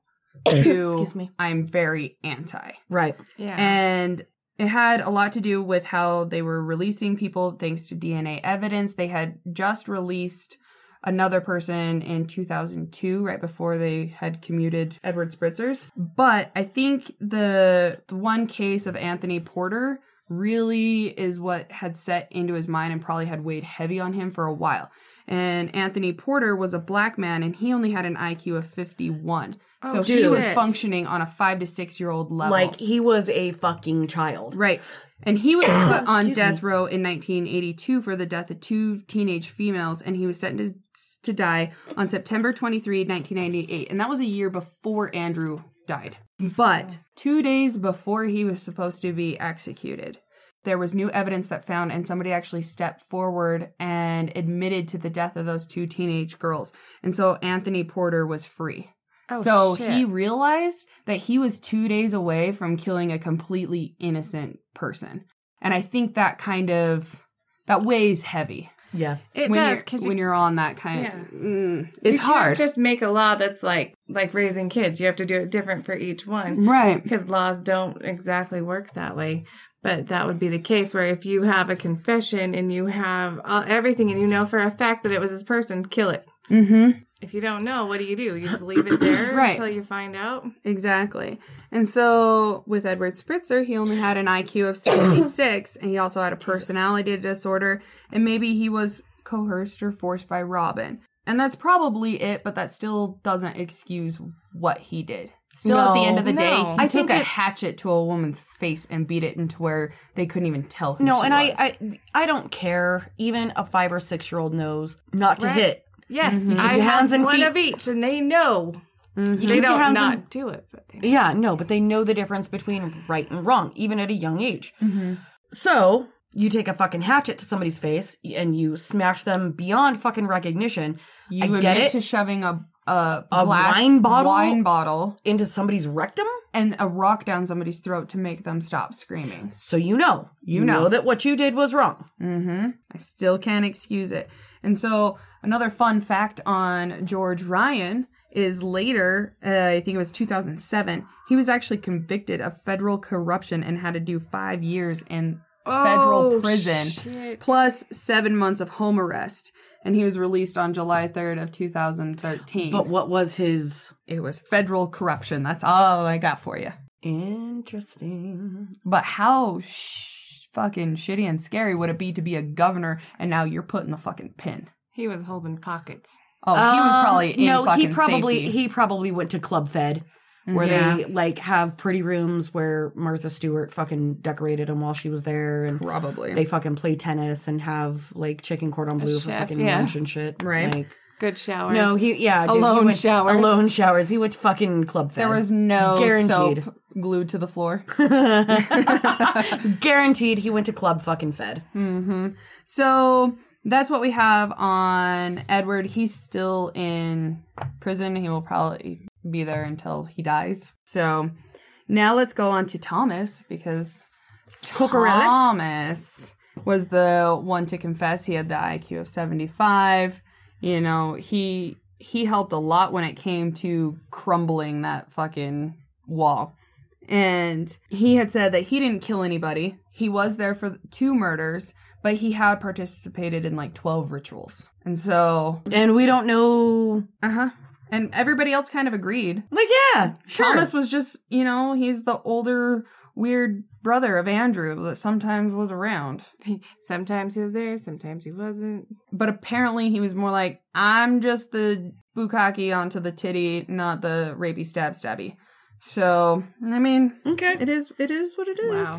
E: to
C: Excuse me.
E: I'm very anti?
C: Right.
D: Yeah.
E: And it had a lot to do with how they were releasing people thanks to DNA evidence. They had just released another person in 2002, right before they had commuted Edward Spritzer's. But I think the, the one case of Anthony Porter really is what had set into his mind and probably had weighed heavy on him for a while. And Anthony Porter was a black man and he only had an IQ of 51. so
D: Oh,
E: he was
D: shit.
E: functioning on a five to six year old level.
C: Like he was a fucking child.
E: Right. And he was put on
C: Excuse
E: death
C: me.
E: row in 1982 for the death of two teenage females, and he was sentenced to die on September 23, 1998. And that was a year before Andrew died. But two days before he was supposed to be executed, there was new evidence that found, and somebody actually stepped forward and admitted to the death of those two teenage girls. And so Anthony Porter was free
D: Oh,
E: so
D: shit.
E: he realized that he was two days away from killing a completely innocent person. And I think that kind of that weighs heavy
C: Yeah.
D: it
E: when
D: does
E: you're
D: 'cause
E: when
D: you,
E: you're on that kind.
D: Yeah.
E: Mm,
D: you can't
E: it's hard,
D: Just make a law that's like like raising kids. You have to do it different for each one.
E: right?
D: because laws don't exactly work that way. But that would be the case where if you have a confession and you have all, everything and you know for a fact that it was this person, kill it.
E: Mm-hmm.
D: If you don't know, what do you do? You just leave it there
E: Right.
D: until you find out.
E: Exactly. And so with Edward Spritzer, he only had an IQ of 76 and he also had a personality disorder and maybe he was coerced or forced by Robin. And that's probably it, but that still doesn't excuse what he did. Still at the end of the
D: No,
E: day,
D: no.
E: he
D: I
E: took
C: think
E: a
C: it's-
E: hatchet to a woman's face and beat it into where they couldn't even tell who
C: No,
E: she
C: and I,
E: was.
C: I, I don't care. Even a five or six year old knows not to
D: Right.
C: hit.
D: Yes,
E: Mhm.
D: I
C: Your
D: have
C: hands and
D: one
C: feet.
D: of each, and they know
C: You
D: they
C: keep your
D: don't
C: hands in-
D: not do it. But they
C: Yeah, no, but they know the difference between right and wrong, even at a young age.
E: Mhm.
C: So you take a fucking hatchet to somebody's face and you smash them beyond fucking recognition
E: you
C: I
E: admit
C: get it.
E: to shoving a a,
C: A
E: glass
C: wine bottle?
E: wine bottle
C: into somebody's rectum.
E: and a rock down somebody's throat to make them stop screaming.
C: So you know,
E: You know.
C: that what you did was wrong.
E: Mm-hmm. I still can't excuse it. And so, another fun fact on George Ryan is later, uh, I think it was 2007, he was actually convicted of federal corruption and had to do five years in federal
D: Oh,
E: prison
D: shit.
E: plus seven months of home arrest. And he was released on July 3rd of 2013.
C: But what was his
E: it was federal corruption. That's all I got for you.
C: interesting?
E: But how sh- fucking shitty and scary would it be to be a governor and now you're put in the fucking pin?
D: He was holding pockets.
E: Oh, he was
C: Um,
E: probably in
C: no.
E: fucking
C: he probably
E: safety.
C: he probably went to Club Fed. Where they like have pretty rooms where Martha Stewart fucking decorated him while she was there, and
E: probably
C: they fucking play tennis and have like chicken cordon bleu for
D: chef,
C: fucking
D: yeah.
C: lunch and shit.
E: Right.
C: Like,
D: Good showers.
C: no, he yeah, dude, he
D: Alone
C: went-
D: showers.
C: Alone showers. He went to fucking club fed.
E: there was no
C: Guaranteed.
E: soap glued to the floor.
C: guaranteed he went to club fucking fed.
E: hmm So that's what we have on Edward. He's still in prison. He will probably be there until he dies. So now let's go on to Thomas because
C: Cocorellis?
E: Thomas was the one to confess. He had the IQ of 75. You know, he he helped a lot when it came to crumbling that fucking wall. And he had said that he didn't kill anybody. He was there for two murders, but he had participated in like 12 rituals. And so,
C: And we don't know.
E: uh-huh. And everybody else kind of agreed.
C: Like, yeah, sure.
E: Thomas was just, you know, he's the older weird brother of Andrew that sometimes was around.
D: Sometimes he was there, sometimes he wasn't.
E: But apparently he was more like, I'm just the bukkake onto the titty, not the rapey stab stabby. So, I mean,
C: Okay.
E: it is it is what it is.
D: Wow.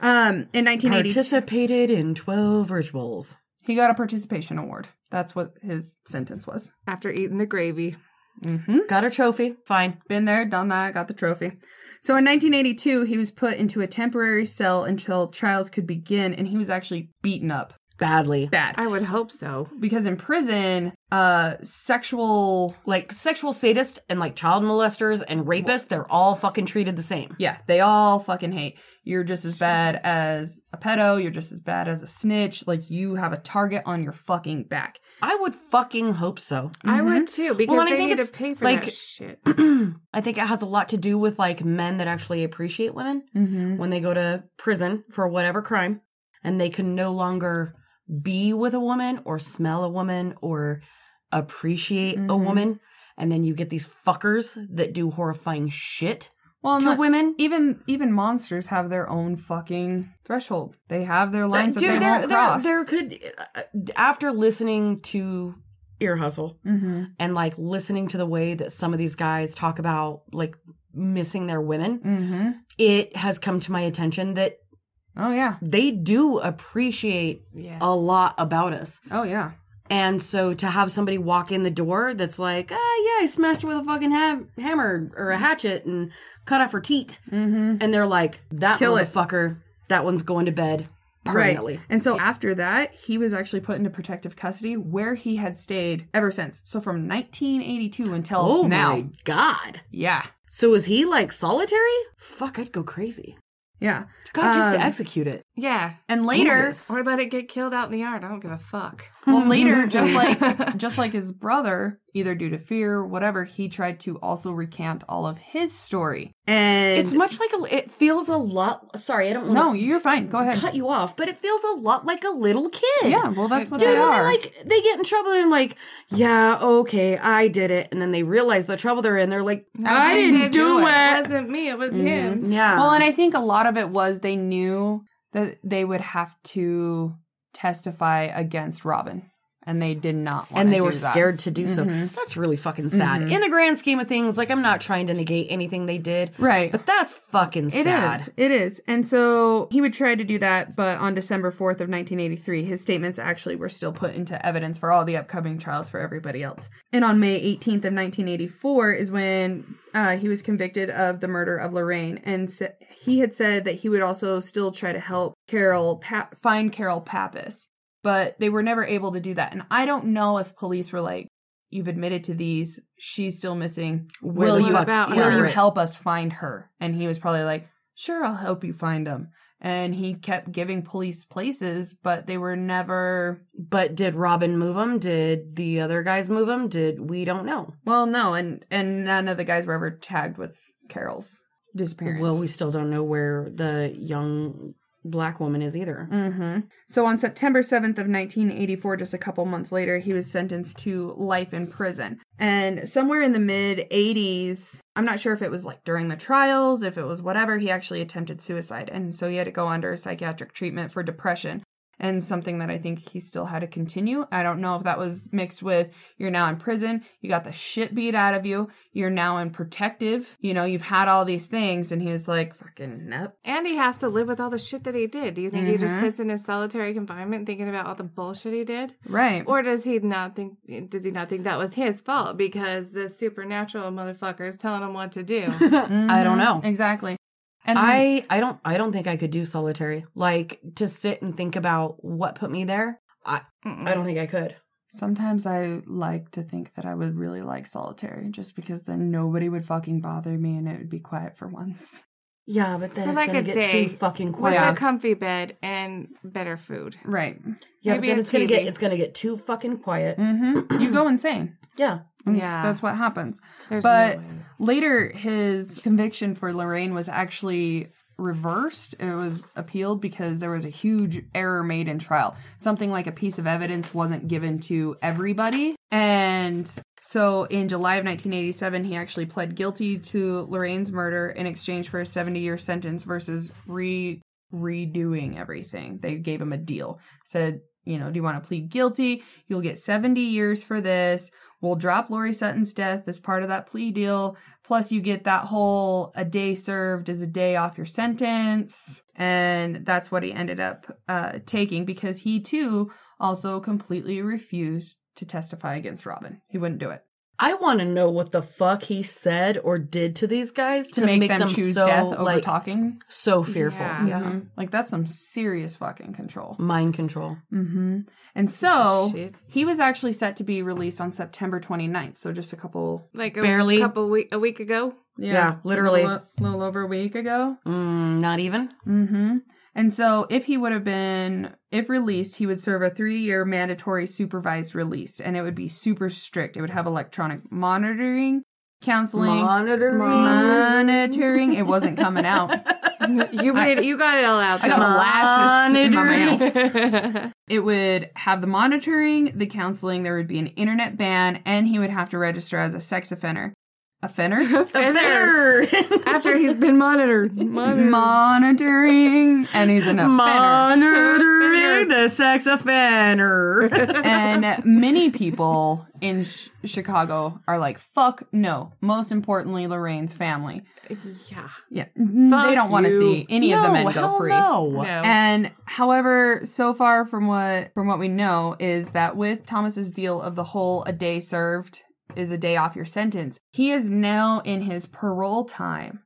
E: Um in 1982
C: participated in 12 rituals.
E: he got a participation award. That's what his sentence was.
D: After eating the gravy.
E: Mhm.
C: Got her trophy. Fine.
E: Been there, done that, got the trophy. So in 1982, he was put into a temporary cell until trials could begin, and he was actually beaten up
C: Badly.
E: bad.
D: I would hope so.
E: because in prison, uh, sexual,
C: Like sexual sadists and like child molesters and rapists, they're all fucking treated the same.
E: yeah, they all fucking hate. You're just as bad as a pedo. You're just as bad as a snitch. Like you have a target on your fucking back.
C: I would fucking hope so.
D: I would too, because
C: Mm-hmm. and I
D: they
C: think
D: need to
C: it's
D: pay for
C: like-
D: that shit.
C: I think it has a lot to do with like men that actually appreciate women
E: Mm-hmm.
C: when they go to prison for whatever crime and they can no longer be with a woman or smell a woman or appreciate a
E: Mhm.
C: woman. And then you get these fuckers that do horrifying shit
E: Well,
C: to
E: not-
C: women.
E: even even monsters have their own fucking threshold. They have their lines that, they
C: there-
E: won't
C: there-
E: cross.
C: There could, uh, after listening to Ear Hustle
E: mm-hmm.
C: and like listening to the way that some of these guys talk about like missing their women,
E: Mm-hmm.
C: it has come to my attention that
E: Oh yeah.
C: they do appreciate
D: Yes.
C: a lot about us.
E: Oh yeah.
C: And so to have somebody walk in the door that's like, ah, yeah, I smashed her with a fucking ha- hammer or a hatchet and cut off her teat.
E: Mm-hmm.
C: And they're like, that
E: Kill it.
C: motherfucker, that one's going to bed permanently.
E: Right. And so after that, he was actually put into protective custody where he had stayed ever since. So from 1982 until
C: Oh
E: now.
C: my God.
E: Yeah.
C: So is he like solitary? Fuck, I'd go crazy.
E: Yeah.
C: God, just to
E: Um,
C: execute it.
D: yeah.
E: And later,
C: Jesus.
D: Or let it get killed out in the yard. I don't give a fuck.
E: well later just like just like his brother, either due to fear, whatever, he tried to also recant all of his story. And
C: It's much like a. It feels a lot. Sorry, I don't
E: No,
C: want
E: you're fine. Go
C: to
E: ahead.
C: cut you off, but it feels a lot like a little kid.
E: Yeah, well that's what
C: Dude,
E: they
C: when they
E: are.
C: like they get in trouble and like, yeah, okay, I did it, and then they realize the trouble they're in. They're like, I,
D: didn't
C: didn't do
D: It
C: it. Mm-hmm.
D: wasn't me, it was
E: Mhm.
D: him.
C: Yeah.
E: Well, and I think a lot of it was they knew that they would have to testify against Robin, and they did not. want
C: and
E: to
C: they
E: do
C: were
E: that.
C: scared to do so.
E: Mhm.
C: That's really fucking sad. In the grand scheme of things, like I'm not trying to negate anything they did,
E: Right.
C: but that's fucking
E: It is.
C: sad.
E: It is. And so he would try to do that, but on December 4th of 1983, his statements actually were still put into evidence for all the upcoming trials for everybody else. And on May 18th of 1984 is when uh, he was convicted of the murder of Lorraine. And sa- he had said that he would also still try to help Carol pa- find Carol Pappas, but they were never able to do that. And I don't know if police were like, You've admitted to these. She's still missing.
C: Will
E: Will
C: you
E: you
C: fuck-
D: about
E: will
D: her?
E: you help us find her? And he was probably like, sure, I'll help you find him. And he kept giving police places, but they were never.
C: But did Robin move him? Did the other guys move him? Did we don't know?
E: Well, no, and and none of the guys were ever tagged with Carol's disappearance.
C: Well, we still don't know where the young black woman is either.
E: Mm-hmm. So on September 7th of 1984, just a couple months later, he was sentenced to life in prison. And somewhere in the mid 80s, I'm not sure if it was like during the trials, if it was whatever, he actually attempted suicide. And so he had to go under psychiatric treatment for depression. and something that I think he still had to continue. I don't know if that was mixed with you're now in prison, you got the shit beat out of you, you're now in protective, you know, you've had all these things. And he was like, fucking nope.
D: And he has to live with all the shit that he did. Do you think he
C: Mm-hmm.
D: just sits in his solitary confinement thinking about all the bullshit he did?
E: Right.
D: Or does he not think does he not think that was his fault because the supernatural motherfucker is telling him what to do?
E: Mm-hmm.
C: I don't know.
E: Exactly. And I
C: I I don't I don't think I could do solitary. Like to sit and think about what put me there. I I don't think I could.
E: sometimes I like to think that I would really like solitary just because then nobody would fucking bother me and it would be quiet for once.
C: Yeah, but then
D: For
C: it's
D: like
C: gonna
D: a
C: get
D: day.
C: too fucking
D: With
C: quiet.
D: a comfy bed and better food.
E: Right.
C: Yeah,
D: maybe
C: but then
D: a
C: it's gonna get
D: TV.
C: it's gonna get too fucking quiet.
E: Mm-hmm. you go insane.
C: Yeah.
E: yeah.
D: Yeah.
E: That's what happens.
D: There's
E: But-
D: no way.
E: Later, his conviction for Lorraine was actually reversed. It was appealed because there was a huge error made in trial. Something like a piece of evidence wasn't given to everybody. And so in July of 1987, he actually pled guilty to Lorraine's murder in exchange for a 70 year sentence versus re redoing everything. They gave him a deal. Said, you know, do you want to plead guilty? You'll get 70 years for this. We'll drop Lori Sutton's death as part of that plea deal. Plus, you get that whole a day served as a day off your sentence. And that's what he ended up uh, taking because he too also completely refused to testify against Robin. He wouldn't do it.
C: I want to know what the fuck he said or did to these guys
E: To, make, them, choose
C: so,
E: death over
C: like,
E: talking.
C: So fearful.
D: Yeah.
E: Mhm. Like, that's some serious fucking control.
C: Mind control.
E: Mm-hmm. And so
D: Shit.
E: he was actually set to be released on September 29th. So just a couple,
D: like a
C: barely-
D: couple week a week ago.
E: yeah,
C: literally.
E: a little, little over a week ago.
C: Mm, not even.
E: Mm-hmm. And so if he would have been, if released, he would serve a three-year mandatory supervised release, and it would be super strict. It would have electronic monitoring, counseling,
C: Monitoring.
E: monitoring. It wasn't coming out.
D: You made you got it all out.
E: I got molasses in my mouth.
D: there.
E: It would have the monitoring, the counseling, there would be an internet ban, and he would have to register as a sex offender. Offender?
D: After he's been monitored. Monitored.
E: monitoring. And he's an offender.
C: Monitoring the sex offender.
E: and many people in sh- Chicago are like, fuck no. Most importantly, Lorraine's family.
D: yeah.
E: Yeah. they don't want to
D: you.
E: see any of the men go
C: hell
E: free.
C: No.
D: No.
E: And however, so far from what from what we know is that with Thomas's deal of the whole a day served is a day off your sentence, he is now in his parole time.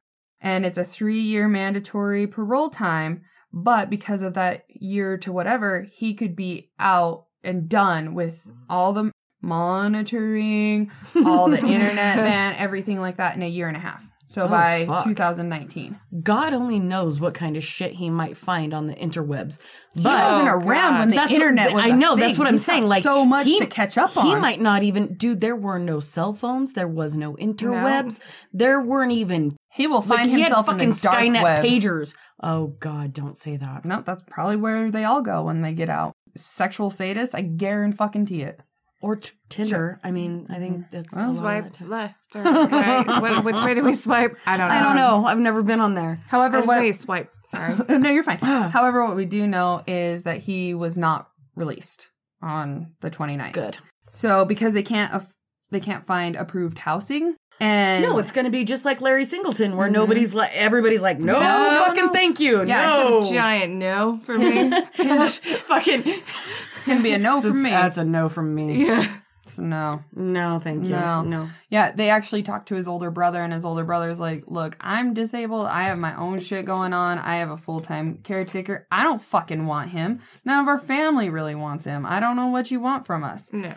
E: And it's a 3-year mandatory parole time, but because of that year to whatever, he could be out and done with all the monitoring, all the internet ban, everything like that in a year and a half. So
C: Oh,
E: by
C: fuck.
E: 2019.
C: God only knows what kind of shit he might find on the interwebs. But
E: he wasn't
D: Oh,
E: around
D: God.
E: when the
C: That's what-
E: internet was.
C: I
E: a
C: know, that's
E: thing.
C: what I'm
E: He's got
C: saying, like,
E: so much
C: he-
E: to catch up on.
C: He might not even, dude. There were no cell phones. There was no interwebs. There weren't even.
E: he will
C: like,
E: find
C: he had
E: himself in
C: fucking
E: the dark
C: Skynet
E: web.
C: pagers. Oh God, don't say that.
E: No, that's probably where they all go when they get out. Sexual sadists, I guarantee fucking it.
C: Or t- Tinder. I mean, I think
E: Mm-hmm.
C: that's a lot of
D: Swipe
C: that.
D: left or right. What- which way do we swipe? I don't know.
C: I don't know. I've never been on there.
E: However,
D: I just
E: what?
D: know you swipe. Sorry.
E: no, you're fine. However, what we do know is that he was not released on the 29th.
C: Good.
E: So because they can't aff they can't find approved housing and Mm-hmm.
C: No, it's going to be just like Larry Singleton, where nobody's like, everybody's like, no,
E: No,
C: fucking thank you.
E: Yeah,
C: no.
D: Giant no for me.
E: his-
C: fucking.
E: it's gonna be a no for me.
C: That's a no from me.
D: yeah.
E: It's a no.
C: No, thank you.
E: No.
C: No.
E: Yeah, they actually talked to his older brother, and his older brother's like, Look, I'm disabled. I have my own shit going on. I have a full time caretaker. I don't fucking want him. None of our family really wants him. I don't know what you want from us.
D: No.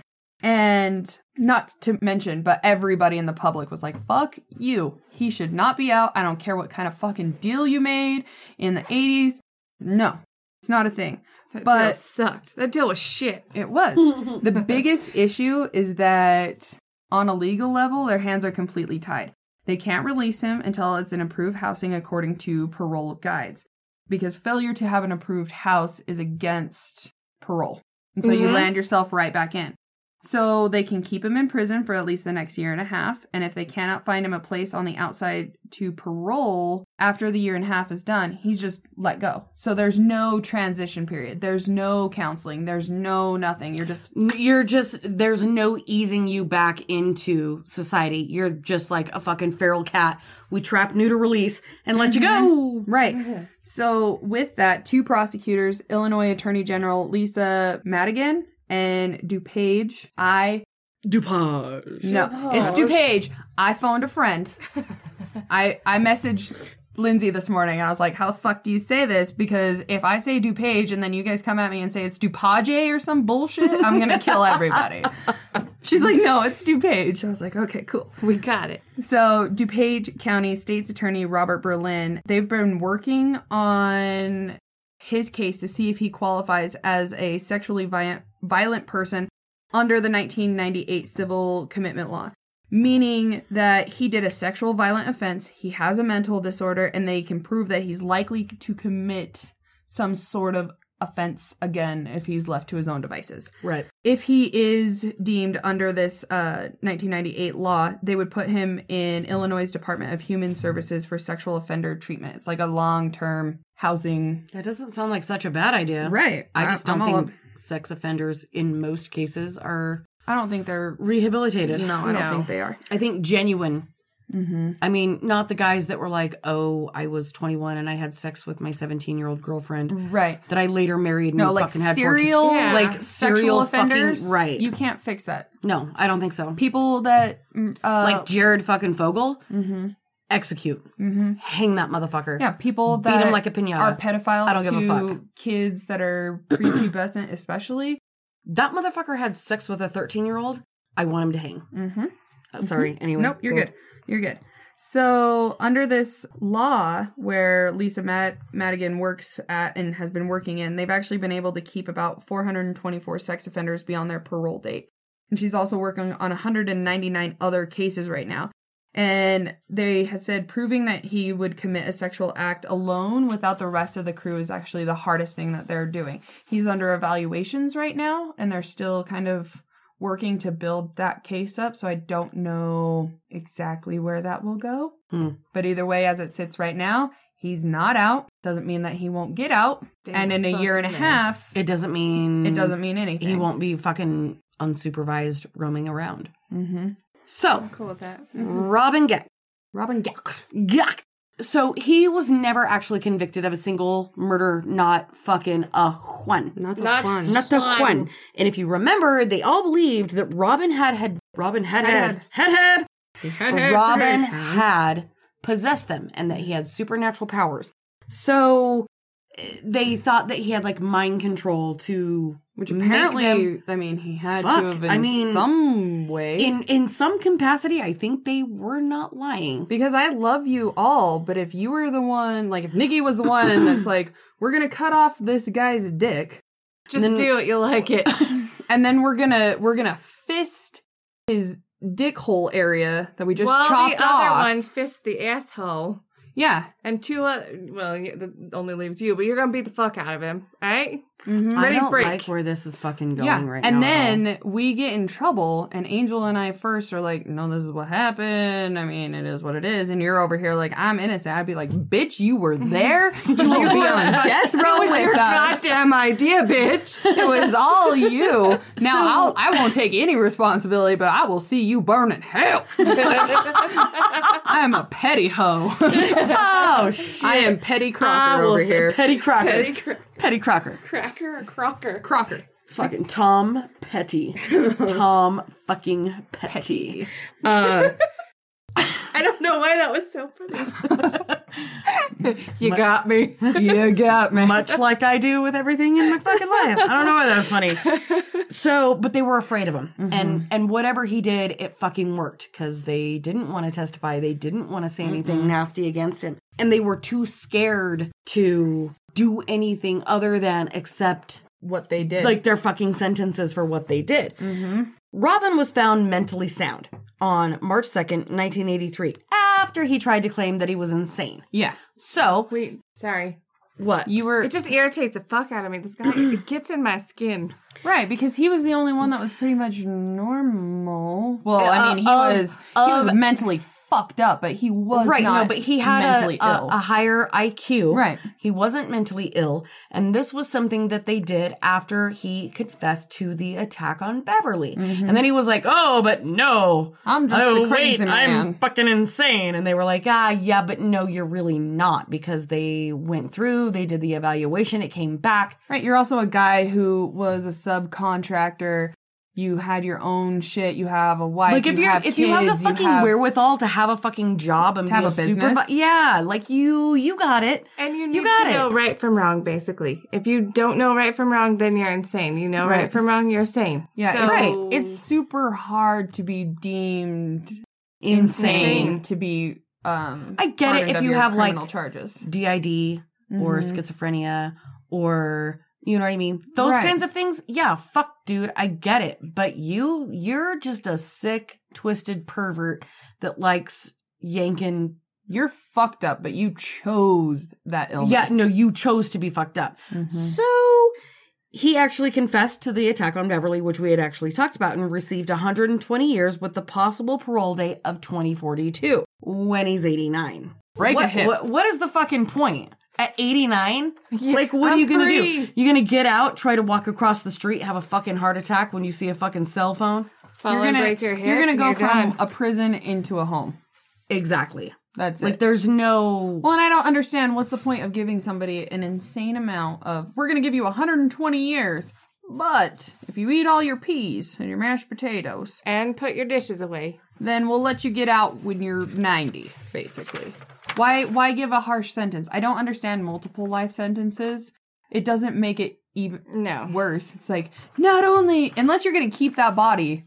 E: And not to mention, but everybody in the public was like, fuck you. He should not be out. I don't care what kind of fucking deal you made in the 80s. No, it's not a thing.
D: That deal
E: But
D: sucked. That deal was shit.
E: it was. the biggest issue is that on a legal level, their hands are completely tied. They can't release him until it's an approved housing according to parole guides because failure to have an approved house is against parole. And so you land yourself right back in. So they can keep him in prison for at least the next year and a half. And if they cannot find him a place on the outside to parole after the year and a half is done, he's just let go. So there's no transition period. There's no counseling. There's no nothing. You're just
C: You're just there's no easing you back into society. You're just like a fucking feral cat. We trap, new to release, and let you go.
E: Right. So, with that, two prosecutors, Illinois Attorney General Lisa Madigan and DuPage, I
C: Dupage.
E: no, it's DuPage. I phoned a friend. I I messaged Lindsay this morning and I was like, "How the fuck do you say this?" Because if I say DuPage and then you guys come at me and say it's DuPage or some bullshit, I'm gonna kill everybody. She's like, "No, it's DuPage." I was like, "Okay, cool."
D: We got it.
E: So, DuPage County State's Attorney Robert Berlin, they've been working on his case to see if he qualifies as a sexually violent, violent person under the 1998 civil commitment law, meaning that he did a sexual violent offense, he has a mental disorder, and they can prove that he's likely to commit some sort of offense again if he's left to his own devices
C: Right.
E: if he is deemed under this uh, 1998 law, they would put him in Illinois Department of Human Services for sexual offender treatment. It's like a long term housing.
C: That doesn't sound like such a bad idea.
E: Right.
C: I just
E: I'm
C: don't
E: all
C: think sex offenders in most cases are
E: I don't think they're.
C: rehabilitated.
E: No, I don't
D: No.
E: think they are.
C: I think genuine.
E: Mm-hmm.
C: I mean, not the guys that were like, "Oh, I was 21 and I had sex with my 17-year-old girlfriend
E: Right.
C: that I later married." And
E: No, like
C: fucking had four
E: serial,
D: Yeah.
E: like
C: Like
E: sexual
C: serial fucking-
E: offenders.
C: right.
E: You can't fix that.
C: kids." No, I don't think so.
E: People that mm, uh,
C: like Jared fucking Fogle,
E: hmm
C: execute,
E: hmm
C: hang that motherfucker.
E: Yeah, people
C: beat
E: that
C: him like a pinata.
E: are pedophiles
C: I don't give
E: to
C: a fuck.
E: kids that are prepubescent, especially.
C: that motherfucker had sex with a 13-year-old. I want him to hang.
E: Mm-hmm.
C: Uh, Sorry. Anyway.
E: Nope, you're
C: go.
E: good. You're good. So, under this law where Lisa Mad- Madigan works at and has been working in, they've actually been able to keep about 424 sex offenders beyond their parole date. And she's also working on 199 other cases right now. And they had said proving that he would commit a sexual act alone without the rest of the crew is actually the hardest thing that they're doing. He's under evaluations right now, and they're still kind of working to build that case up. So I don't know exactly where that will go.
C: Hmm.
E: But either way, as it sits right now, he's not out. Doesn't mean that he won't get out. and in a year and a half, it,
C: It doesn't mean
E: doesn't mean anything.
C: Mm, he won't be fucking unsupervised roaming around.
E: Mm-hmm.
C: So,
D: Cool with that.
C: Robin Geck.
E: Robin Gack.
C: Yuck. So he was never actually convicted of a single murder, not fucking a Juan.
F: Not,
D: Not-
F: a one.
C: Not the Juan. And if you remember, they all believed that Robin had had Robin had had had had, Robin had possessed them and that he had supernatural powers. So eh, they thought that he had like mind control to
E: Which
C: make
E: apparently,
C: them-
E: I mean, he had
C: Fuck,
E: to have in
C: I mean,
E: some way.
C: in in some capacity, I think they were not lying.
E: because I love you all, but if you were the one, like if Nikki was the one that's like, we're gonna cut off this guy's dick,
D: Just
C: Then-
D: do it. You'll like it.
E: and then we're gonna we're gonna fist his dick hole area that we just
D: well,
E: chopped
D: the
E: off.
D: other one fists the asshole,
E: Yeah.
D: and two. Other, well, y- that only leaves you, but you're gonna beat the fuck out of him, all right?
E: Mhm.
C: I
D: Ready,
C: don't
D: break.
C: like where this is fucking going
E: Yeah.
C: right
E: and
C: now. at all.
E: then we get in trouble, and Angel and I first are like, "No, this is what happened. I mean, it is what it is." And you're over here like, "I'm innocent." I'd be like, "Bitch, you were there. You will be on death row
D: That was
E: with
D: your
E: us.
D: goddamn idea, bitch.
E: It was all you. Now
C: So-
E: I'll, I won't take any responsibility, but I will see you burn in hell. I am a petty hoe.
C: oh shit.
E: I am petty
C: I
E: Crocker
C: will
E: over
C: say
E: here.
C: Petty Crocker.
D: Petty
C: Petty,
D: cra-
C: Crocker.
D: cracker or crocker?
E: Crocker.
C: Fucking Tom Petty. Tom fucking
E: Petty.
C: Petty. Uh,
D: I don't know why that was so funny. you got me.
E: You got me.
C: much like I do with everything in my fucking life. I don't know why that's funny. So, but they were afraid of him, and and whatever he did, it fucking worked because they didn't want to testify. They didn't want to say anything nasty against him, and they were too scared to do anything other than accept
E: what they did.
C: like their fucking sentences for what they did. Robin was found mentally sound on March 2nd, 1983, after he tried to claim that he was insane.
E: yeah.
C: So,
D: Wait, sorry.
C: What?
E: You were
D: It just irritates the fuck out of me. This guy it gets in my skin.
E: right because he was the only one that was pretty much normal. Well, I mean, he
C: Uh, of-
E: was he was
C: of-
E: mentally fucked up, but he was
C: right
E: Not
C: no but he had
E: mentally
C: a, a-
E: ill.
C: a higher iq
E: Right.
C: he wasn't mentally ill and this was something that they did after he confessed to the attack on beverly and then he was like oh but no
E: Mm-hmm. I'm just
C: oh
E: a crazy
C: wait i'm
E: man."
C: fucking insane and they were like ah yeah but no you're really not because they went through they did the evaluation it came back
E: Right. You're also a guy who was a subcontractor. You had your own shit. You have a wife.
C: like if
E: you
C: you're
E: have
C: if
E: kids,
C: you have the fucking
E: have-
C: wherewithal to have a fucking job and
E: To have
C: be
E: a business.
C: supervi- yeah like you you got it
D: And you
C: You
D: need
C: got
D: to
C: it.
D: know right from wrong, basically. If you don't know right from wrong, then you're insane. You know right,
E: Right.
D: from wrong, you're sane.
E: Yeah,
D: So-
E: it's,
C: Right.
E: it's super hard to be deemed
C: insane.
E: sane to be. Um,
C: I get it
E: pardoned
C: if
E: of
C: you
E: your
C: have, like,
E: criminal charges.
C: DID or
E: Mhm.
C: schizophrenia or you know what I mean? Those
E: Right.
C: kinds of things. Yeah, fuck dude, I get it. But you you're just a sick, twisted pervert that likes yanking
E: You're fucked up, but you chose that illness.
C: Yeah, no, you chose to be fucked up.
E: Mhm.
C: So he actually confessed to the attack on Beverly, which we had actually talked about, and received 120 years with the possible parole date of 2042 when he's 89.
E: Break a
C: what,
E: hip.
C: what- what is the fucking point? At 89? like, what are
D: I'm
C: you gonna do?
D: free.
C: You're gonna get out, try to walk across the street, have a fucking heart attack when you see a fucking cell phone?
D: Fall
E: you're
D: and
E: gonna
D: break your hip.
E: you're gonna go
D: and
E: from
D: done.
E: a prison into a home.
C: Exactly.
E: That's
C: Like,
E: it.
C: there's no.
E: Well, and I don't understand what's the point of giving somebody an insane amount of, we're going to give you 120 years, but if you eat all your peas and your mashed potatoes,
D: and put your dishes away.
E: then we'll let you get out when you're 90, basically. Why, why give a harsh sentence? I don't understand multiple life sentences. It doesn't make it even
D: No.
E: worse. It's like, not only, unless you're going to keep that body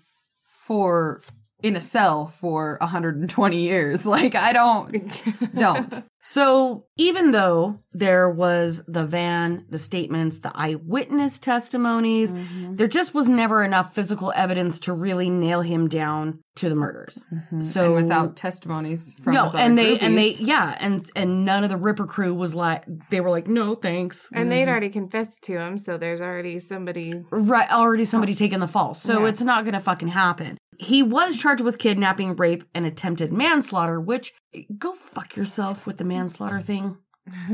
E: for, in a cell for 120 years, like, I don't, don't.
C: So, even though there was the van, the statements, the eyewitness testimonies,
E: Mm-hmm.
C: there just was never enough physical evidence to really nail him down to the murders. So,
E: Mm-hmm. and without testimonies from
C: no,
E: his other
C: and they and they
E: groupies.
C: yeah, and and none of the Ripper crew was like they were like no thanks.
D: And they'd already confessed to him, so there's already somebody.
C: Right, already somebody taking the fall. So it's not going to fucking happen. He was charged with kidnapping, rape, and attempted manslaughter, which go fuck yourself with the manslaughter thing.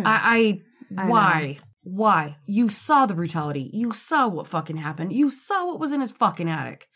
C: I, I,
E: I know.
C: why? Why? You saw the brutality. You saw what fucking happened. You saw what was in his fucking attic.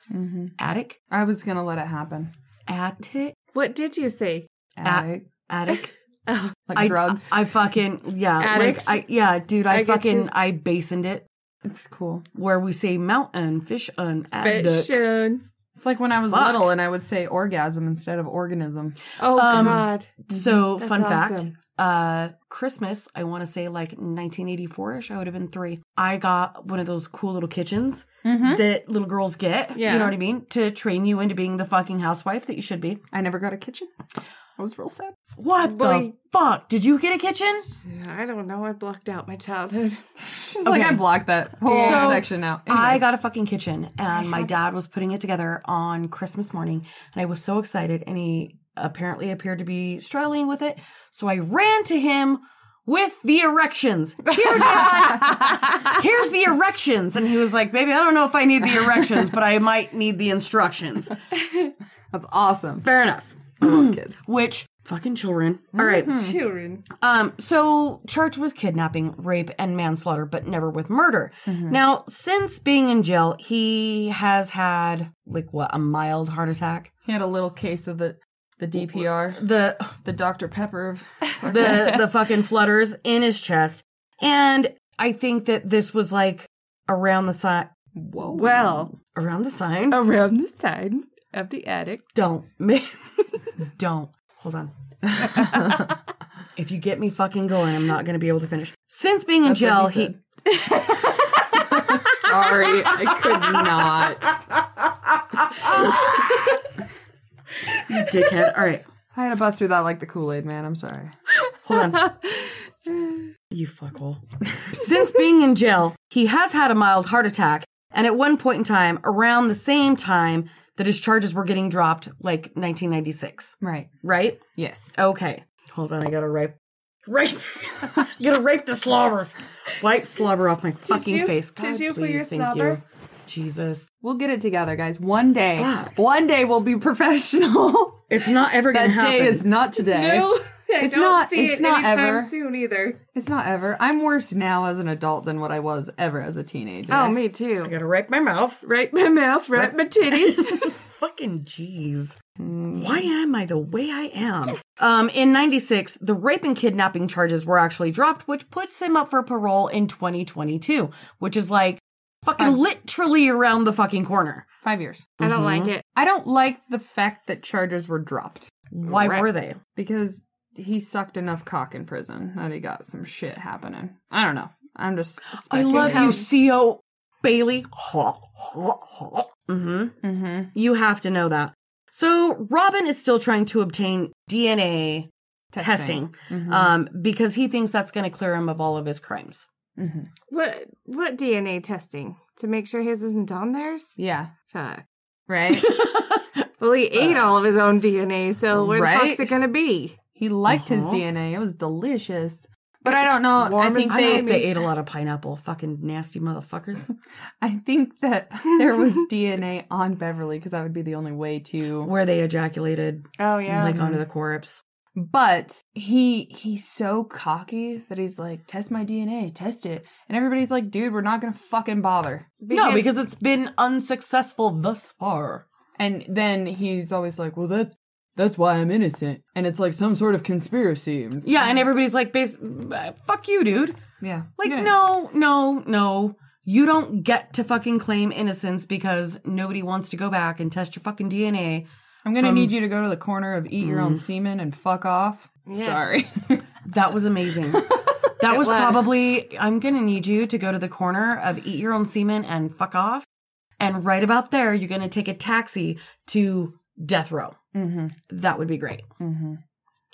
C: Attic?
E: I was gonna let it happen.
C: Attic?
D: What did you say?
E: Attic,
C: Attic?
E: like
C: I-
E: drugs.
C: I, fucking, yeah.
D: Attics?
C: Like, I, yeah, dude, I,
D: I get you.
C: fucking, I basined it
E: it's cool.
C: where we say mountain, fish, un, attic.
D: Fashion.
E: It's like when I was
C: Fuck.
E: little and I would say orgasm instead of organism.
D: Oh
C: Um,
D: God.
C: So,
D: That's
C: fun
D: awesome.
C: fact, uh Christmas, I want to say like 1984ish, I would have been 3. I got one of those cool little kitchens that little girls get,
D: Mm-hmm. Yeah.
C: you know what I mean, to train you into being the fucking housewife that you should be.
E: I never got a kitchen. I was real sad.
C: What the
D: Boy.
C: fuck? Did you get a kitchen?
D: I don't know. I blocked out my childhood.
E: She's like, I blocked that whole
C: So,
E: section out.
C: I
E: Anyways.
C: got a fucking kitchen, and my dad was putting it together on Christmas morning, and I was so excited, and he apparently appeared to be struggling with it, so I ran to him with the erections. Here, Dad, here's the erections, and he was like, "Baby, I don't know if I need the erections, but I might need the instructions."
E: That's awesome.
C: Fair enough.
E: Little kids.
C: Which fucking children? All right.
D: Children.
C: Um, so charged with kidnapping, rape, and manslaughter, but never with murder. Now, since being in jail, he has had like what a mild heart attack.
E: He had a little case of the the DPR,
C: The
E: the Dr Pepper of.
C: the the fucking flutters in his chest, and I think that this was like around the sign.
E: Whoa.
D: Well,
C: Around the sign.
D: around this time of the attic.
C: Don't ma- don't hold on. if you get me fucking going, I'm not gonna be able to finish. Since being in
E: That's
C: jail,
E: what he
C: he
E: said. Sorry, I could not.
C: dickhead. All right.
E: I had to bust through that like the Kool Aid man. I'm sorry.
C: Hold on. you fuckhole. Since being in jail, he has had a mild heart attack. And at one point in time, around the same time that his charges were getting dropped, like 1996,
E: Right.
C: right?
E: Yes.
C: Okay. Hold on. I got to write, Rape. I'm gonna rape the slobbers. Wipe slobber off my fucking
D: Tissue?
C: face. God,
D: Tissue for
C: please,
D: your
C: thank
D: slobber?
C: you. Jesus.
E: We'll get it together, guys. One day.
C: Fuck.
E: One day we'll be professional.
C: It's not ever gonna
E: that
C: happen.
E: day is not today.
D: No, I
E: It's
D: don't
E: not-
D: see
E: it's
D: it
E: not
D: anytime
E: ever.
D: soon either.
E: It's not ever. I'm worse now as an adult than what I was ever as a teenager.
D: Oh, me
C: I
D: too. Mm-hmm.
C: gotta rape my mouth.
D: Right my mouth, right my titties.
C: Fucking jeez.
E: Mm,
C: Why am I the way I am? Um, in 96, the rape and kidnapping charges were actually dropped, which puts him up for parole in 2022, which is like fucking literally around the fucking corner.
E: Five years.
D: I don't like it.
E: I don't like the fact that charges were dropped
C: Why
D: Right.
C: were they?
E: because he sucked enough cock in prison that he got some shit happening. I don't know. I'm just.
C: I love
E: speculating.
C: you, C.O. Bailey. hmm
E: Mhm.
C: You have to know that. So Robin is still trying to obtain DNA testing,
E: Mhm.
D: Uh,
C: um, because he thinks that's going to clear him of all of his crimes.
E: Mhm.
D: What what DNA testing to make sure his isn't on theirs?
E: Yeah.
D: Fuck.
E: Right.
D: Well, he ate all of his own DNA, so where
E: Right?
D: the fuck's it gonna be?
E: He liked his
C: Uh-huh.
E: DNA. It was delicious. But I don't know. I
D: warm
E: think
C: I
E: they,
C: hope they ate a lot of pineapple. Fucking nasty motherfuckers.
E: I think that there was DNA on Beverly because that would be the only way to.
C: Where they ejaculated
D: Oh yeah.
C: like onto the corpse.
E: But he he's so cocky that he's like, test my DNA, test it, and everybody's like, dude, we're not gonna fucking bother.
C: no, because it's been unsuccessful thus far.
E: And then he's always like, well, that's that's why I'm innocent, and it's like some sort of conspiracy.
C: Yeah, and everybody's like, bas- uh, "Fuck you, dude."
E: Yeah,
C: Like,
E: Yeah.
C: no, no, no. You don't get to fucking claim innocence because nobody wants to go back and test your fucking DNA.
E: I'm gonna need you to go to the corner of eat
C: Mm-hmm.
E: your own semen and fuck off. Sorry.
C: That was amazing. That was, probably, I'm going to need you to go to the corner of Eat Your Own Semen and fuck off. And right about there, you're going to take a taxi to death row.
E: mm-hmm.
C: That would be great.
E: Mm-hmm.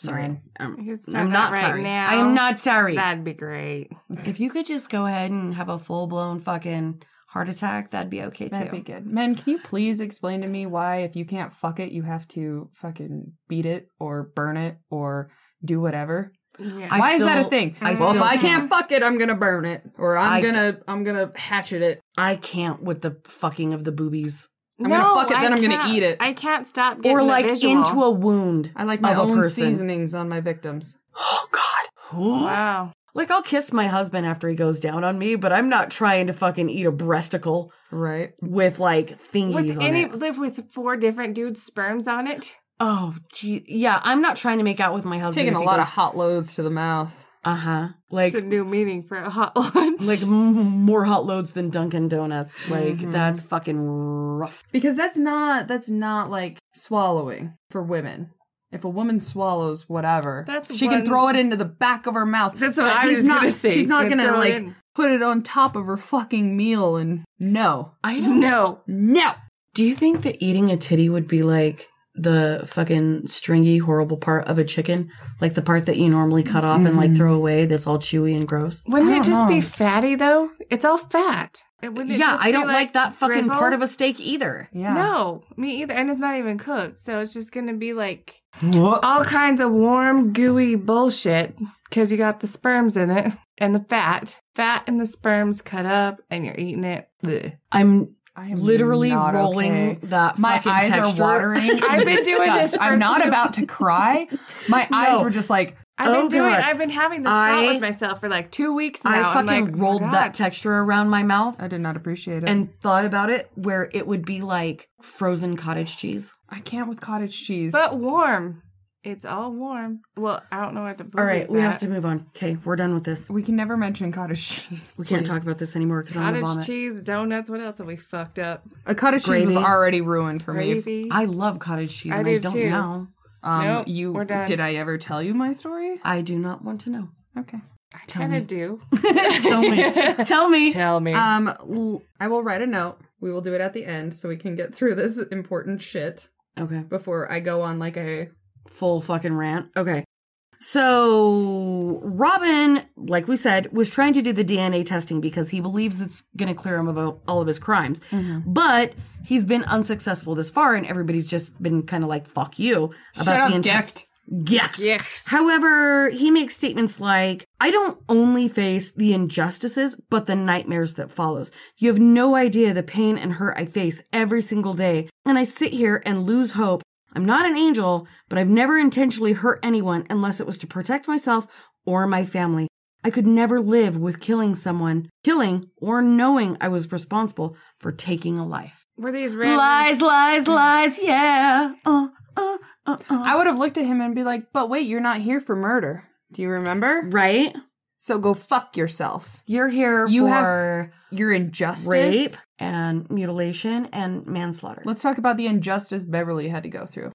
C: Sorry. Um,
D: It's
C: I'm
D: not
C: not
D: right
C: sorry.
D: now.
C: I am not sorry.
D: That'd be great.
C: If you could just go ahead and have a full blown fucking heart attack, that'd be okay
E: That'd
C: too.
E: be good. Men, can you please explain to me why, if you can't fuck it, you have to fucking beat it or burn it or do whatever?
D: Yeah.
C: I
E: why is that a
C: still-
E: thing?
C: I
E: well, if
C: still-
E: I can't fuck it, I'm gonna burn it or I'm
C: I-
E: gonna I'm gonna hatchet it.
C: I can't with the fucking of the boobies.
E: I'm gonna fuck it, then
D: I
E: I'm gonna
D: can't-
E: eat it.
D: I can't stop getting
C: Or like
D: the visual.
C: into a wound.
E: I like my
C: of a
E: own
C: person.
E: seasonings on my victims.
C: Oh, God.
D: wow.
C: Like, I'll kiss my husband after he goes down on me, but I'm not trying to fucking eat a breasticle
E: Right?
C: with like thingies
D: With
C: on
D: any
C: it.
D: live with four different dudes' sperms on it.
C: Oh, gee. Yeah, I'm not trying to make out with my
E: It's
C: husband.
E: taking a lot of hot loads to the mouth.
C: Uh huh. Like,
D: It's a new meaning for a hot one.
C: like m- more hot loads than Dunkin' Donuts. Like,
E: Mm-hmm.
C: that's fucking rough.
E: Because that's not that's not like swallowing for women. If a woman swallows whatever,
D: That's
E: she
D: one-
E: can throw it into the back of her mouth.
D: That's what
E: But
D: I
E: uh, he's
D: was
E: not,
D: gonna say.
E: She's not
D: Gonna
E: gonna
D: throw it
E: like
D: in.
E: put it on top of her fucking meal and no,
C: I don't
D: no.
E: no.
C: Do you think that eating a titty would be like the fucking stringy, horrible part of a chicken? Like the part that you normally cut off and like throw away that's all chewy and gross?
D: Wouldn't
E: I
D: it
E: don't
D: just be
E: know.
D: fatty though? It's all fat. And wouldn't It
C: yeah,
D: just
C: I
D: be,
C: don't like, that fucking
D: grizzled?
C: part of a steak either.
E: Yeah.
D: No, me either. And it's not even cooked, so it's just gonna be like
E: No.
D: all kinds of warm, gooey bullshit because you got the sperms in it and the fat, fat and the sperms cut up, and you're eating it. Blech.
C: I'm
E: I am
C: literally
E: not
C: rolling
E: okay.
C: that
E: My
C: fucking
E: eyes
C: texture.
E: are watering. in
D: I've been doing this
E: disgust.
D: for
E: I'm not
D: two-
E: about to cry. My eyes were just like,
D: I've been
C: Oh,
D: doing.
C: God.
D: I've been having this
C: I-
D: thought with myself for like two weeks now.
C: I
D: I'm
C: fucking
D: like, oh,
C: rolled that
D: God.
C: texture around my mouth
E: I did not appreciate it.
C: and thought about it where it would be like frozen cottage cheese.
E: I can't with cottage cheese.
D: but warm. It's all warm. Well, I don't know where the.
C: All right, we have to move on. Okay, we're done with this.
E: we can never mention cottage cheese.
C: We can't talk about this anymore because I'm gonna
D: Cottage
C: vomit.
D: cheese, donuts. What else have we fucked up?
E: A cottage cheese was
C: Gravy.
E: already ruined for me.
D: Gravy.
C: I love cottage cheese,
D: I
C: and
D: do
C: I don't
D: too.
C: know.
E: Um,
D: Nope,
E: you
D: we're done.
E: did I ever tell you my story?
C: I do not want to know.
E: Okay.
D: kind of do.
C: Tell me. Tell me.
D: Tell me.
E: Um, l- I will write a note. We will do it at the end so we can get through this important shit
C: Okay.
E: before I go on like a
C: Full fucking rant. Okay. So Robin, like we said, was trying to do the DNA testing because he believes it's going to clear him of all of his crimes. But he's been unsuccessful this far, and everybody's just been kind of like "fuck you" about the entire. Yuck. However, he makes statements like, I don't only face the injustices, but the nightmares that follows. You have no idea the pain and hurt I face every single day. And I sit here and lose hope. I'm not an angel, but I've never intentionally hurt anyone unless it was to protect myself or my family. I could never live with killing someone, killing or knowing I was responsible for taking a life.
D: Were these random?
C: Lies, lies, lies, yeah. Uh, uh, uh, uh.
E: I would have looked at him and be like, but wait, you're not here for murder. Do you remember?
C: Right?
E: So go fuck yourself.
C: You're here
E: You have
C: for
E: Your injustice.
C: rape and mutilation and manslaughter.
E: Let's talk about the injustice Beverly had to go through.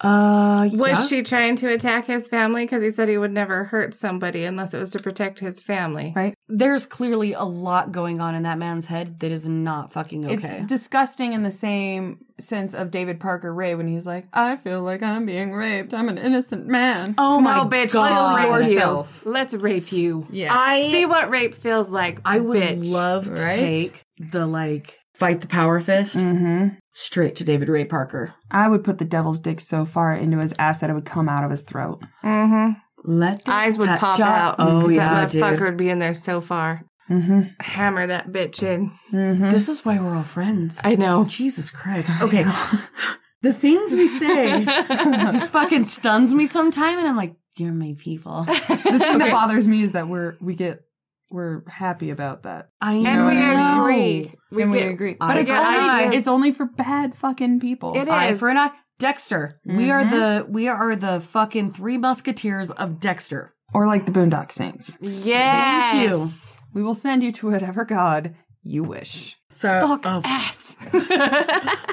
C: uh, yeah.
D: Was she trying to attack his family? Because he said he would never hurt somebody unless it was to protect his family.
E: Right.
C: There's clearly a lot going on in that man's head that is not fucking okay.
E: It's disgusting in the same sense of David Parker Ray when he's like, I feel like I'm being raped. I'm an innocent man.
C: oh my
D: no, bitch,
C: god!
D: let's rape
C: yourself.
D: you. Let's rape you.
E: Yeah.
C: I
D: See what rape feels like.
C: I would
D: bitch.
C: love to
E: right?
C: take the like fight the power fist
D: Mm.
E: hmm
C: straight to David Ray Parker.
E: I would put the devil's dick so far into his ass that it would come out of his throat.
D: Mm-hmm.
C: Let this
D: Eyes would
C: touch
D: pop
C: your-
D: out.
C: Oh
D: that
C: yeah,
D: left
C: dude.
D: fucker would be in there so far.
E: Mm-hmm.
D: Hammer that bitch in.
E: Mm-hmm.
C: This is why we're all friends.
D: I know.
C: Jesus Christ. Okay. the things we say just fucking stuns me sometime and I'm like, you're my people.
E: The thing that
D: Okay.
E: bothers me is that we're we get we're happy about that.
C: I know.
D: And we
E: No.
D: agree. We
E: and
D: get-
E: we agree.
C: I
E: But it's
D: get
E: only,
D: ideas.
E: it's only for bad fucking people.
D: It
C: Eye
D: is. Mm-hmm.
C: for an eye. Dexter. We are
E: Mhm.
C: the we are the fucking three musketeers of Dexter.
E: Or like the Boondock Saints.
D: Yes.
C: Thank you.
E: We will send you to whatever god you wish.
C: So
D: Fuck
C: oh,
D: ass.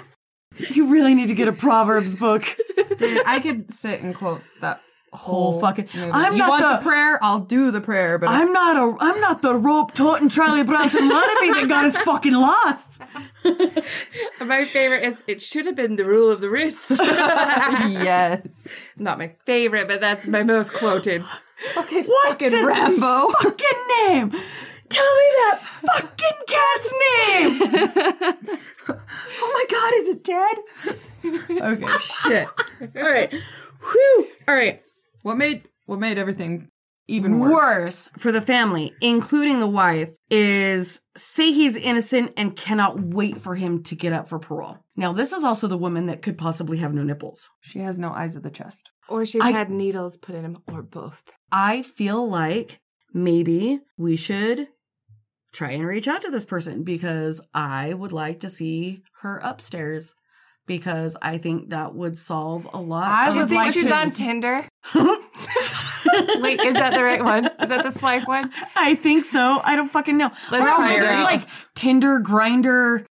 C: you really need to get a Proverbs book.
E: Dude, I could sit and quote that whole,
C: Whole fucking-
E: movie.
C: I'm
E: you
C: not
E: want the,
C: the-
E: prayer? I'll do the prayer, but
C: I'm not a I'm not the rope toting Charlie Bronson wannabe that got us fucking lost.
D: my favorite is it should have been the rule of the wrist.
E: yes.
D: Not my favorite, but that's my most quoted.
E: Okay,
C: What's
E: fucking
C: its
E: Rambo.
C: Fucking name. Tell me that fucking cat's name.
E: Oh my god, is it dead? okay, shit.
C: All right. Whew. All right.
E: What made what made everything even worse?
C: worse for the family, including the wife, is say he's innocent and cannot wait for him to get up for parole. Now, this is also the woman that could possibly have no nipples.
E: She has no eyes at the chest.
D: Or she's
C: I-
D: had needles put in them, or both.
C: I feel like maybe we should try and reach out to this person because I would like to see her upstairs because I think that would solve a lot.
E: I
C: of-
E: would
D: think
E: like
D: she's
E: to-
D: on Tinder? Wait, is that the right one? Is that the swipe one?
C: I think so. I don't fucking know.
D: Let's
C: I don't know.
D: find
C: There's
D: out.
C: like Tinder, Grinder.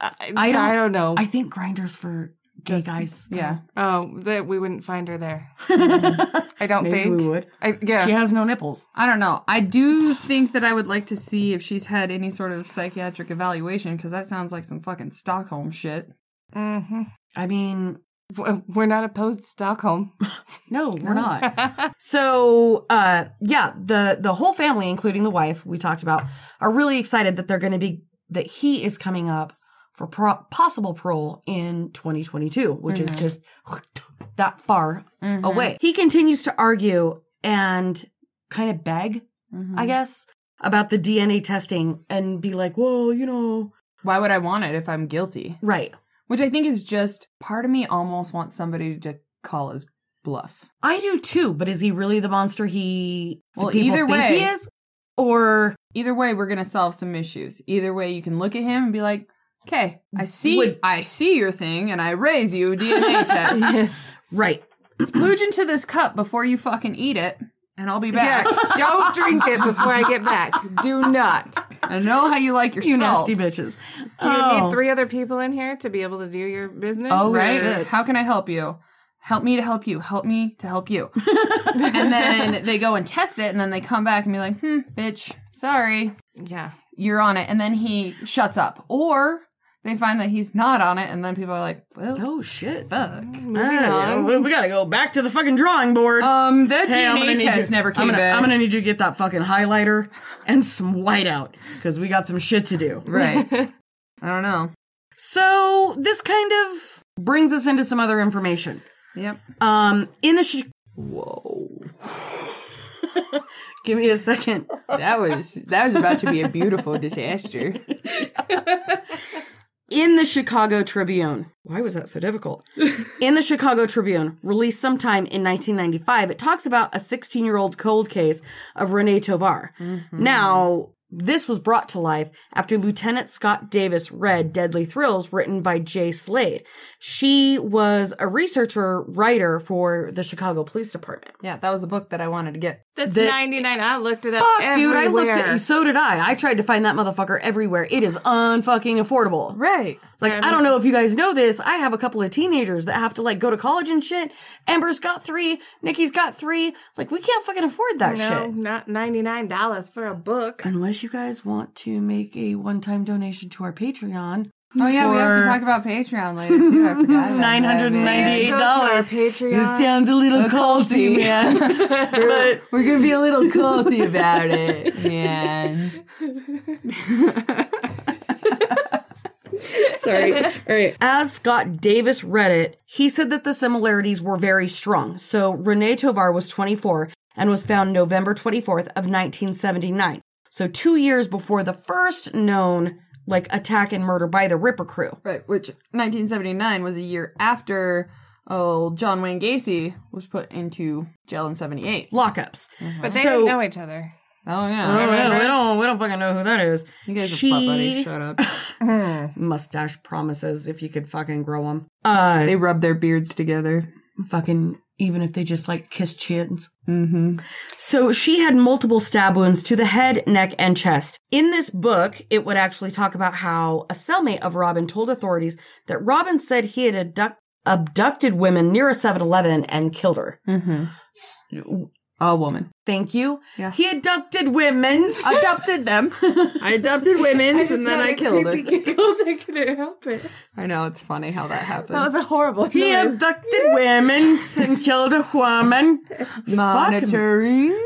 C: I don't-
D: I don't know.
C: I think Grinder's for gay
E: Just-
C: guys.
E: Yeah.
D: oh, that we wouldn't find her there. I don't
C: Maybe
D: think.
C: we would.
D: I, yeah.
C: She has no nipples.
E: I don't know. I do think that I would like to see if she's had any sort of psychiatric evaluation because that sounds like some fucking Stockholm shit.
D: hmm
C: I mean,
D: We're not opposed to Stockholm.
C: no, we're not. So, uh, yeah, the the whole family, including the wife we talked about, are really excited that they're going to be that he is coming up for pro- possible parole in 2022, which
E: Mm-hmm.
C: is just that far away. He continues to argue and kind of beg,
E: Mhm.
C: I guess, about the DNA testing and be like, "Well, you know,
E: Why would I want it if I'm guilty?
C: right."
E: Which I think is just part of me almost wants somebody to call his bluff.
C: I do too, but is he really the monster he the
E: Well,
C: people
E: either
C: think
E: way-
C: he is? Or
E: Either way, we're gonna solve some issues. Either way, you can look at him and be like, "Okay, I see,
C: Would-
E: I see your thing, and I raise you a DNA test.
C: right.
E: Splooge into this cup before you fucking eat it, and I'll be
D: Yeah,
E: back.
D: don't drink it before I get back. Do not.
E: I know how you like your
C: You
E: salt.
C: nasty bitches.
D: Do you
C: Oh.
D: need three other people in here to be able to do your business?
C: Oh,
E: right?
C: Shit.
E: How can I help you? Help me to help you. Help me to help you. and then they go and test it, and then they come back and be like, "Hmm, bitch, sorry,
D: Yeah.
E: you're on it." And then he shuts up, or they find that he's not on it, and then people are like, "Well,
C: Oh shit.
E: fuck." Oh,
C: Ah, we, we gotta go back to the fucking drawing board.
E: Um, that
C: Hey, I'm gonna
E: DNA
C: need
E: test
C: you-
E: never came
C: I'm gonna,
E: back.
C: I'm gonna need you to get that fucking highlighter and some whiteout because we got some shit to do.
E: Right. I don't know.
C: So this kind of brings us into some other information.
E: Yep.
C: Um, in the Chi-
E: Whoa.
C: Give me a second.
E: That was that was about to be a beautiful disaster.
C: In the Chicago Tribune. Why was that so difficult? in the Chicago Tribune, released sometime in 1995, it talks about a 16 year old cold case of Rene Tovar. Now, this was brought to life after Lieutenant Scott Davis read Deadly Thrills, written by Jay Slade. She was a researcher writer for the Chicago Police Department.
E: Yeah, that was the book that I wanted to get.
D: That's
C: The-
D: 99. I looked it up.
C: Fuck, dude, I looked at
D: everywhere.
C: you. So did I. I tried to find that motherfucker everywhere. It is unfucking affordable.
E: Right.
C: Like, I don't know if you guys know this. I have a couple of teenagers that have to like go to college and shit. Amber's got three. Nikki's got three. Like, we can't fucking afford that
D: No,
C: shit.
D: not $99 for a book.
C: Unless you guys want to make a one time donation to our Patreon.
E: Oh yeah, we have to
C: For-
E: talk about Patreon later too. I forgot. about that, man.
C: $998.
D: Go to our
C: This
D: Patreon.
C: sounds a little culty,
E: culty.
C: man. but
E: We're gonna be a little culty about it, man.
C: Sorry. All right. As Scott Davis read it, he said that the similarities were very strong. So Rene Tovar was 24 and was found November 24th of 1979. So 2 years before the first known like attack and murder by the Ripper crew.
E: Right, which 1979 was a year after old John Wayne Gacy was put into jail in 78.
C: Lockups.
E: Mm-hmm.
D: But they
C: So-
D: didn't know each other.
E: Oh
C: Oh,
E: yeah,
C: we don't we don't fucking know who that is.
E: you guys
C: she,
E: are butt buddies. Shut up.
C: mustache promises if you could fucking grow them. Uh
E: They rub their beards together.
C: fucking even if they just like kiss chins.
E: Mm-hmm.
C: So she had multiple stab wounds to the head, neck, and chest. In this book, it would actually talk about how a cellmate of Robin told authorities that Robin said he had abduct- abducted women near a 7-Eleven and killed her.
E: Mm-hmm. A woman
C: Thank you.
E: Yeah.
C: He abducted women.
E: adopted them. I adopted women's and then I killed her.
D: Giggles. I couldn't help it.
E: I know it's funny how that happens.
D: That was a horrible.
C: He
D: noise.
C: abducted women and killed a woman.
E: Monitoring.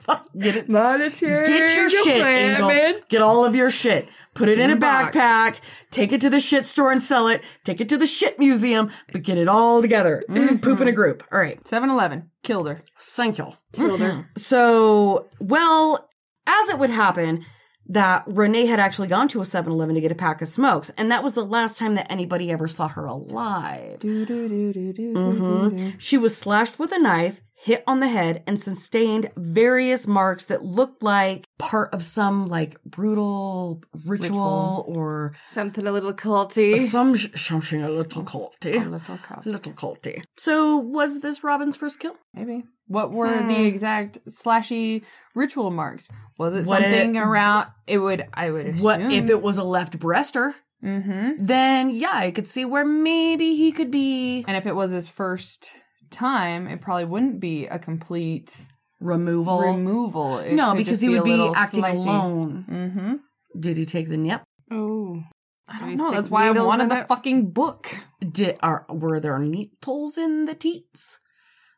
C: Fuck, Get it.
D: Monitor
C: Get your
D: the
C: shit,
D: women.
C: Angel. Get all of your shit. Put it in a
E: box.
C: backpack. Take it to the shit store and sell it. Take it to the shit museum, but get it all together. Poop in
E: Mm-hmm.
C: a group. All right.
E: 7-Eleven killed her.
C: Thank you.
E: Killed her.
C: So, well, as it would happen, that Renee had actually gone to a 7 Eleven to get a pack of smokes, and that was the last time that anybody ever saw her alive.
E: Mm-hmm.
C: Mhm. She was slashed with a knife, hit on the head, and sustained various marks that looked like part of some like brutal ritual, or
D: Something a little culty.
C: some sh- something a little culty.
E: Little cop.
C: Little culty. So, was this Robin's first kill?
E: Maybe. What were
C: Hmm.
E: the exact slashy ritual marks? Was it
C: What
E: something
C: it-
E: around? It would. I would assume.
C: What if it was a left breaster?
E: Mm-hmm.
C: then yeah, I could see where maybe he could be
E: And if it was his first time, it probably wouldn't be a complete
C: removal.
E: removal. It
C: no,
E: could
C: because
E: just
C: he would
E: a
C: be
E: little
C: acting
E: slicey.
C: alone.
E: Mm-hmm.
C: Did he take the nip?
D: Oh,
E: I
D: Did he
E: don't know.
D: stick
E: That's why I
D: needles
E: wanted
D: in
E: the
D: it?
E: fucking book.
C: Did are were there needles in the teats?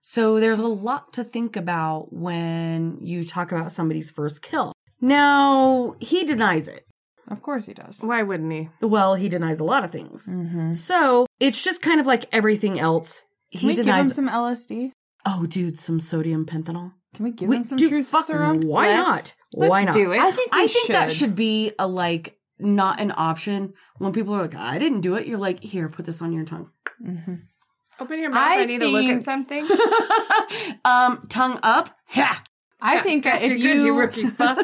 C: So there's a lot to think about when you talk about somebody's first kill. Now he denies it.
E: Of course he does.
D: why wouldn't he?
C: Well, he denies a lot of things.
E: Mm-hmm.
C: So it's just kind of like everything else. He
E: Can we give
C: denies.
E: him some LSD?
C: oh, dude, some sodium pentanol.
E: Can we give
C: We-
E: him some
C: dude,
E: truth
C: fuck,
E: serum?
C: Why
D: Let's-
C: not?
D: Let's
C: why not?
D: do it.
E: I think we
C: I think that
E: should.
C: should be a like not an option when people are like, I didn't do it. You're like, here, put this on your tongue. Mm-hmm.
E: Mhm.
D: Open your mouth.
E: I
D: I, need to look
E: think-
D: at something.
C: um, tongue up. Yeah.
E: I think that if you,
D: fuck.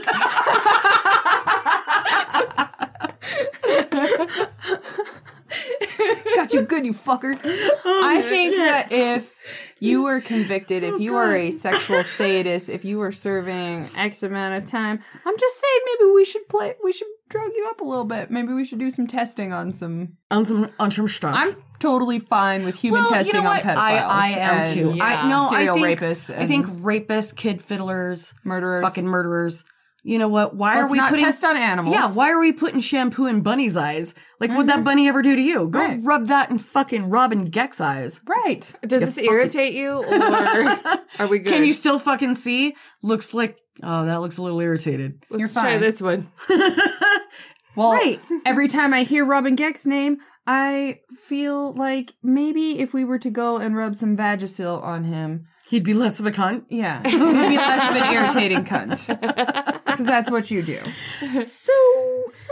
E: got you good, you fucker.
C: Oh,
E: I think that if you were convicted, if you are a sexual sadist, if you were serving X amount of time, I'm just saying maybe we should play. We should drug you up a little bit. Maybe we should do some testing on some.
C: On some on some stuff.
E: I'm totally fine with human
C: Well, you
E: testing
C: know
E: on
C: what?
E: pedophiles.
C: I, I am
E: and
C: too. I no,
E: serial
C: I think,
E: rapists. And
C: I think rapists, kid fiddlers,
E: murderers.
C: fucking murderers. You know what? Why
E: Let's
C: are we
E: not
C: putting
E: test on animals. Mm-hmm.
C: Yeah, why are we putting shampoo in bunny's eyes? Like, what'd that bunny ever do to you? Go
E: Right.
C: rub that in fucking Robin Geck's eyes.
E: Right.
D: Does this irritate you, or are we good?
C: Can you still fucking see? Looks like oh, that looks a little irritated.
D: Let's
E: You're
D: Try
E: fine.
D: this one.
E: Well,
C: Right.
E: every time I hear Robin Geck's name, I feel like maybe if we were to go and rub some Vagisil on him,
C: He'd be less of a cunt.
E: yeah, it would be less of an irritating cunt. Because that's what you do.
C: So,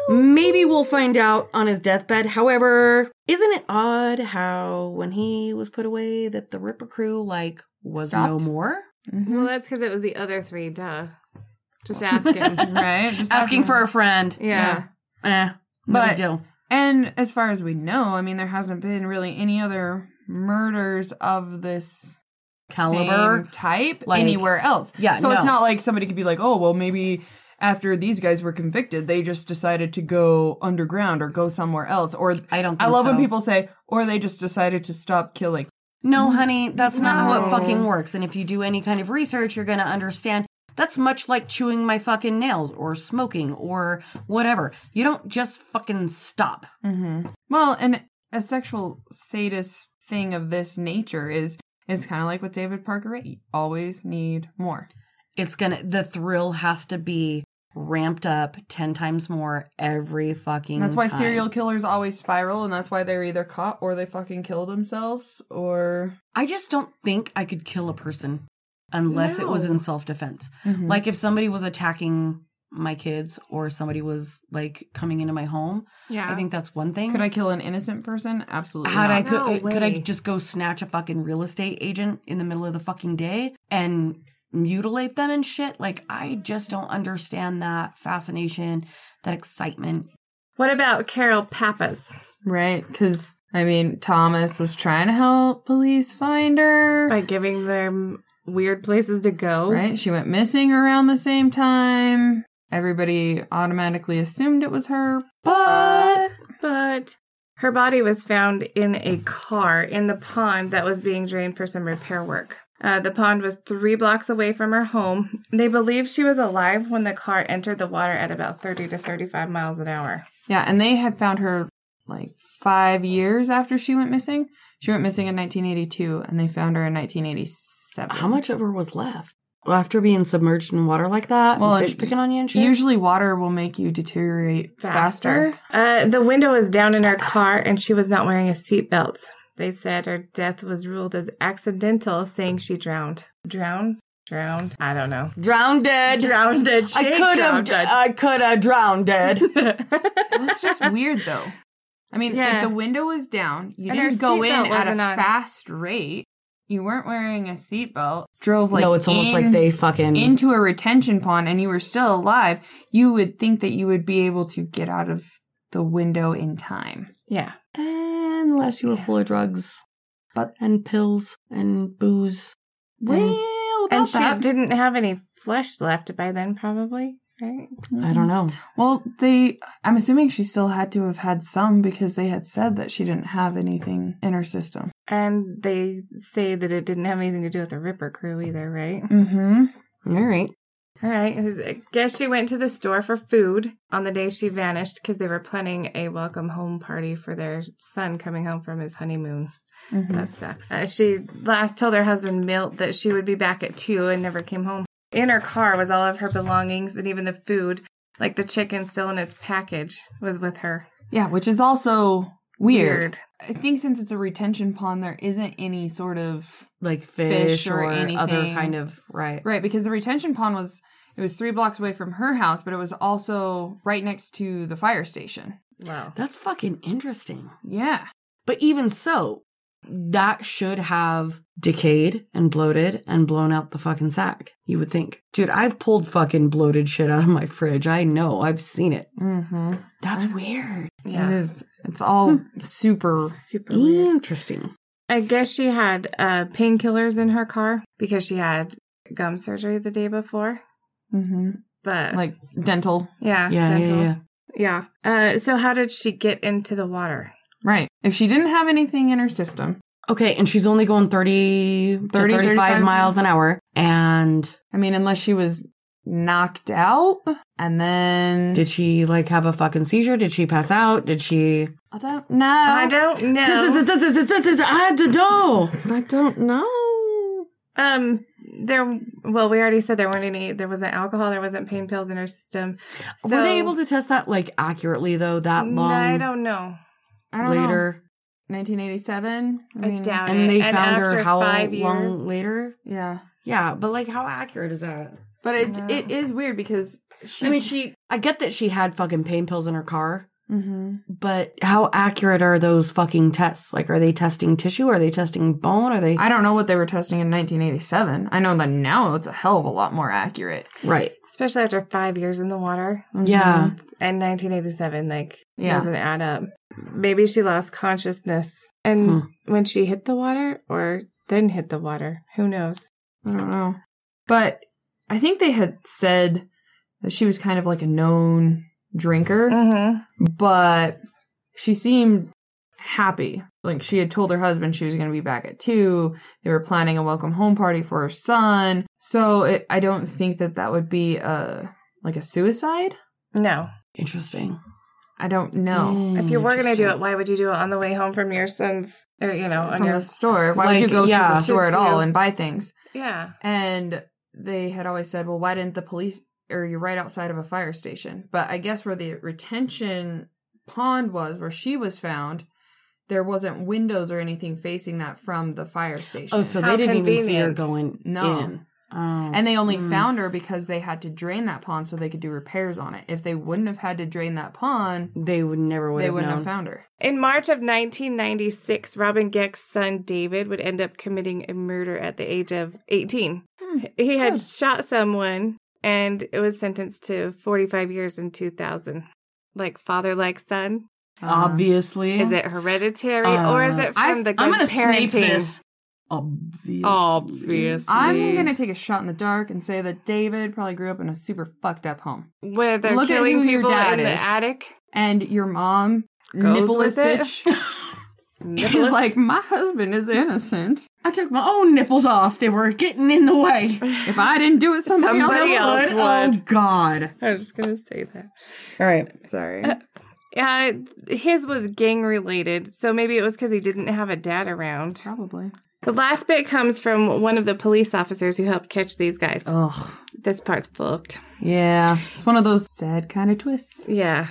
C: maybe we'll find out on his deathbed. However, isn't it odd how when he was put away that the Ripper crew like was
E: Stopped?
C: no more? Mm-hmm.
D: Well, that's because it was the other three. Duh. Just asking.
E: Mm-hmm. Right? Just
C: Asking for a friend.
D: yeah.
C: Eh,
E: But-
C: but deal.
E: And as far as we know, I mean, there hasn't been really any other murders of this
C: Caliber.
E: same type
C: Like-
E: anywhere else.
C: Yeah,
E: So it's
C: no.
E: not like somebody could be like, oh, well, maybe after these guys were convicted, they just decided to go underground or go somewhere else. Or
C: I don't. Think
E: I love
C: so.
E: when people say, or they just decided to stop killing.
C: No, honey, that's not how it
D: No.
C: fucking works. And if you do any kind of research, you're going to understand. That's much like chewing my fucking nails or smoking or whatever. You don't just fucking stop.
E: Mm-hmm. Well, and a sexual sadist thing of this nature is it's kind of like with David Parker Rate. You always need more.
C: It's going to, the thrill has to be ramped up 10 times more every fucking
E: That's why
C: time.
E: serial killers always spiral, and that's why they're either caught or they fucking kill themselves or.
C: I just don't think I could kill a person unless it was
D: No.
C: in self defense.
E: Mm-hmm.
C: Like if somebody was attacking my kids or somebody was like coming into my home,
D: Yeah.
C: I think that's one thing.
E: Could I kill an innocent person? Absolutely.
C: Had I
E: not.
C: could, uh,
D: No
C: could I
D: way.
C: just go snatch a fucking real estate agent in the middle of the fucking day and mutilate them and shit? Like I just don't understand that fascination, that excitement.
D: What about Carol Pappas?
E: Right? Because, I mean, Thomas was trying to help police find her.
D: By giving them weird places to go.
E: Right? She went missing around the same time. Everybody automatically assumed it was her.
D: But but her body was found in a car in the pond that was being drained for some repair work. Uh, the pond was three blocks away from her home. They believe she was alive when the car entered the water at about 30 to 35 miles an hour.
E: Yeah, and they had found her like five years after she went missing. She went missing in 1982, and they found her in 1987.
C: How much of her was left well, after being submerged in water like that?
E: Well,
C: and
E: and
C: fish picking on you and shit.
E: Usually, water will make you deteriorate faster.
D: Uh, the window was down in her car and she was not wearing a seatbelt. They said her death was ruled as accidental, saying she drowned. Drowned? Drowned? I don't know.
C: drowned dead.
D: Drowned. She
C: I could have.
D: drowned dead.
C: I could have drowned dead.
E: That's just weird, though. I mean,
D: Yeah.
E: if the window was down, you
D: And her
E: didn't go in
D: seatbelt
E: at a
D: wasn't on.
E: fast rate. You weren't wearing a seatbelt. Drove like
C: no, it's almost like
E: in-
C: they fucking
E: into a retention pond, and you were still alive. You would think that you would be able to get out of the window in time.
D: yeah.
C: unless you were full of drugs, but and pills and booze.
E: Well,
D: And she didn't have any flesh left by then, probably, right?
C: I don't know.
E: Well, they. I'm assuming she still had to have had some because they had said that she didn't have anything in her system.
D: And they say that it didn't have anything to do with the Ripper crew either, right?
E: Mm-hmm.
C: All right.
D: All right. I guess she went to the store for food on the day she vanished because they were planning a welcome home party for their son coming home from his honeymoon. That sucks. Uh, she last told her husband Milt that she would be back at two and never came home. In her car was all of her belongings and even the food, like the chicken still in its package, was with her.
E: Yeah, which is also weird. I think since it's a retention pond, there isn't any sort of
C: Like
E: Fish
C: fish,
E: or
C: or, other
E: anything.
C: kind of right.
E: right because the retention pond was it was three blocks away from her house, but it was also right next to the fire station.
D: Wow.
C: That's fucking interesting.
E: Yeah.
C: But even so, that should have decayed and bloated and blown out the fucking sack. You would think, dude. I've pulled fucking bloated shit out of my fridge. I know. I've seen it.
E: Mm-hmm.
C: That's weird.
E: It
D: Yeah.
E: is. It's all super.
D: Super weird.
C: Interesting.
D: I guess she had uh, painkillers in her car because she had gum surgery the day before.
E: Mm-hmm.
D: But
E: Like dental.
D: yeah,
C: Yeah, yeah,
D: dental.
C: yeah.
D: Yeah. Uh, so how did she get into the water?
E: Right. If she didn't have anything in her system,
C: Okay, and she's only going 30, 30
E: 30,
C: 35,
E: 35.
C: miles an hour. And
E: I mean, unless she was knocked out and then
C: did she like have a fucking seizure? Did she pass out? Did she?
E: I don't know.
C: Oh.
D: I don't know.
C: I don't know.
E: I don't know.
D: um, there, well, we already said there weren't any, there wasn't alcohol, there wasn't pain pills in her system.
C: Were
D: So-
C: they able to test that like accurately though? That long
D: I don't know.
E: I don't know.
C: later,
E: 1987.
D: I doubt it.
C: and they
D: And
C: found her
D: after
C: how
D: five years-
C: long later?
E: Yeah,
C: Yeah, but like, how accurate is that?
E: but it
D: Yeah.
E: it is weird because she.
C: I mean, she. I get that she had fucking pain pills in her car,
E: Mhm.
C: but how accurate are those fucking tests? Like, are they testing tissue? Are they testing bone? Are they
E: I don't know what they were testing in 1987. I know that now it's a hell of a lot more accurate.
C: right?
D: Especially after five years in the water
C: Yeah,
D: and 1987, like,
E: Yeah.
D: doesn't add up. Maybe she lost consciousness. And
C: Hmm.
D: when she hit the water or then hit the water, who knows?
E: I don't know. But I think they had said that she was kind of like a known drinker,
C: Mm.
D: Mm-hmm.
E: but she seemed happy. Like she had told her husband she was going to be back at two. They were planning a welcome home party for her son. So it, I don't think that that would be a like a suicide.
D: No.
C: interesting. Mm,
E: I don't know.
D: If you were going to do it,
C: Interesting.
D: why would you do it on the way home from your son's, or, you know, on
E: From
D: your,
E: the store, why would
C: Like,
E: you go
C: yeah.
E: to the store at all
D: Jujitsu.
E: and buy things?
D: yeah.
E: And they had always said, well, why didn't the police, or you're right outside of a fire station. But I guess where the retention pond was, where she was found, there wasn't windows or anything facing that from the fire station.
C: oh, so
D: How
C: they didn't even see her
D: convenient.
C: going
E: no.
C: in. Oh.
E: And they only
C: Mm.
E: found her because they had to drain that pond so they could do repairs on it. If they wouldn't have had to drain that pond,
C: they would never would
E: they
C: have
E: wouldn't
C: known.
E: have found her.
D: In March of 1996, Robin Geck's son David would end up committing a murder at the age of 18. He had shot someone and it was sentenced to 45 years in 2000. Like father like son?
C: Obviously,
D: Is it hereditary or is
C: Uh,
D: it from
C: I've-
D: the good
C: I'm gonna
D: parenting?
C: snape this. Obviously.
D: Obviously.
E: I'm going to take a shot in the dark and say that David probably grew up in a super fucked up home.
D: Where they're
E: Look at
D: killing
E: who your
D: people
E: dad
D: in the
E: is.
D: attic?
E: And your mom,
D: Goes
E: nippleless
D: with it.
E: bitch. He's like, my husband is innocent.
C: I took my own nipples off. They were getting in the way.
E: If I didn't do it, somebody,
D: Somebody else
E: else would.
C: But, oh God!
D: I was just going to say that.
C: All right.
E: Sorry.
D: Uh, his was gang related, so maybe it was because he didn't have a dad around.
E: Probably.
D: The last bit comes from one of the police officers who helped catch these guys.
E: Ugh.
D: This part's booked.
E: Yeah. It's one of those sad kind of twists.
D: Yeah.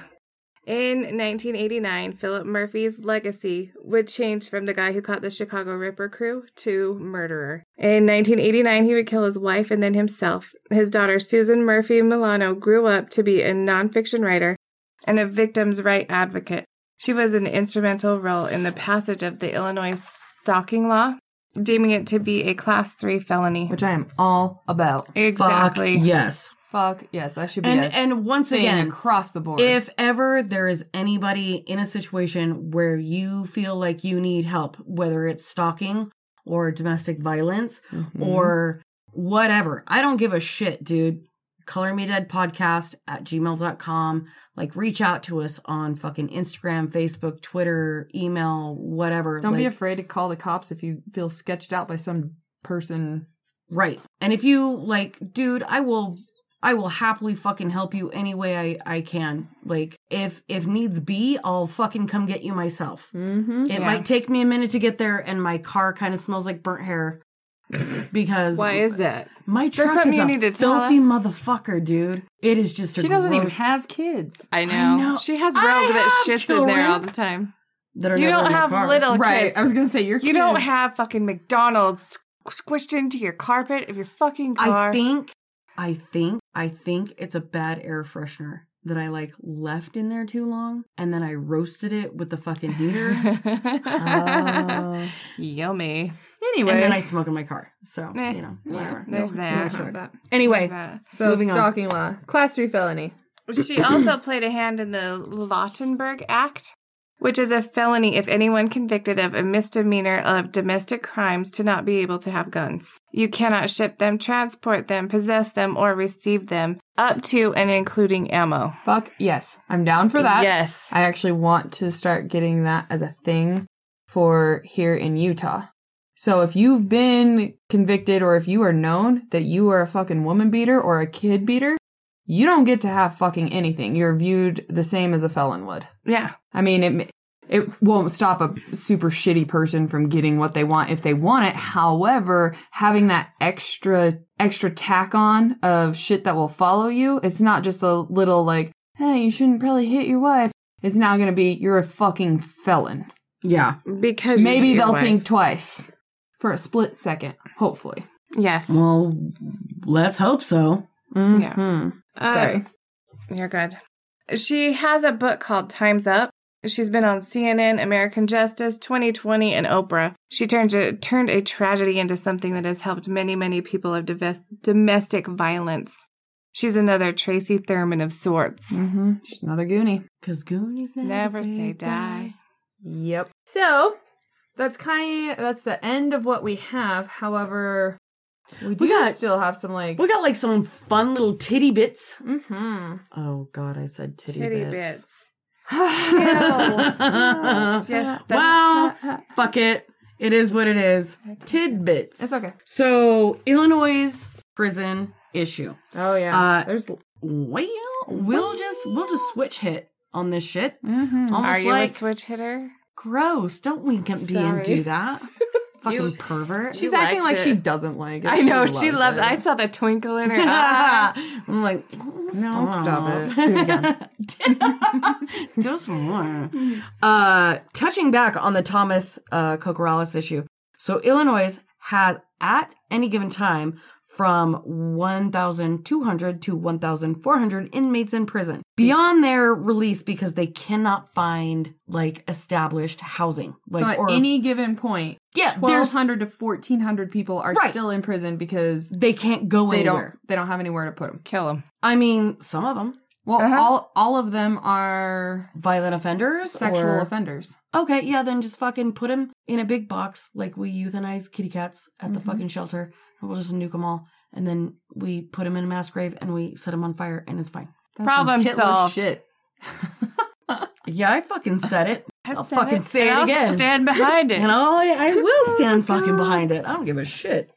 D: In 1989, Philip Murphy's legacy would change from the guy who caught the Chicago Ripper crew to murderer. In 1989, he would kill his wife and then himself. His daughter, Susan Murphy Milano, grew up to be a nonfiction writer and a victim's right advocate. She was an instrumental role in the passage of the Illinois stalking law, deeming it to be a class 3 felony.
E: Which I am all about.
D: Exactly.
C: Fuck yes.
E: Fuck yes, that should be
C: And
E: a
C: and once
E: thing
C: again,
E: across the board.
C: if ever there is anybody in a situation where you feel like you need help, whether it's stalking or domestic violence
E: Mhm.
C: or whatever, I don't give a shit, dude. Color me dead podcast at gmail.com. Like, reach out to us on fucking Instagram, Facebook, Twitter, email, whatever.
E: don't be
C: Like,
E: afraid to call the cops if you feel sketched out by some person.
C: Right. And if you like, dude, I will I will happily fucking help you any way I I can. Like if if needs be, I'll fucking come get you myself.
E: Mm-hmm.
C: It
D: Yeah.
C: might take me a minute to get there and my car kind of smells like burnt hair. Because
D: Why is that?
C: my
D: There's
C: truck
D: something
C: is
D: you
C: a
D: need to tell
C: filthy
D: us.
C: motherfucker, dude. It is just a
E: She doesn't even
C: gross-
E: have kids.
D: I know.
C: know.
D: She has
C: I
D: rogue that
C: have
D: shits in there
C: children.
D: all the time.
C: that are
D: You
C: never
D: don't
C: in my
D: have
C: car.
D: little
E: Right.
D: kids.
E: I was gonna say your
D: You don't
E: kids.
D: have fucking McDonald's squ- squished into your carpet of your fucking car.
C: I think I think I think it's a bad air freshener that I like left in there too long and then I roasted it with the fucking heater.
E: Oh.
D: Yummy.
E: anyway.
C: And then I smoke in my car. So,
D: Eh,
C: you know, whatever.
D: There's
C: Yeah,
D: that.
C: sure.
D: That-
C: Anyway,
D: that.
E: so
C: moving on.
E: stalking law, class three felony.
D: Uh, She also played a hand in the Lautenberg Act, which is a felony if anyone convicted of a misdemeanor of domestic crimes to not be able to have guns. You cannot ship them, transport them, possess them, or receive them, up to and including ammo.
E: Fuck yes, I'm down for that.
D: Yes.
E: I actually want to start getting that as a thing for here in Utah. So if you've been convicted or if you are known that you are a fucking woman beater or a kid beater, you don't get to have fucking anything. You're viewed the same as a felon would.
D: Yeah.
E: I mean, it, It won't stop a super shitty person from getting what they want if they want it. However, having that extra extra tack on of shit that will follow you, it's not just a little like, "Hey, you shouldn't probably hit your wife." It's now going to be you're a fucking felon.
C: Yeah.
D: Because you
E: Maybe
D: hate your
E: they'll
D: wife.
E: think twice for a split second, hopefully.
D: Yes.
C: Well, let's hope so.
D: Yeah.
E: Mhm.
D: Uh,
E: Sorry.
D: You're good. She has a book called Time's Up. She's been on CNN, American Justice, 2020, and Oprah. She turned a, turned a tragedy into something that has helped many, many people of divest, domestic violence. She's another Tracy Thurman of sorts.
C: Mm,
E: Mm-hmm. She's another Goonie.
C: Because Goonies never,
D: Never say die.
E: Yep. So that's kind. Of, that's the end of what we have. However, we do
C: got-
E: still have some like.
C: We got like some fun little titty bits.
E: mm-hmm.
C: Oh God, I said titty,
D: Titty
C: bits.
D: bits. Ew. Yes, that's
C: well, fuck it. It is what it is. Tidbits.
E: It's okay.
C: So Illinois prison issue.
E: Oh yeah.
C: Uh,
E: There's.
C: Well, we'll just we'll just switch hit on this shit.
E: Mm-hmm.
C: Almost
D: Mm, Are you
C: like
D: a switch hitter?
C: gross. Don't wink at me
D: Sorry.
C: and do that. Fucking pervert.
E: She's
D: You
E: acting
D: liked
E: like she
D: it.
E: doesn't like it.
D: I know she loves.
E: it.
D: I saw the twinkle in her eye.
C: I'm like, oh,
E: No,
C: stop,
E: stop it. Do it
C: again. Do some more. Uh, touching back on the Thomas uh, Cocorales issue. So Illinois has at any given time from 1,200 to 1,400 inmates in prison beyond their release because they cannot find like established housing. Like,
E: so at
C: or-
E: any given point,
C: Yeah, there's-
E: twelve hundred to fourteen hundred people are
C: Right.
E: still in prison because
C: they can't go
E: they
C: anywhere.
E: don't they don't have anywhere to put them.
D: Kill him.
C: I mean, some of them
E: Well,
D: Uh-huh.
E: all all of them are
C: violent offenders,
E: sexual
C: or-
E: offenders.
C: Okay, yeah, then just fucking put him in a big box like we euthanize kitty cats at
D: Mm-hmm.
C: the fucking shelter, and we'll just nuke them all. And then we put him in a mass grave and we set him on fire, and it's fine.
E: That's some
D: Problem
E: Hitler
D: solved.
E: Shit.
C: Yeah, I fucking said it. I'll
D: said
C: fucking
D: it, and
C: say it
D: I'll
C: again.
D: Stand behind it. Oh,
C: and I, I will stand fucking behind it. I don't give a shit.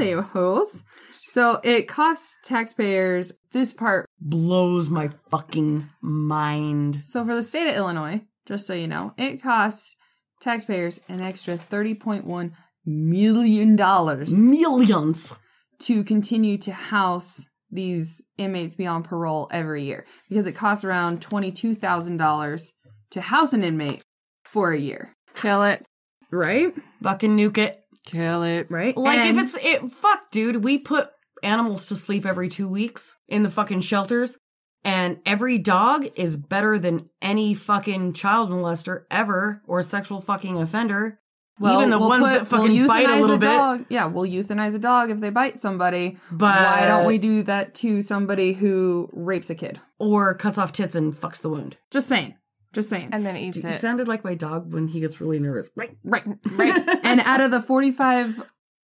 E: Anyways, so it costs taxpayers this part.
C: Blows my fucking mind.
E: So for the state of Illinois, just so you know, it costs taxpayers an extra thirty point one million dollars
C: Millions.
E: to continue to house these inmates beyond parole every year because it costs around twenty two thousand dollars to house an inmate for a year.
D: Kill it.
E: Right,
C: Fucking nuke it.
D: Kill it.
E: right.
C: Like
E: And-
C: if it's it fuck dude, we put animals to sleep every 2 weeks in the fucking shelters and every dog is better than any fucking child molester ever or sexual fucking offender. even the ones that fucking bite a
E: euthanize
C: little bit.
E: dog. Yeah, we'll euthanize a dog if they bite somebody.
C: But
E: Why don't we do that to somebody who rapes a kid?
C: or cuts off tits and fucks the wound.
E: Just saying. Just saying.
D: And then eats
C: Dude,
D: it.
C: you sounded like my dog when he gets really nervous. Right.
E: right. Right. and out of the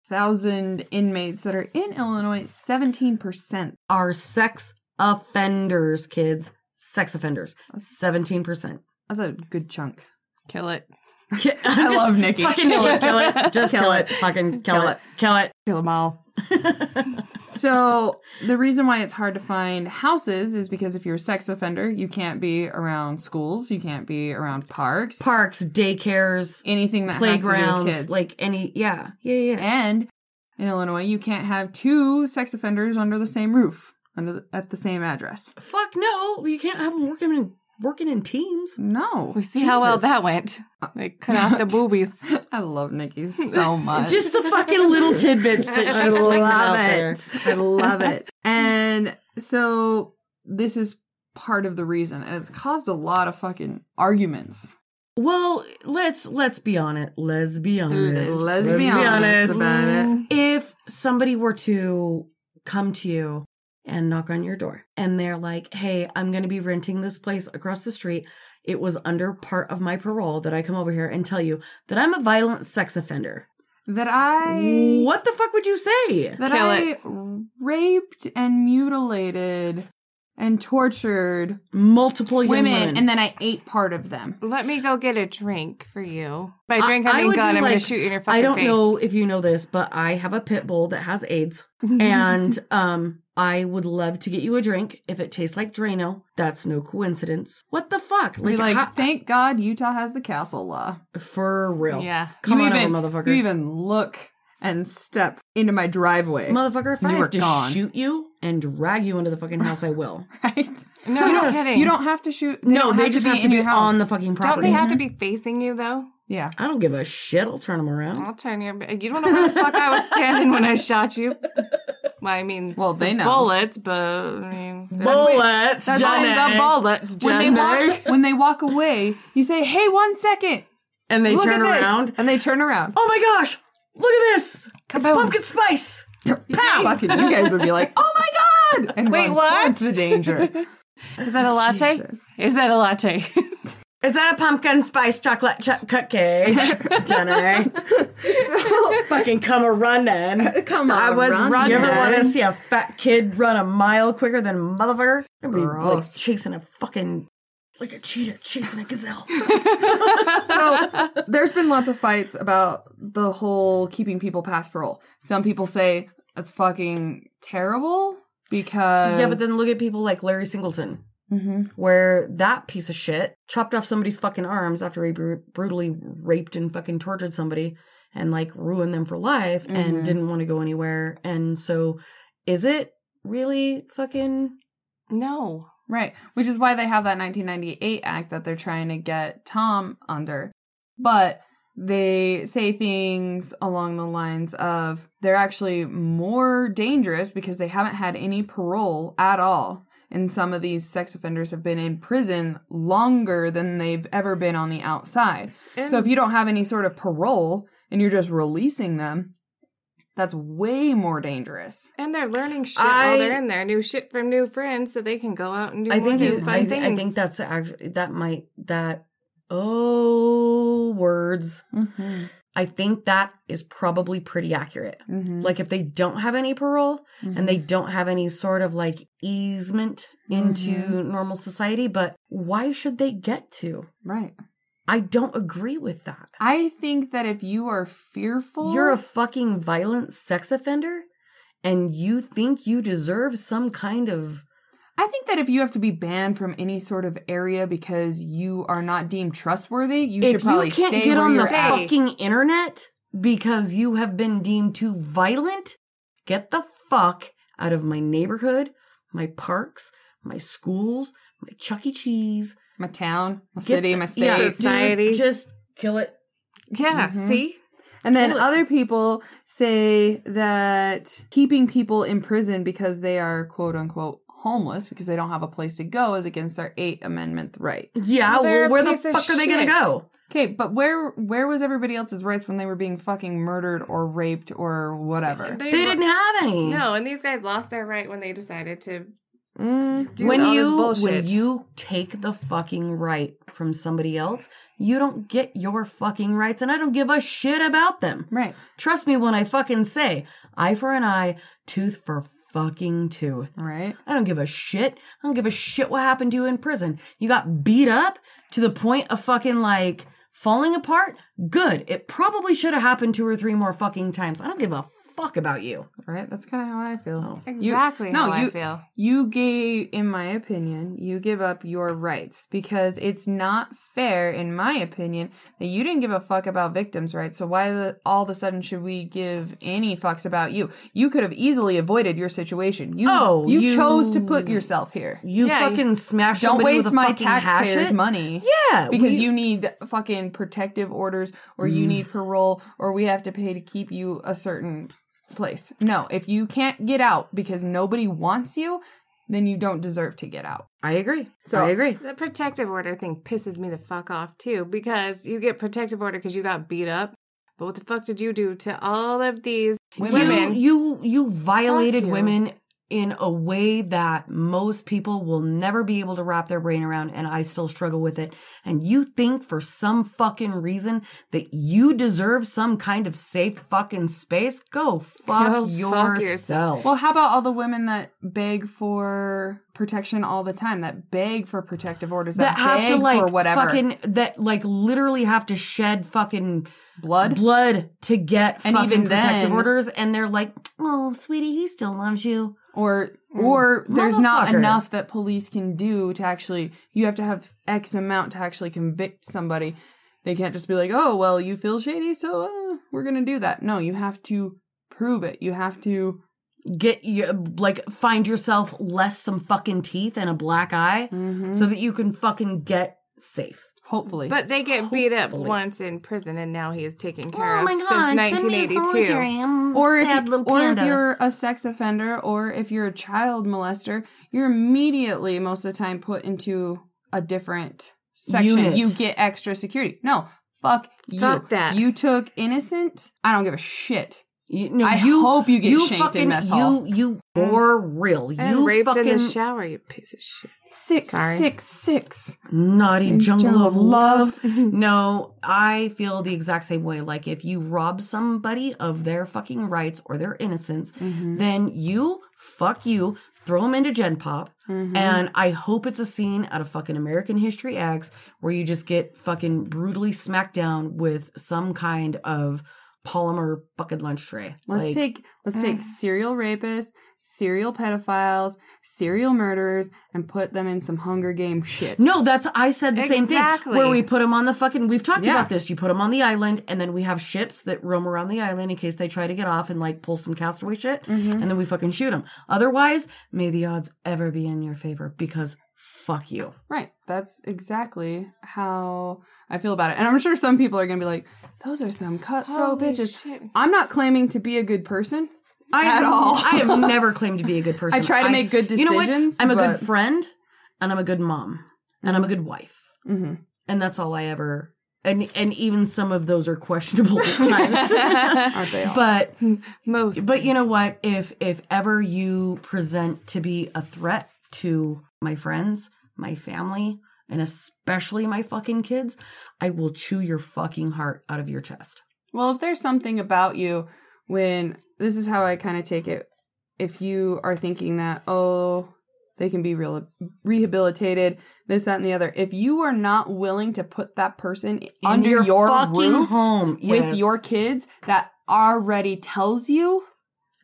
E: 45,000 inmates that are in Illinois, 17%.
C: Are sex offenders, kids. Sex offenders. 17%.
E: That's a good chunk.
D: Kill it.
E: I love Nikki.
C: Fucking
E: Kill
C: kill
E: it.
C: it. Kill it. Just
E: Kill
C: kill
E: it.
C: it. Fucking kill
E: Kill
C: it. Kill it.
D: Kill them all.
E: So the reason why it's hard to find houses is because if you're a sex offender, you can't be around schools, you can't be around parks,
C: Parks, daycares,
E: anything that has to do with
C: playgrounds,
E: kids.
C: like any, yeah, yeah, yeah.
E: and in Illinois, you can't have two sex offenders under the same roof under the, at the same address.
C: Fuck no, you can't have them working in working in teams.
E: No,
D: We see how well
C: Jesus. Uh,
D: that went. They cut off the boobies.
E: I love Nikki so much.
C: Just the fucking little tidbits that
E: I
C: she slings out
E: love
C: there.
E: it. I love it. And so this is part of the reason, and it's caused a lot of fucking arguments.
C: Well, let's let's be on it. Let's be honest.
E: Mm, Let's be honest about it.
C: Mm. If somebody were to come to you and knock on your door and they're like, "Hey, I'm going to be renting this place across the street. It was under part of my parole that I come over here and tell you that I'm a violent sex offender."
E: That I
C: What the fuck would you say?
E: that
D: Kill
E: I
D: it.
E: raped and mutilated and tortured
C: Multiple young
E: women,
C: women,
E: and then I ate part of them.
D: Let me go get a drink for you. By
C: I-
D: drink, I,
C: I
D: mean
C: would
D: gun.
C: be
D: I'm going
C: like,
D: to shoot you in your fucking
C: I don't
D: face.
C: know if you know this, but I have a pit bull that has AIDS, and um, I would love to get you a drink. If it tastes like Drano, that's no coincidence. What the fuck?
E: Be like,
C: how-
E: thank God Utah has the castle law.
C: for real.
E: Yeah.
C: Come
E: you
C: on
E: even,
C: over, motherfucker.
E: You even look and step into my driveway.
C: Motherfucker, if I
E: You are
C: have to
E: gone.
C: shoot you and drag you into the fucking house, I will.
E: right?
D: No,
E: you
D: no
E: don't,
D: kidding.
E: You don't have to shoot. They
C: no,
E: don't
C: they just have to
E: in
C: be
E: your house.
C: on the fucking
D: Don't
C: property.
D: they have to be facing you though?
E: Yeah.
C: I don't give a shit. I'll turn them around.
D: I'll turn your. You don't know where the fuck I was standing when I shot you. Well, I mean,
E: Well, they know.
D: bullets, but I mean,
C: Bullets,
E: that's
C: Johnny.
E: why-
C: The bullets,
E: When they,
C: Johnny.
E: walk, when they walk away, you say, "Hey, one second,
C: and they
E: look
C: turn
E: at this,"
C: around.
E: and they turn around.
C: Oh my gosh! Look at this. It's
E: Kaboom.
C: pumpkin spice. Pow!
E: Fucking, you guys would be like, "Oh my god!" And
D: Wait,
E: run
D: what?
E: towards the danger.
D: is that a latte?
E: Jesus.
D: Is that a latte?
C: Is that a pumpkin spice chocolate ch- cupcake, Jenny? Fucking come a running.
E: Uh, Come on,
C: I was
E: run,
C: running. You ever
E: man.
C: want to see a fat kid run a mile quicker than a motherfucker? I'd be like
E: Gross.
C: chasing a fucking like a cheetah chasing a gazelle.
E: so there's been lots of fights about the whole keeping people past parole. Some people say that's fucking terrible because
C: yeah, but then look at people like Larry Singleton,
E: Mhm.
C: where that piece of shit chopped off somebody's fucking arms after he br- brutally raped and fucking tortured somebody and like ruined them for life
E: Mhm.
C: and didn't want to go anywhere. And so, is it really fucking?
D: no.
E: Right. Which is why they have that 1998 act that they're trying to get Tom under. But they say things along the lines of they're actually more dangerous because they haven't had any parole at all. And some of these sex offenders have been in prison longer than they've ever been on the outside. So if you don't have any sort of parole and you're just releasing them, that's way more dangerous.
D: And they're learning shit
C: I-
D: while they're in there. New shit from new friends, so they can go out and do
C: I
D: more
C: think
D: new
C: you,
D: fun
C: I,
D: things.
C: I think that's actually that might that oh words.
E: Mm-hmm.
C: I think that is probably pretty accurate.
E: Mm-hmm.
C: Like if they don't have any parole, and they don't have any sort of like easement into
E: Mhm.
C: normal society, but why should they get to?
E: right.
C: I don't agree with that.
E: I think that if you are fearful,
C: You're a fucking violent sex offender and you think you deserve some kind of
E: I think that if you have to be banned from any sort of area because you are not deemed trustworthy, you should
C: if
E: probably
C: you can't
E: stay
C: get
E: where
C: on the
E: you're at.
C: fucking internet because you have been deemed too violent, get the fuck out of my neighborhood, my parks, my schools, my Chuck E. Cheese,
E: my town, my
C: Get
E: city,
C: the-
E: my state.
C: yeah, dude,
D: Society.
C: just kill it.
D: yeah.
E: Mhm.
D: See,
E: And then
C: Well, it-
E: other people say that keeping people in prison because they are quote unquote homeless because they don't have a place to go is against their Eighth Amendment right.
C: Yeah,
D: Well, they're
C: well,
D: a
C: where the
D: piece of
C: fuck are they gonna
D: shit.
C: go?
E: Okay, but where where was everybody else's rights when they were being fucking murdered or raped or whatever?
C: They didn't have any.
D: No, and these guys lost their right when they decided to
E: Mm.
D: do
C: when
D: all
C: you
D: this bullshit.
C: when you take the fucking right from somebody else, you don't get your fucking rights, and I don't give a shit about them.
E: Right.
C: Trust me when I fucking say eye for an eye, tooth for fucking tooth.
E: Right.
C: I don't give a shit. I don't give a shit what happened to you in prison. You got beat up to the point of fucking like falling apart. Good. It probably should have happened two or three more fucking times. I don't give a fuck about you.
E: Right? That's kind of how I feel.
D: Oh.
E: You-
D: exactly
E: no,
D: how
E: you,
D: I feel.
E: You gave, in my opinion, you give up your rights because it's not fair, in my opinion, that you didn't give a fuck about victims' rights. So why the, all of a sudden should we give any fucks about you? You could have easily avoided your situation. You,
C: Oh,
E: you,
C: you-
E: chose to put yourself here.
C: You
D: Yeah,
C: fucking smash
E: Don't
C: somebody
E: waste
C: with a
E: my
C: fucking
E: taxpayers'
C: hatchet.
E: money.
C: Yeah,
E: Because
C: Uh, we- Mm.
E: you need fucking protective orders, or you need parole, or we have to pay to keep you a certain place. No, if you can't get out because nobody wants you, then you don't deserve to get out.
C: I agree.
E: So-
C: I agree.
D: The protective order thing pisses me the fuck off too because you get protective order because you got beat up. But what the fuck did you do to all of these
E: Women.
D: women?
C: You you, you violated
D: Fuck you.
C: women in a way that most people will never be able to wrap their brain around and I still struggle with it. And you think for some fucking reason that you deserve some kind of safe fucking space? Go fuck
D: Go fuck yourself.
C: yourself.
E: Well, how about all the women that beg for protection all the time, that beg for protective orders, that,
C: that have
E: beg
C: to like
E: for whatever
C: fucking that like literally have to shed fucking
E: blood?
C: blood to get
E: And
C: fucking
E: even
C: protective
E: then-
C: orders and they're like oh sweetie he still loves you
E: or or there's not
C: Motherfucker.
E: enough that police can do to actually you have to have x amount to actually convict somebody they can't just be like oh well you feel shady so uh, we're gonna do that no you have to prove it you have to
C: Get you like find yourself less some fucking teeth and a black eye so that you can fucking get safe.
E: hopefully
D: But they get beat up once in prison, and now he is taken care
C: Oh
D: of
C: my
D: since
C: god! Send me
D: 1982.
C: to solitary. I'm
E: or if,
C: sad
E: you-
C: little
E: or if
C: panda.
E: you're a sex offender or if you're a child molester, you're immediately most of the time put into a different section.
C: Unit.
E: You get extra security. No, fuck you.
D: Fuck that.
E: You took innocent. I don't give a shit.
C: You, no,
E: I hope you get shanked in mess hall.
C: You, you for real.
D: And
C: you
D: raped
C: fucking
D: in the shower, you piece of shit.
E: Six, six,
D: Sorry.
E: six.
C: naughty jungle,
E: jungle of
C: of love. no, I feel the exact same way. Like if you rob somebody of their fucking rights or their innocence,
E: Mm-hmm.
C: then you fuck you. Throw them into Gen Pop,
E: Mm-hmm.
C: and I hope it's a scene out of fucking American History X where you just get fucking brutally smacked down with some kind of polymer bucket lunch tray.
E: Let's
C: Like, mm.
E: take let's take serial rapists, serial pedophiles, serial murderers, and put them in some Hunger Game shit.
C: No, that's I said the same
D: Exactly.
C: thing. Where we put them on the fucking. We've talked
E: Yeah.
C: about this. You put them on the island, and then we have ships that roam around the island in case they try to get off and like pull some castaway shit,
E: Mm-hmm.
C: and then we fucking shoot them. Otherwise, may the odds ever be in your favor because fuck you.
E: Right. That's exactly how I feel about it. And I'm sure some people are going to be like, those are some cutthroat
D: Holy
E: bitches.
D: shit.
E: I'm not claiming to be a good person.
C: I,
E: At all.
C: I have never claimed to be a good person.
E: I try to make good
C: You know what?
E: decisions,
C: I'm a
E: but-
C: good friend, and I'm a good mom, and I'm a good wife,
E: Mm-hmm.
C: and that's all I ever. And and even some of those are questionable at times.
E: Aren't they all?
C: but
D: Most.
C: But you know what? If if ever you present to be a threat to my friends, my family, and especially my fucking kids, I will chew your fucking heart out of your chest.
E: Well, if there's something about you when this is how I kind of take it. If you are thinking that, oh, they can be real rehabilitated, this, that, and the other. If you are not willing to put that person under your,
C: fucking
E: roof
C: home yes.
E: with your kids, that already tells you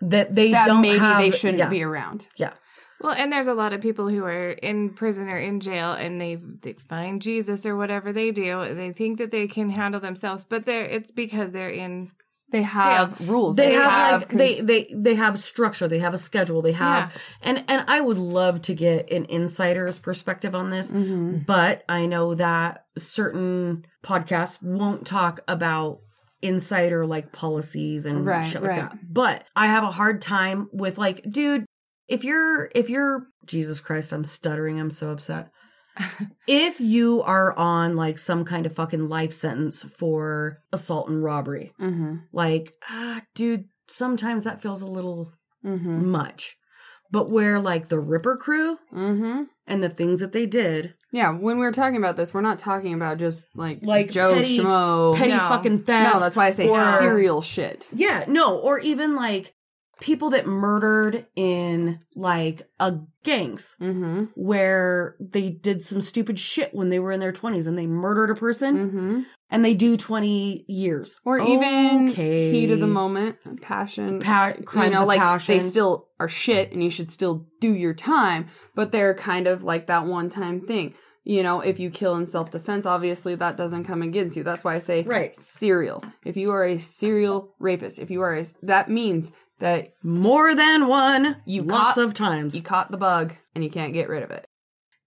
C: that they
E: that
C: don't
E: maybe
C: have-
E: they shouldn't
C: yeah,
E: be around.
C: Yeah.
D: Well, and there's a lot of people who are in prison or in jail, and they they find Jesus or whatever they do. and They think that they can handle themselves, but they're it's because they're in.
E: They have rules.
C: They, have, like
E: cons-
C: they they they have structure. They have a schedule. They have and and I would love to get an insider's perspective on this.
E: Mhm.
C: but I know that certain podcasts won't talk about insider like policies and
E: Right,
C: shit like
E: right.
C: that. But I have a hard time with like, dude, if you're if you're Jesus Christ, I'm stuttering, I'm so upset. if you are on like some kind of fucking life sentence for assault and robbery,
E: Mhm.
C: like, ah, dude, sometimes that feels a little
E: Mhm.
C: much. But where like the Ripper crew
E: Mhm.
C: and the things that they did
E: Yeah, when we were talking about this, we're not talking about just like
C: Like
E: Joe
C: petty-
E: Schmo.
C: petty
E: Oh, no.
D: no.
C: fucking theft.
E: No, that's why I say
C: or-
E: serial shit.
C: Yeah, no, or even like people that murdered in like a gangs
E: Mhm.
C: where they did some stupid shit when they were in their 20s and they murdered a person
E: Mhm.
C: and they do 20 years
E: Or even
C: Okay.
E: heat of the moment, passion,
C: Pa- crimes
E: you know,
C: of
E: like
C: passion.
E: they still are shit, and you should still do your time. But they're kind of like that one time thing. You know, if you kill in self defense, obviously that doesn't come against you. That's why I say
C: Right.
E: serial. If you are a serial rapist, if you are a, that means that
C: more than one
E: You
C: lots
E: caught-
C: of times.
E: you caught the bug and you can't get rid of it.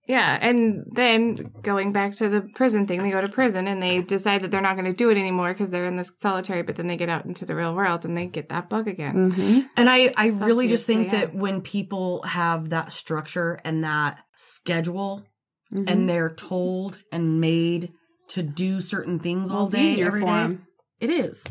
D: Yeah, and then going back to the prison thing, they go to prison and they decide that they're not going to do it anymore because they're in this solitary. But then they get out into the real world and they get that bug again.
E: Mm-hmm.
C: And I, I really
D: you,
C: just think
D: stay
C: that
D: out.
C: when people have that structure and that schedule
E: Mm-hmm.
C: and they're told and made to do certain things all
E: it's
C: day,
E: easier
C: every
E: for
C: day,
E: 'em.
C: it is.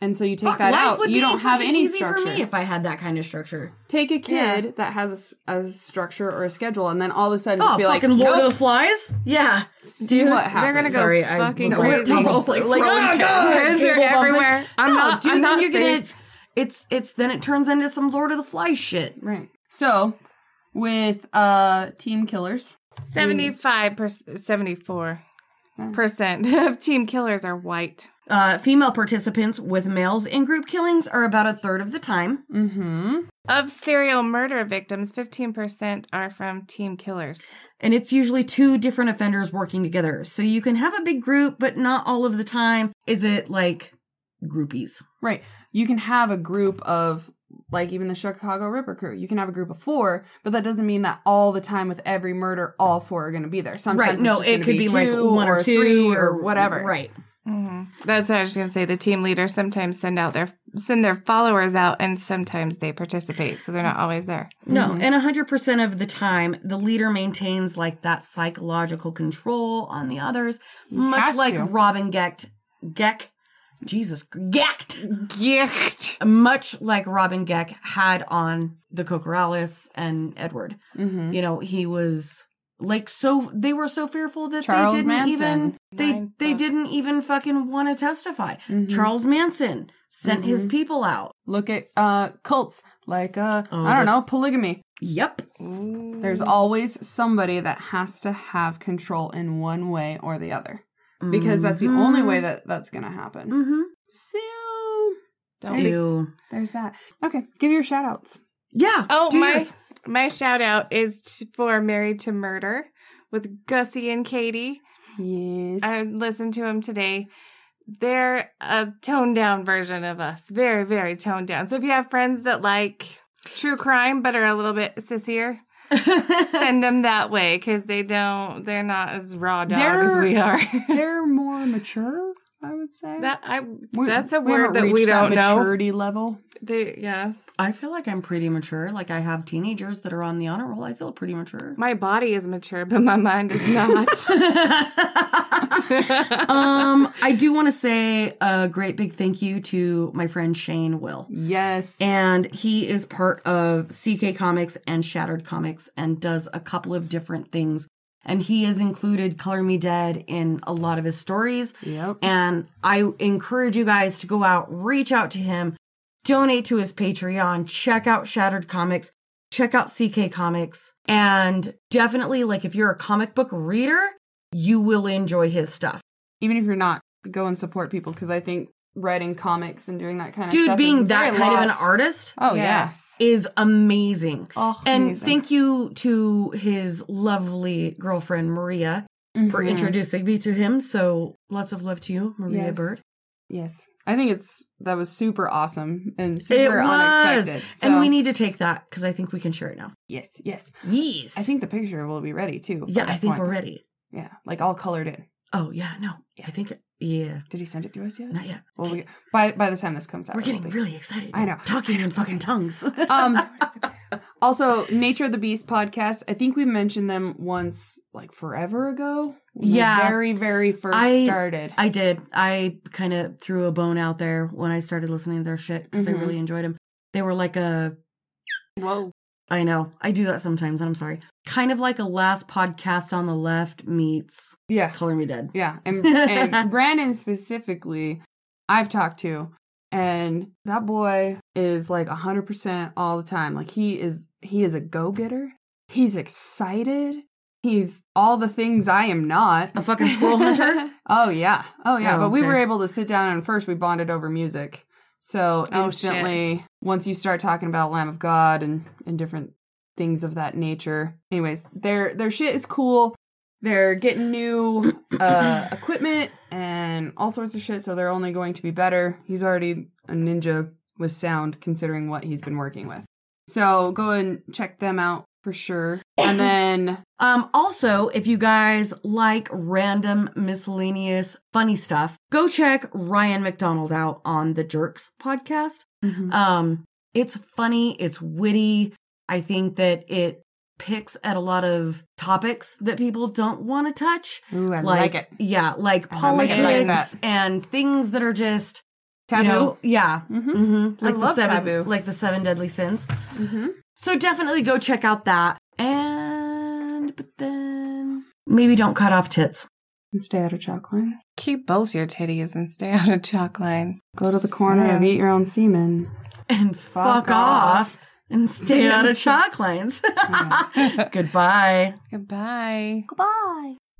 E: And so you take
C: Fuck,
E: that
C: life
E: out.
C: would
E: You
C: be
E: don't have
C: fucking
E: any
C: easy
E: structure.
C: for me if I had that kind of structure.
E: take a kid that has a s- a, structure or a schedule, and then all of a sudden
C: Oh,
E: just be like,
C: fucking Lord
E: "Go
C: of the Flies? Yeah.
E: see what happens.
D: They're gonna go
C: Sorry, I
D: fucking
C: was like-
D: crazy.
C: We're both, like,
E: oh,
C: throwing
D: Hands are
C: table bumping.
D: everywhere. I'm
C: no,
D: not.
C: dude,
D: I'm
C: then
D: not
C: you're
D: safe.
C: gonna. It's it's then it turns into some Lord of the Flies shit.
E: Right. So with uh teen killers,
D: 75 per- 74 percent of team killers are white
C: Uh, female participants with males in group killings are about a third of the time.
E: mm-hmm.
D: Of serial murder victims, 15% are from team killers.
C: And it's usually two different offenders working together. So you can have a big group, but not all of the time is it like groupies.
E: Right. You can have a group of like even the Chicago Ripper crew. You can have a group of four, but that doesn't mean that all the time with every murder, all four are going to be there. Sometimes
C: right.
E: it's
C: No,
E: just
C: it
E: gonna
C: could be, like
E: two
C: one or, two
E: three or whatever. Mm-hmm.
C: Right.
D: Mm-hmm. That's what I was going to say. The team leaders sometimes send out their send their followers out, and sometimes they participate, so they're not always there.
C: No, and a 100% of the time, the leader maintains like that psychological control on the others, much
E: has
C: like
E: to.
C: Robin Gecht, Geck, Jesus, Gecht,
D: Gicht.
C: much like Robin Geck had on the Cocorales and Edward.
E: Mm-hmm.
C: You know, he was like so they were so fearful that
E: Charles
C: they didn't even
E: Manson.
C: they
D: Mind
C: they
D: fuck.
C: didn't even fucking want to testify.
E: Mm-hmm.
C: Charles Manson sent his people out.
E: Look at uh cults like uh
C: Oh,
E: I don't
C: the-
E: know, polygamy.
C: Yep.
E: There's
C: Mm.
E: always somebody that has to have control in one way or the other because that's the only way that that's going to happen.
C: Mm-hmm.
E: So
D: Don't
E: There's-
D: be
C: Ew.
E: there's that. Okay, give your shout outs.
C: Yeah.
D: Oh,
C: do
D: my
C: yours.
D: my shout out is t- for Married to Murder with Gussie and Katie.
E: Yes.
D: I listened to them today. They're a toned down version of us. Very, very toned down. So if you have friends that like true crime but are a little bit sissier, send them that way because they don't, they're not as raw dog as
E: They're-
D: we are.
E: They're more mature, I would say.
D: that I,
E: We-
D: That's a
E: we
D: word
E: haven't
D: that we
E: reached
D: don't know.
E: maturity level.
D: They, yeah.
C: I feel like I'm pretty mature. Like I have teenagers that are on the honor roll. I feel pretty mature.
D: My body is mature, but my mind is not.
C: um, I do want to say a great big thank you to my friend Shane Will.
E: Yes.
C: And he is part of CK Comics and Shattered Comics and does a couple of different things. And he has included Color Me Dead in a lot of his stories.
E: yep.
C: And I encourage you guys to go out, reach out to him, donate to his Patreon, check out Shattered Comics, check out CK Comics, and definitely, like, if you're a comic book reader, you will enjoy his stuff.
E: Even if you're not, go and support people because I think writing comics and doing that kind of
C: Dude,
E: stuff is
C: being that
E: very
C: kind of an
E: lost.
C: artist
E: Oh yes.
D: Yes.
C: is amazing.
E: Oh,
C: And
E: amazing.
C: thank you to his lovely girlfriend, Maria, for
E: Mhm.
C: introducing me to him. So lots of love to you, Maria
E: Yes.
C: Bird.
E: Yes. I think it's that was super awesome and super
C: was.
E: unexpected.
C: And
E: So-
C: we need to take that because I think we can share it now.
E: yes, yes.
C: Yes.
E: I think the picture will be ready too. by
C: Yeah, I
E: that
C: think
E: point.
C: we're ready.
E: Yeah, like all colored in.
C: Oh yeah, no, I think yeah,
E: Did he send it to us yet?
C: not yet.
E: Well, we, by by the time this comes out,
C: We're
E: it'll be.
C: getting really excited.
E: I know.
C: talking in fucking tongues.
E: um also nature of the beast podcast i think we mentioned them once like forever ago when they
C: Yeah.
E: very very first
C: I-
E: started
C: I did. I kind of threw a bone out there when I started listening to their shit because
E: Mhm.
C: I really enjoyed them. They were like a.
D: Whoa.
C: I know. I do that sometimes, and I'm sorry. Kind of like a last podcast on the left meets
E: yeah
C: Color Me Dead.
E: yeah and, and brandon specifically i've talked to and that boy is like 100% all the time like he is he is a go-getter he's excited he's all the things i am not
C: A fucking squirrel hunter.
E: Oh yeah, oh yeah.
C: Oh,
E: but we
C: okay.
E: were able to sit down and first we bonded over music.
D: Oh,
E: So
D: shit.
E: instantly, once you start talking about Lamb of God and and different things of that nature. Anyways, their their shit is cool. They're getting new uh, equipment and all sorts of shit, so they're only going to be better. He's already a ninja with sound, considering what he's been working with. So go and check them out for sure. And then
C: Um, also, if you guys like random, miscellaneous, funny stuff, go check Ryan McDonald out on the Jerks podcast.
E: Mm-hmm.
C: Um, it's funny, it's witty. I think that it picks at a lot of topics that people don't want to touch.
E: ooh, I like, it.
C: Yeah, like
E: I like
C: politics
E: it like
C: and things that are just
E: Taboo.
C: you know, yeah.
E: Mhm.
C: Mm-hmm.
E: I
C: Like
E: love
C: the seven,
E: taboo. Mm-hmm.
C: Like the seven deadly sins. So definitely go check out that. And but then maybe don't cut off tits.
E: And stay out of chalk lines.
D: Keep both your titties and stay out of chalk line.
E: Go to the corner and eat your own semen.
C: And fuck,
E: Fuck
C: off.
E: off.
C: and stay out of chalk lines.
E: Mm.
C: Goodbye.
D: Goodbye.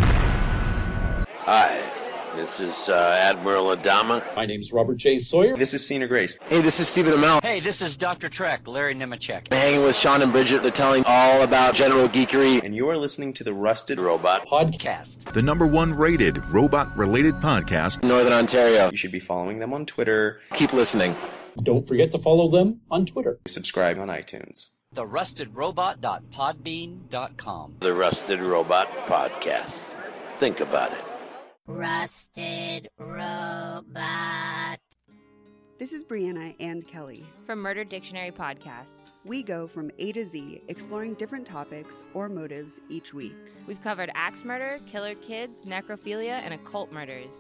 B: I This is uh, Admiral Adama.
F: My name's Robert J. Sawyer.
G: This is Cena Grace.
H: Hey, this is Stephen Amell.
I: Hey, this is Dr. Trek, Larry Nemechek.
H: I'm hanging with Sean and Bridget. They're telling all about general geekery.
G: And you are listening to the Rusted
B: Robot
I: Podcast.
J: The number one rated robot related podcast.
H: Northern Ontario.
G: You should be following them on Twitter.
H: Keep listening.
F: Don't forget to follow them on Twitter.
G: Subscribe on iTunes.
I: The Rusted TheRustedRobot.podbean.com.
B: The Rusted Robot Podcast. Think about it.
K: Rusted Robot.
L: This is Brianna and Kelly
M: from Murder Dictionary Podcast.
L: We go from A to Z, exploring different topics or motives each week.
M: We've covered axe murder, killer kids, necrophilia, and occult murders.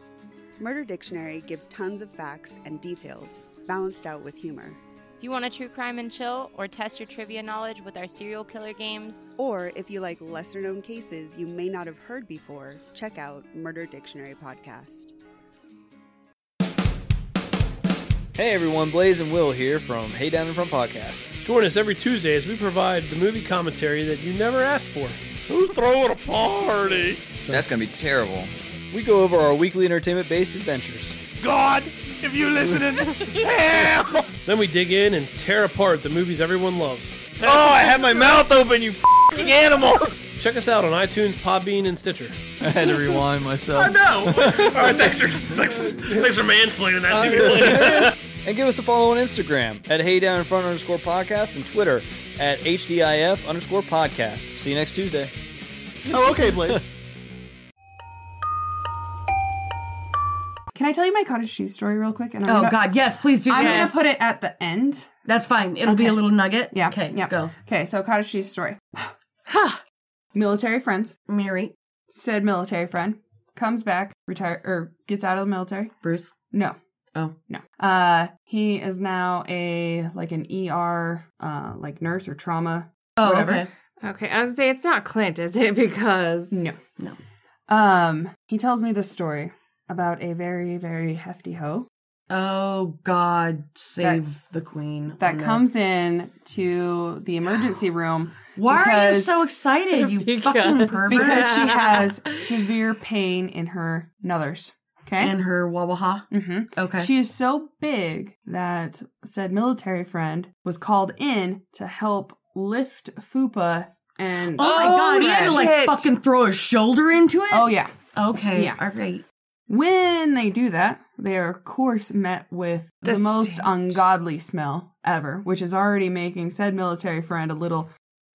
L: Murder Dictionary gives tons of facts and details, balanced out with humor.
M: If you want a true crime and chill, or test your trivia knowledge with our serial killer games,
L: or if you like lesser known cases you may not have heard before, check out Murder Dictionary Podcast.
N: Hey everyone, Blaze and Will here from Hey Down and From Podcast.
O: Join us every Tuesday as we provide the movie commentary that you never asked for.
P: Who's throwing a party?
Q: That's gonna be terrible.
N: We go over our weekly entertainment based adventures.
P: God, if you listening, hell!
O: Then we dig in and tear apart the movies everyone loves.
P: Oh, I had my mouth open, you f***ing animal!
O: Check us out on iTunes, Podbean, and Stitcher.
N: I had to rewind myself.
P: I know! All right, thanks for, thanks, thanks for mansplaining that to me, please.
N: and give us a follow on Instagram at Hey Down in Front underscore podcast and Twitter at HDIF underscore podcast. See you next Tuesday.
P: Oh, okay, Blaze.
E: Can I tell you my cottage cheese story real quick? And
C: oh God, yes, please do.
E: I'm gonna
C: yes.
E: put it at the end.
C: That's fine. It'll be
E: Okay.
C: a little nugget.
E: Yeah.
C: Okay.
E: Yeah.
C: Go.
E: Okay. So cottage cheese story. military friends.
C: Mary,
E: Said military friend comes back, retire or gets out of the military.
C: Bruce.
E: No.
C: Oh.
E: No. Uh, he is now a like an ER, uh, like nurse or trauma.
C: Oh,
E: whatever.
C: okay.
D: Okay, I was gonna say it's not Clint, is it? Because
E: No.
C: No.
E: Um, he tells me this story about a very very hefty hoe
C: Oh God, save the queen. on
E: that
C: this.
E: comes in to the emergency room.
C: Why are you
E: because-
C: so excited? You fucking pervert.
E: because she has severe pain in her nuthers. Okay.
C: and her wawaha.
E: hmm
C: Okay.
E: She is so big that said military friend was called in to help lift Fupa and.
C: oh my God, she had to like
D: shit.
C: fucking throw her shoulder into it.
E: Oh, yeah.
C: Okay.
E: Yeah.
C: All right.
E: When they do that, they are, of course, met with the,
D: The
E: most
D: stench.
E: ungodly smell ever, which is already making said military friend a little.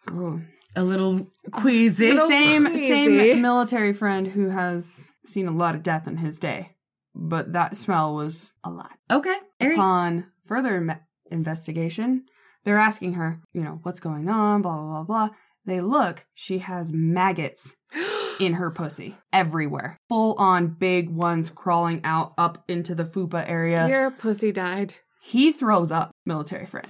E: Ugh.
C: A little queasy.
E: The same
D: crazy.
E: same military friend who has seen a lot of death in his day, but that smell was a lot.
C: Okay. All right.
E: Upon further im- investigation, they're asking her, you know, what's going on, blah blah blah blah. They look, she has maggots in her pussy everywhere, full on big ones crawling out up into the fupa area.
D: your pussy died.
E: He throws up, military friend.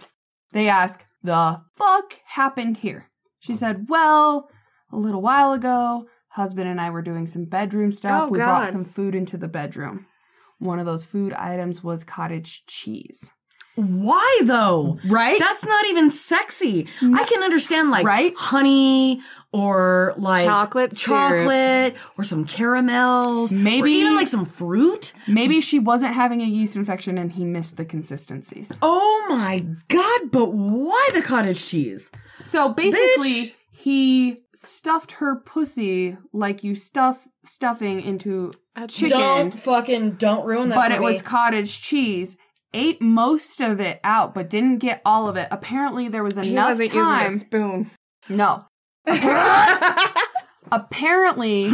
E: They ask, the fuck happened here?
D: Oh.
E: She said, well, a little while ago, husband and I were doing some bedroom stuff.
D: Oh,
E: we brought
D: God.
E: some food into the bedroom. One of those food items was cottage cheese.
C: Why though?
E: Right? Mm.
C: That's not even sexy. I can understand like
E: Right?
C: honey or like
D: Chocolate syrup.
C: chocolate or some caramels, or
E: Maybe-
C: even like some fruit.
E: Maybe she wasn't having a yeast infection and he missed the consistencies.
C: Oh my god! But why the cottage cheese?
E: So basically,
C: Bitch.
E: he stuffed her pussy like you stuff stuffing into
D: A
E: chicken.
C: fucking don't ruin
E: but
C: for
E: it
C: me.
E: was cottage cheese. Ate most of it out, but didn't get all of it. Apparently, there was
D: He
E: enough
D: wasn't using a
E: time.
D: spoon.
E: No. Apparently,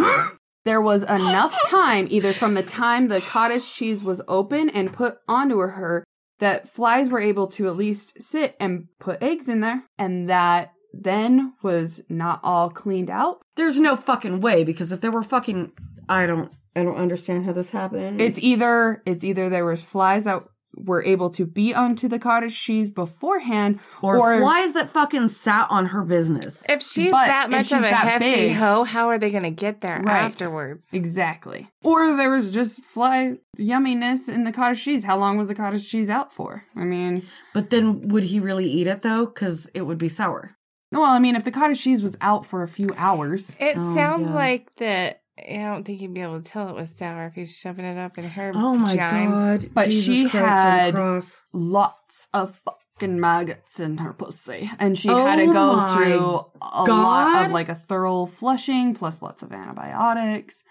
E: there was enough time, either from the time the cottage cheese was open and put onto her, that flies were able to at least sit and put eggs in there, and that then was not all cleaned out.
C: There's no fucking way because if there were fucking, I don't, I don't understand how this happened.
E: It's either it's either there was flies that were able to be onto the cottage cheese beforehand,
C: or, flies that fucking sat on her business.
D: If she's
E: But
D: that
E: if
D: much
E: she's
D: of a
E: that
D: hefty
E: big-
D: hoe, how are they gonna get there
E: Right.
D: afterwards?
E: Exactly. Or there was just fly yumminess in the cottage cheese. How long was the cottage cheese out for? I mean,
C: But then would he really eat it though? Because it would be sour.
E: well, I mean, if the cottage cheese was out for a few hours,
D: It
C: Oh,
D: sounds
C: yeah.
D: like the I don't think he'd be able to tell it was sour if he's shoving it up in her
C: Oh my
D: vagina.
C: God.
E: But
C: Jesus
E: she
C: Christ on the
E: had
C: cross.
E: lots of fucking maggots in her pussy, and she
C: Oh
E: had to go
C: my
E: through a lot
C: God.
E: of like a thorough flushing, plus lots of antibiotics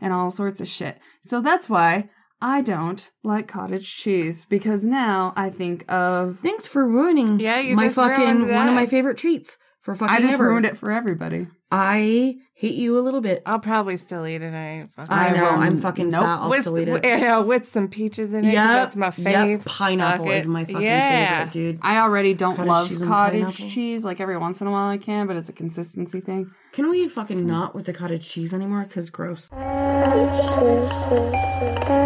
E: and all sorts of shit. So that's why I don't like cottage cheese because now I think of
C: thanks for ruining
E: yeah
C: my fucking one of my favorite treats for fucking
E: I just
C: ever.
E: ruined it for everybody.
C: I hate you a little bit.
D: I'll probably still eat it. I fucking
C: I know.
E: will-
C: I'm fucking
E: nope.
C: fat. I'll
D: with,
C: still eat it.
D: you know, with some peaches in it. 'cause
C: Yep,
D: That's my favorite.
C: yep. Pineapple is my fucking favorite, dude.
E: I already don't
C: Cottage
E: love
C: cheese and
E: cottage
C: pineapple.
E: cheese. Like every once in a while, I can, but it's a consistency thing.
C: Can we fucking not with the cottage cheese anymore? Cause gross.
K: Favorite.